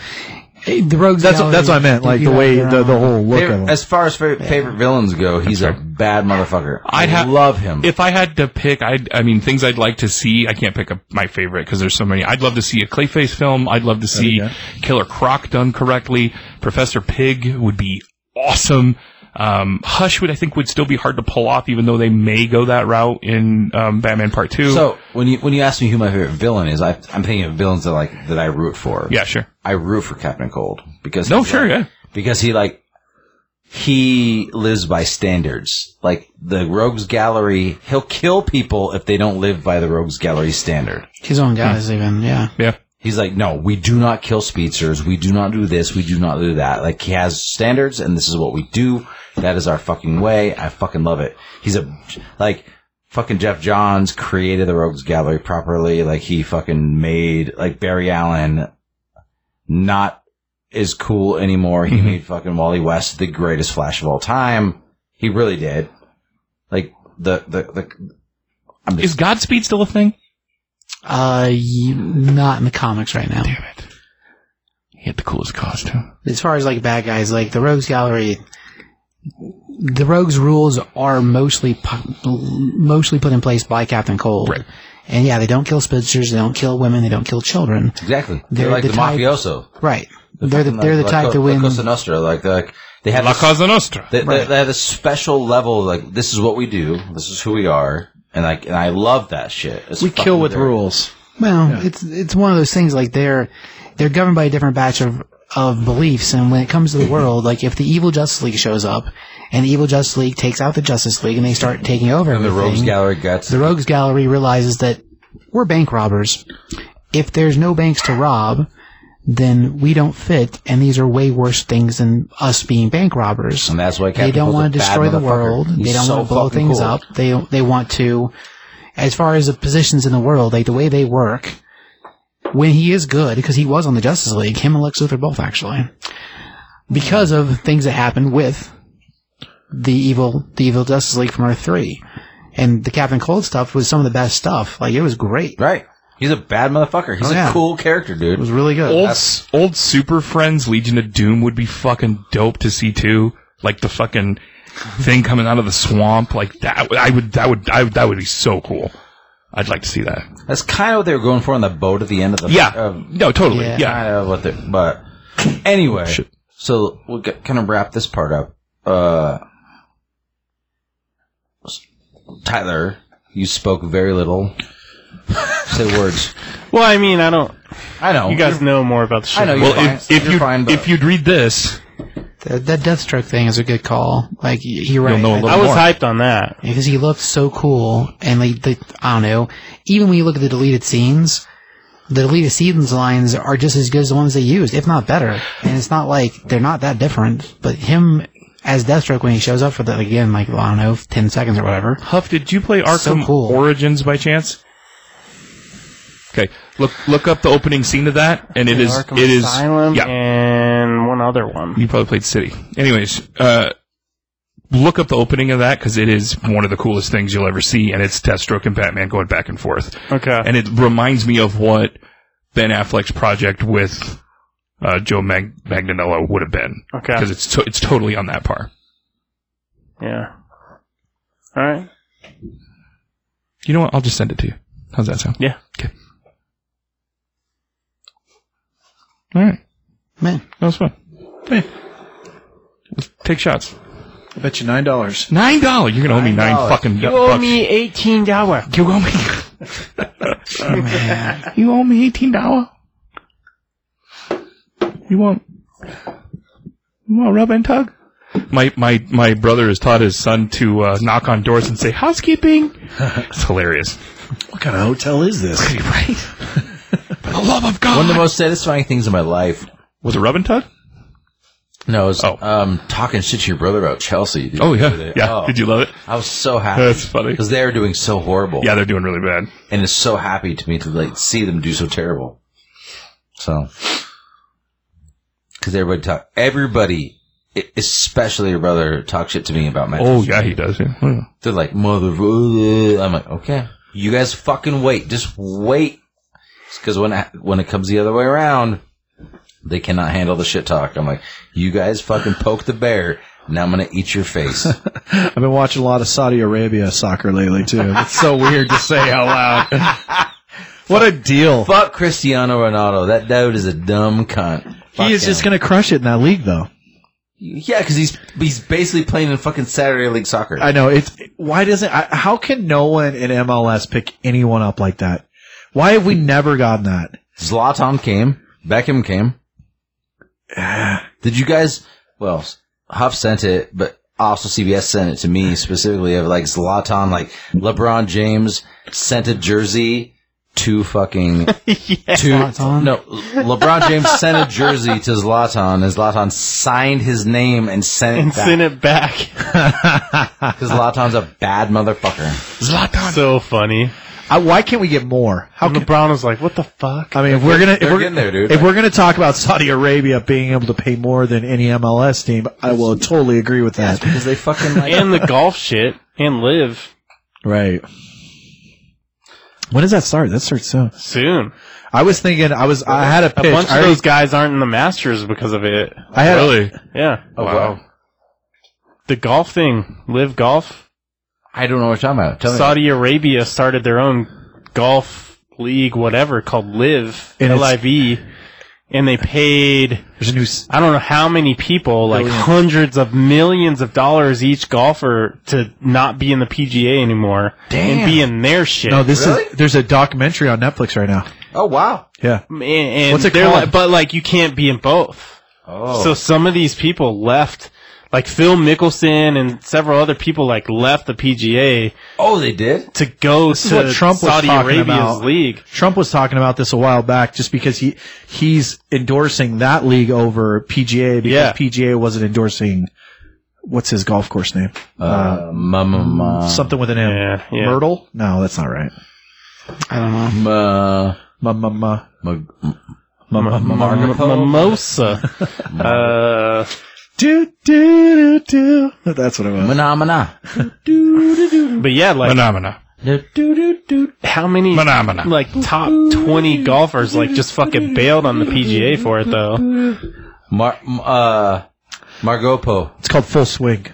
Eh, The rogues.
That's
Gallery,
that's what I meant.
they
Like
do
the
have
way
their
the, the
own-
whole look of
Favorite-
him.
as far as favorite, favorite villains go, he's a bad motherfucker.
I'd
I
have-
love him.
If I had to pick, I I mean things I'd like to see. I can't pick a, my favorite because there's so many. I'd love to see a Clayface film. I'd love to see
good.
Killer Croc done correctly. Professor Pig would be awesome. Um, Hush would I think would still be hard to pull off, even though they may go that route in um, Batman Part Two.
so when you when you ask me who my favorite villain is, I, I'm thinking of villains that like that I root for.
yeah, sure.
I root for Captain Cold because
No,
he's
sure,
like-
yeah.
because he like he lives by standards like the Rogues Gallery. He'll kill people if they don't live by the Rogues Gallery standard.
His own guys, even yeah.
Yeah.
He's like, no, we do not kill speedsters. We do not do this. We do not do that. Like he has standards, and this is what we do. That is our fucking way. I fucking love it. He's a like fucking Jeff Johns created the Rogues Gallery properly. Like he fucking made like Barry Allen not as cool anymore.
Mm-hmm.
He made fucking Wally West the greatest Flash of all time. He really did. Like the the the
Is Godspeed still a thing?
Uh, y- not in the comics right now.
Damn it. He had the coolest costume.
As far as like bad guys, like the Rogues Gallery, the Rogues rules are mostly pu- mostly put in place by Captain Cold.
Right.
And yeah, they don't kill spinsters, they don't kill women, they don't kill children.
exactly. They're,
They're
like
the
the,
type-
mafioso.
Right. they're the, they're the
Like,
type
Co-
to win.
Cosa Nostra, like, like they have
La
this-
Cosa Nostra.
they, they, they have a special level. Like this is what we do. This is who we are. And like, and I love that shit. It's
We
fucking
kill with
great.
rules.
Well, it's it's one of those things like they're they're governed by a different batch of of beliefs, and when it
*laughs*
comes to the world, like if the evil Justice League shows up, and the evil Justice League takes out the Justice League, and they start taking over
And the
everything,
Rogues Gallery guts.
the Rogues Gallery realizes that we're bank robbers. If there's no banks to rob, then we don't fit, and these are way worse things than us being bank robbers.
and that's why Captain
they don't
Cold's a
want to
bad
destroy the
motherfucker.
world.
He's
They don't
so
want to blow
fucking
things
cool.
up. They they want to, as far as the positions in the world, like the way they work. When he is good, because he was on the Justice League, him and Lex Luthor both actually, because of things that happened with the evil the evil Justice League from Earth three, and the Captain Cold stuff was some of the best stuff. Like it was great.
Right. He's a bad motherfucker. He's
Oh, yeah.
a cool character,
It was
dude.
really good.
old s- old Super Friends Legion of Doom would be fucking dope to see too. Like the fucking thing coming out of the swamp, like that. I would that would I, would- that would be so cool. I'd like to see that.
That's kind of what they were going for on the boat at the end of the
Yeah.
of-
no, totally.
Yeah.
Yeah.
kind of what they but anyway. So we'll get, kind of wrap this part up. Uh, Tyler You spoke very
*laughs*
little. Say words.
Well, I mean, I don't.
I know.
You guys know more about the show.
I know. You're
Well,
fine.
if, if
You're
you
fine, but-
if you'd read this,
That, that Deathstroke thing is a good call. Like y- you're right.
know a little
I was
more.
hyped on that.
because he looked so cool and like the, i don't know even when you look at the deleted scenes the deleted scenes lines are just as good as the ones they used if not better and it's not like they're not that different but him as deathstroke when he shows up for that again like i don't know 10 seconds or whatever
Huff, did you play
So
Arkham
cool.
Origins by chance? Okay, look look up the opening scene of that, and it is
Arkham
it is
Asylum
yeah.
and one other one.
You probably played City. Anyways, uh, look up the opening of that because it is one of the coolest things you'll ever see, and it's Deathstroke and Batman going back and forth,
Okay.
and it reminds me of what Ben Affleck's project with uh, Joe Mag- Magdanello would have been
okay.
because it's to- it's totally on that par.
Yeah. All right.
You know what? I'll just send it to you. How's that sound?
Yeah.
Okay. All right.
man
That was fun. Yeah. Take shots.
I bet you nine dollars.
Nine dollar. You're gonna owe me nine
$9.
fucking bucks.
eighteen dollars.
You owe me. You owe me eighteen dollar. You want? You want rub and tug? My my my brother has taught his son to uh, knock on doors and say housekeeping. it's hilarious,
What kind of hotel is *laughs* this?
right? For the love of God.
One of the most satisfying things in my life.
was it rub and tug?
No, was
Oh.
um, talking shit to your brother about Chelsea. dude.
Oh yeah,
Today.
yeah.
Oh,
Did you love it?
I was so happy.
That's funny.
because they are doing so horrible.
Yeah, they're doing really bad.
and it's so happy to me to like see them do so terrible. So, because everybody talk, everybody, e- especially your brother, talk shit to me about my.
Oh yeah, he does. Yeah. Yeah.
They're like mother. I'm like, okay, you guys fucking wait, just wait, because when I, when it comes the other way around, they cannot handle the shit talk. I'm like, you guys fucking poke the bear. Now I'm gonna eat your
*laughs*
face.
I've been watching a lot of Saudi Arabia soccer lately *laughs* too. It's so weird to say out *laughs* loud. what a deal!
Fuck Cristiano Ronaldo. That dude is a dumb cunt. Fuck
He is
him.
just gonna crush it in that league, though.
Yeah, because he's he's basically playing in fucking Saturday League soccer.
I know it's why doesn't I, how can no one in MLS pick anyone up like that? Why have we never gotten that?
Zlatan came, Beckham came. Did you guys? Well, Huff sent it, but also CBS sent it to me specifically of like Zlatan, like LeBron James sent a jersey to
*laughs*
fucking to
Zlatan?
no LeBron James sent a jersey to Zlatan, and Zlatan signed his name and sent
And
it
send
back
it
*laughs*
back.
because Zlatan's a bad motherfucker.
Zlatan.
*laughs* so funny.
I, why can't we get more? How can,
LeBron was like, "What the fuck?"
I mean, if we're gonna if
They're
we're,
getting there, dude.
if we're gonna talk about Saudi Arabia being able to pay more than any MLS team, I will totally agree with that.
because they fucking like
and the golf shit and live
Right. When does that start? That starts soon.
soon.
I was thinking. I was. I had a
A
pitch.
bunch
I,
of
already-
those guys aren't in the Masters because of it.
I had.
Really?
Yeah.
wow.
The golf thing, live golf.
I don't know what you're talking about. Tell me.
Saudi Arabia started their own golf league, whatever, called Live
And it's-
L I V, and they paid
There's a new. s-
I don't know how many people, like
Billions.
hundreds of millions of dollars each golfer to not be in the PGA anymore
Damn.
and be in their shit.
No, this
Really?
is. There's a documentary on Netflix right now.
Oh wow.
Yeah.
and, and
What's it
they're
called?
like- but like you can't be in both.
Oh.
So some of these people left, like Phil Mickelson and several other people, like left the PGA
oh, they did.
to go
is
to
what Trump was
Saudi
talking
Arabia's
about.
league.
Trump was talking about this a while back, just because he he's endorsing that league over PGA because
Yeah.
PGA wasn't endorsing. What's his golf course name?
Uh, mama, ma,
Something with an M.
Yeah, yeah.
Myrtle? No, that's not right.
i don't know
ma,
Ma ma ma
ma,
ma ma ma. ma.
M- Mimosa. uh,
Do do do do. That's what it was.
mana, mana.
but yeah, like
Phenomena.
how many
Phenomena.
like top 20 golfers like just fucking bailed on the PGA for it though.
Mar, m- uh, Margopo.
It's called Full Swing.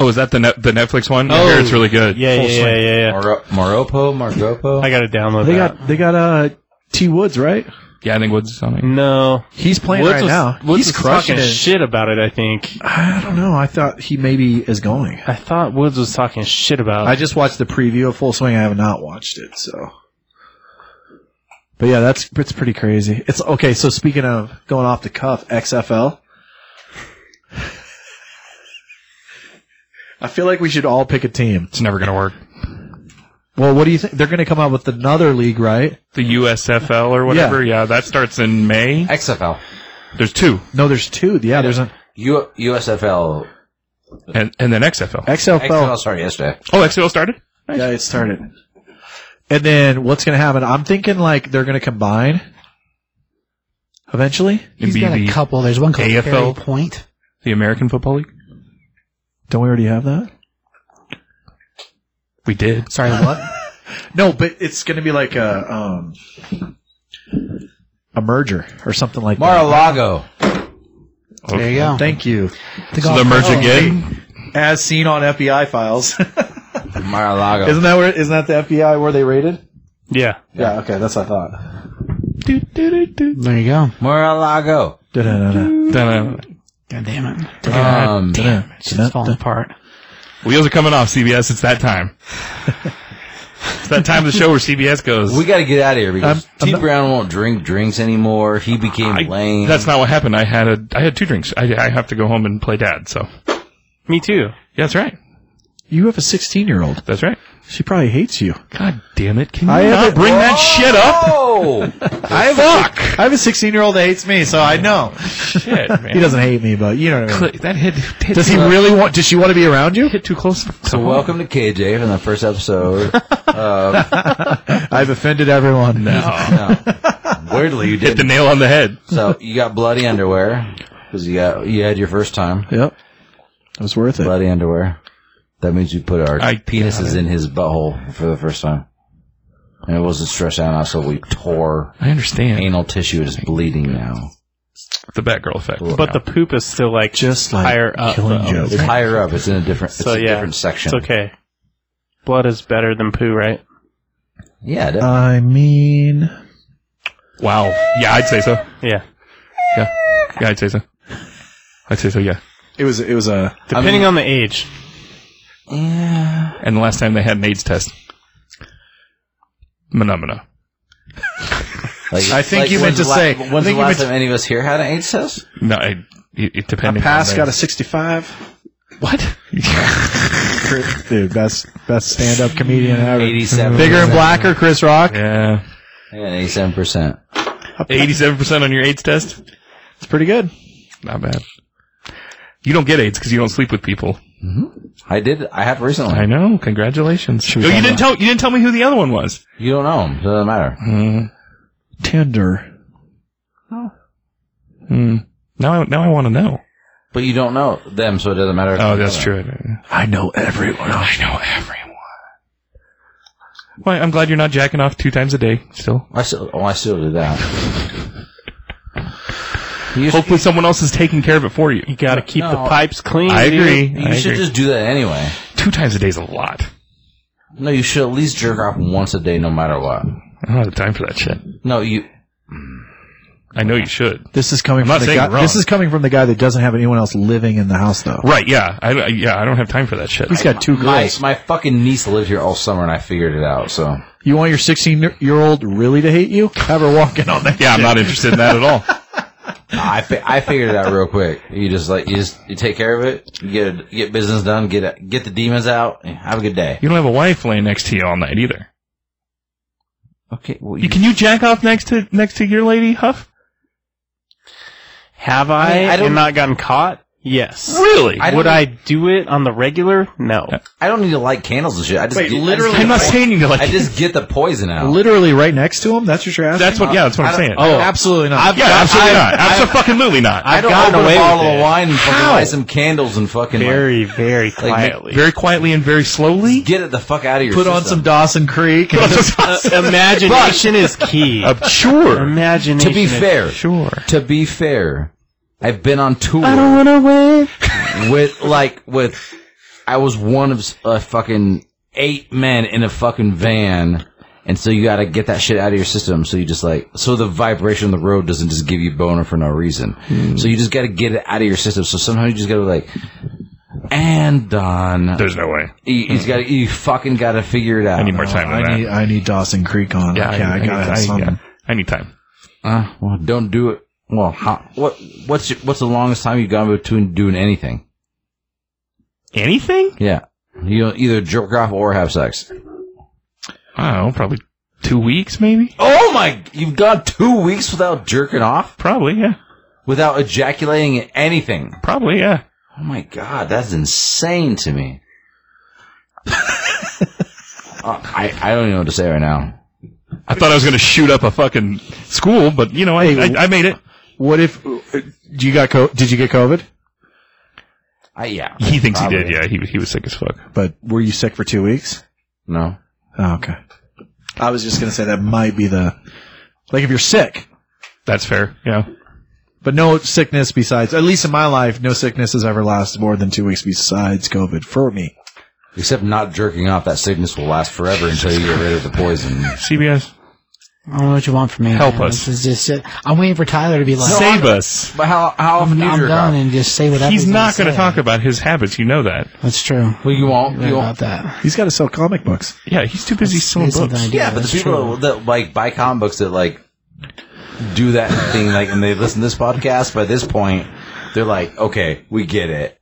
Oh, is that the net the Netflix one? I hear it's really good.
Oh, Yeah, yeah, yeah, yeah, yeah.
Mar- Maropo, Margopo.
I got to download
They
that.
got they got uh T Woods right.
Yeah, I think Woods is on
Mm.
it.
No,
He's playing
Woods
right
was-
now.
Woods
He's
was
crushing
talking
it.
shit about it. I think.
I don't know. I thought he maybe is going.
I thought Woods was talking shit about.
I
it.
just watched the preview of Full Swing. I have not watched it, so. But yeah, that's it's pretty crazy. It's okay. So speaking of going off the cuff, XFL. I feel like we should all pick a team.
It's never going to work.
Well, what do you think? They're going to come out with another league, right?
The USFL or whatever. Yeah. that starts in May.
XFL,
There's two,
No, there's two. Yeah, there's an
U- USFL,
and and then XFL.
XFL.
XFL.
Sorry, yesterday.
Oh, XFL started. Nice.
Yeah, it started. And then what's going to happen? I'm thinking like they're going to combine eventually.
It'd
He's
be
got
the,
a couple. There's one called
AFL.
Perry Point.
the American Football League.
Don't we already have that?
We did.
Sorry,
*laughs*
what?
No, but it's going to be like a um, a merger or something like that.
Mar-a-Lago.
There you go.
Thank you.
The
So
golf
the merge
Oh,
ball.
again.
As seen on FBI files.
Mar-a-Lago.
isn't that where isn't that the FBI where they raided?
yeah.
Yeah, okay, that's what I thought.
There you go.
Mar-a-Lago.
Da-da-da-da.
Dun-dun.
God damn it.
Um,
damn it. It's just falling apart.
Wheels are coming off CBS. It's that
*laughs*
time. it's that time of the show where CBS goes.
we got to get out of here because
I'm- I'm
T
not-
Brown won't drink drinks anymore. He became
I-
lame.
that's not what happened. I had a I had two drinks. I, I have to go home and play dad. So yeah,
Me too.
that's right.
You have a 16-year-old.
That's right.
She probably hates you.
God damn it! Can you
I have
not
a-
bring that shit
*laughs*
up?
Oh,
I have
Fuck!
A, I have a 16-year-old that hates me, so I know.
Shit, man.
He doesn't hate me, but you know what I mean.
Cl- That hit. hit
Does he
too-
really want does she want to be around you?
hit too close?
so welcome to KJ from the first episode.
I've offended everyone.
No.
Weirdly, you
hit the
did.
nail on the head.
So you got bloody underwear because you got you had your first time
Yep. It was worth it.
bloody underwear. That means you put our
I got
penises in his butthole for the first time, and it wasn't stressed out enough, so we tore
I understand
anal tissue is bleeding now.
the Batgirl effect,
But the poop is still like
Just like
higher up.
Killing
though.
Joke.
It's higher up. It's in a different. It's
So
a
yeah,
different section.
It's okay. Blood is better than poo, right?
Yeah. It,
I mean,
wow. Yeah, I'd say so.
Yeah.
Yeah, yeah, I'd say so. I'd say so. Yeah.
it was it was a
Depending on the age.
And the last time they had an AIDS test, phenomena.
like-
I think
like,
you
when's
meant to
the la-
say- I
When's
think
the
you
last
meant to-
time any of us here had an AIDS test?
No, it, it, it depending.
pass.
on
Got a
the-
sixty-five.
*laughs* what?
*laughs* Dude, best best stand-up comedian ever.
87.
Bigger and blacker, Chris Rock.
yeah,
Yeah, eighty-seven percent.
eighty-seven percent on your AIDS test.
It's pretty good.
Not bad. You don't get AIDS because you don't sleep with people.
I did. I have recently.
I know. Congratulations. No,
we
you
talk
didn't tell. You didn't tell me who the other one was.
You don't know him. Doesn't matter.
Mm. Tender.
Hmm. Now, I, now I want to know.
But you don't know them, so it doesn't matter.
Oh, that's true.
I know everyone.
I know everyone. Well, I'm glad you're not jacking off two times a day still.
I still, oh, I still do that. you should,
Hopefully, someone else is taking care of it for you.
You got to keep
No,
the pipes clean.
I
dude.
agree.
you
I
should
agree.
just do that anyway.
two times a day is a lot.
No, you should at least jerk off once a day, no matter what.
I don't have the time for that shit.
No, you.
I know you should.
This is coming
I'm
from
not
the
saying
guy.
you're wrong.
This is coming from the guy that doesn't have anyone else living in the house, though.
Right? Yeah. I don't- yeah. I don't have time for that shit.
He's got two
My,
girls.
my fucking niece lived here all summer, and I figured it out. So
You want your sixteen-year-old really to hate you? Have her walk in on that.
Yeah, I'm not interested in that at all.
I, fi- I figured it out real quick. You just like you just you take care of it, you get it, get business done, get it, get the demons out, and have a good day.
*laughs* You don't have a wife laying next to you all night either.
Okay, well,
You, can you jack off next to next to your lady, Huff?
Have I,
I don't-
and not gotten caught? Yes.
Really?
I don't-
Would I do it on the regular? No.
I don't need to light candles and shit. I just
Wait,
get- I just
literally-
get
am not
the-
saying you like.
I just get the poison out.
Literally right next to him. That's what you're asking.
that's what. Yeah, that's what I'm saying.
Oh, absolutely not.
yeah, absolutely not. Absolutely not.
I don't
gotten
open
away
a
with
bottle of
it.
wine and fucking
How?
light some candles and fucking like,
Very, very
make-
quietly.
very quietly and very slowly.
get it the fuck out of your
Put on some
system.
Dawson Creek. uh,
Imagination is *laughs* key.
sure.
Imagination.
To be
is-
fair,
Sure.
to be fair, I've been on tour *laughs* with like with I was one of a fucking eight men in a fucking van. And so you got to get that shit out of your system. So you just like, so the vibration on the road doesn't just give you boner for no reason.
Hmm.
So you just got to get it out of your system. So sometimes you just got to like, and Don,
There's no way.
he, he's got to, you fucking got to figure it out.
I need more time than
I
that.
need I need Dawson Creek on.
yeah,
okay, I,
I, need-
gotta
I,
have
need- I,
something.
yeah, I need time.
Uh, well, don't do it. Well, how, what, what's your, what's the longest time you've gone between doing anything?
Anything?
Yeah. You either jerk off or have sex.
I don't know, probably two weeks, maybe.
Oh my! You've gone two weeks without jerking off,
Probably, yeah.
without ejaculating anything.
Probably, yeah.
Oh my god, that's insane to me. *laughs* Uh, I I don't even know what to say right now.
I thought I was going to shoot up a fucking school, but you know, I,
Hey,
I, I made it.
What if uh, you got co- did you get COVID?
I yeah.
*laughs* He thinks he did.
probably.
Yeah, he he was sick as fuck.
But were you sick for two weeks?
No.
Oh, okay. I was just gonna say that might be the like if you're sick,
That's fair. Yeah.
but no sickness besides at least in my life, no sickness has ever lasted more than two weeks besides COVID for me.
Except not jerking off, that sickness will last forever until you get rid of the
*laughs*
poison.
CBS,
I don't know what you want from me.
Help
man.
us.
This is just. I'm waiting for Tyler to be like, "Oh,
save us.
But how how often do you
I'm
jerk
done,
off?
and just say whatever.
He's not
going
going to talk about his habits. You know that.
That's true.
Well, you won't.
Right
You
about
won't.
that.
He's got to sell comic books.
Yeah, he's too busy selling
It's something I
books.
do.
Yeah, but the
That's
people that like buy comic books that like do that thing, like, and they listen to this podcast. By this point, they're like, okay, we get it.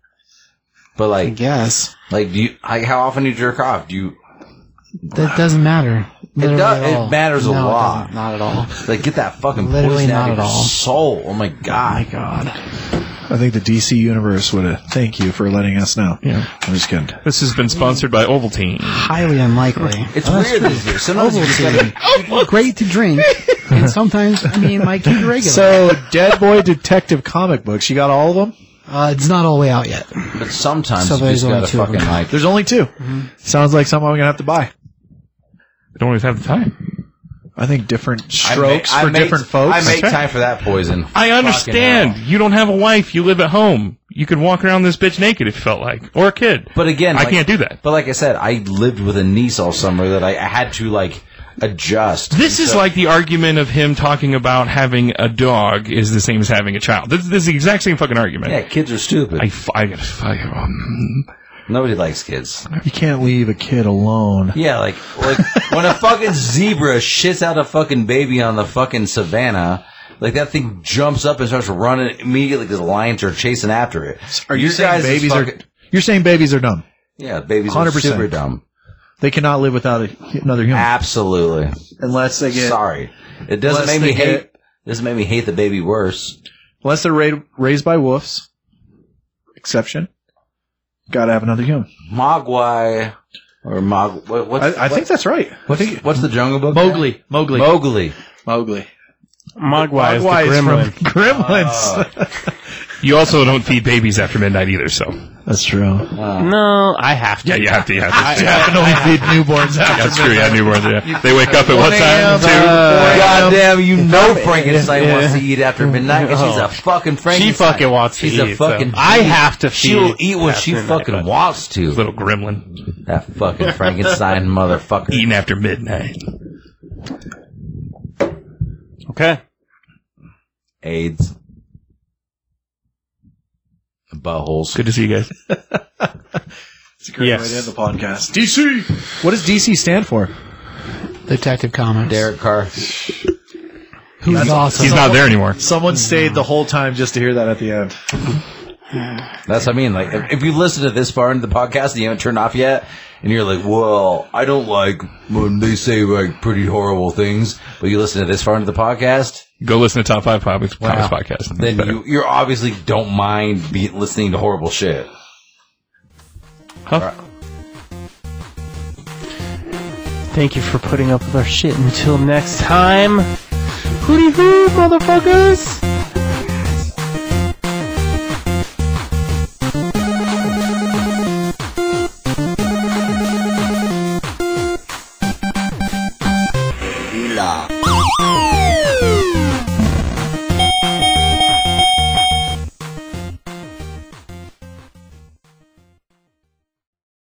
But
I
like,
guess
like, do you like how often do you jerk off? Do you
that doesn't matter. Literally
does-
at
it
all.
matters a
No, it
lot.
doesn't. Not at all.
like get that fucking
Literally
poison out
not
of
at
your
all.
soul? Oh my god!
God.
I think the DC universe would have. Thank you for letting us know.
Yeah.
I'm just kidding.
This has been sponsored by Ovaltine.
*laughs*
*laughs*
Highly unlikely.
It's weird this year. Sometimes you just gotta.
Ovaltine. Great to drink, and sometimes I mean like regular. *laughs*
So, Dead Boy Detective comic books. You got all of them?
uh, it's not all the way out yet.
But sometimes
So
you
there's
just
only
gotta
two of
fucking
them.
like.
There's only 2
Mm-hmm.
Sounds like something I'm gonna have to buy.
Don't always have the time.
I think different
I
strokes
make- I
for
make-
different folks.
I make time for that poison.
I understand. You don't have a wife. You live at home. You could walk around this bitch naked if you felt like, or a kid.
But again,
I
like-
can't do that.
But like I said, I lived with a niece all summer that I, I had to like adjust.
This
And
is
so-
like the argument of him talking about having a dog is the same as having a child. This, this is the exact same fucking argument.
yeah, kids are stupid.
I, f- I, I, um,
Nobody likes kids.
you can't leave a kid alone.
Yeah, like like when a fucking zebra shits out a fucking baby on the fucking savannah, like that thing jumps up and starts running immediately because lions are chasing after it.
Are you
Your
saying
guys'
babies are?
fucking-
You're saying babies are dumb.
Yeah, babies are
100%.
super dumb.
They cannot live without a, another human
Absolutely.
unless they get
Ah, Sorry, it doesn't
Unless
make
they
me
get-
hate. Doesn't make me hate the baby worse.
unless they're ra- raised by wolves. Exception. Got to have another human.
Mogwai or Mog. What, what's,
I, I think that's right. I think
what's the Jungle Book?
Mowgli. Mowgli.
Mowgli.
Mowgli.
Mogwai is the
Mogwai is from
gremlin.
*laughs* Gremlins.
Ah.
you also don't feed babies after midnight either, so.
that's true.
no, I have to.
Yeah, you have to, you have to. yeah.
I
*laughs*
can only feed newborns after
That's true. Yeah, newborns. Yeah. They uh, wake up at what time? Two.
God damn,
*laughs*
you know Frankenstein wants to eat after midnight because she's a fucking
Oh. She
Frankenstein.
fucking wants to
She's
eat.
a fucking.
so I have to feed.
She will eat what she
after
fucking
midnight, but-
wants to.
Little gremlin
That fucking Frankenstein
*laughs*
motherfucker.
eating after midnight.
Okay.
AIDS. Buttholes.
Good to see you guys.
It's a great
Yes.
way to end the podcast. DC. What does DC stand for?
Detective Comics.
Derek Carr.
Who's awesome.
He's not there anymore.
Someone stayed the whole time just to hear that at the end.
That's what I mean. Like, if, if you listen to this far into the podcast and you haven't turned off yet, and you're like, well, I don't like when they say like pretty horrible things, but you listen to this far into the podcast,
Go listen to Top Five Comics, Comics podcast.
then
Better.
you you obviously don't mind be listening to horrible shit.
Huh?
Thank you for putting up with our shit. Until next time, hooty hoo, motherfuckers!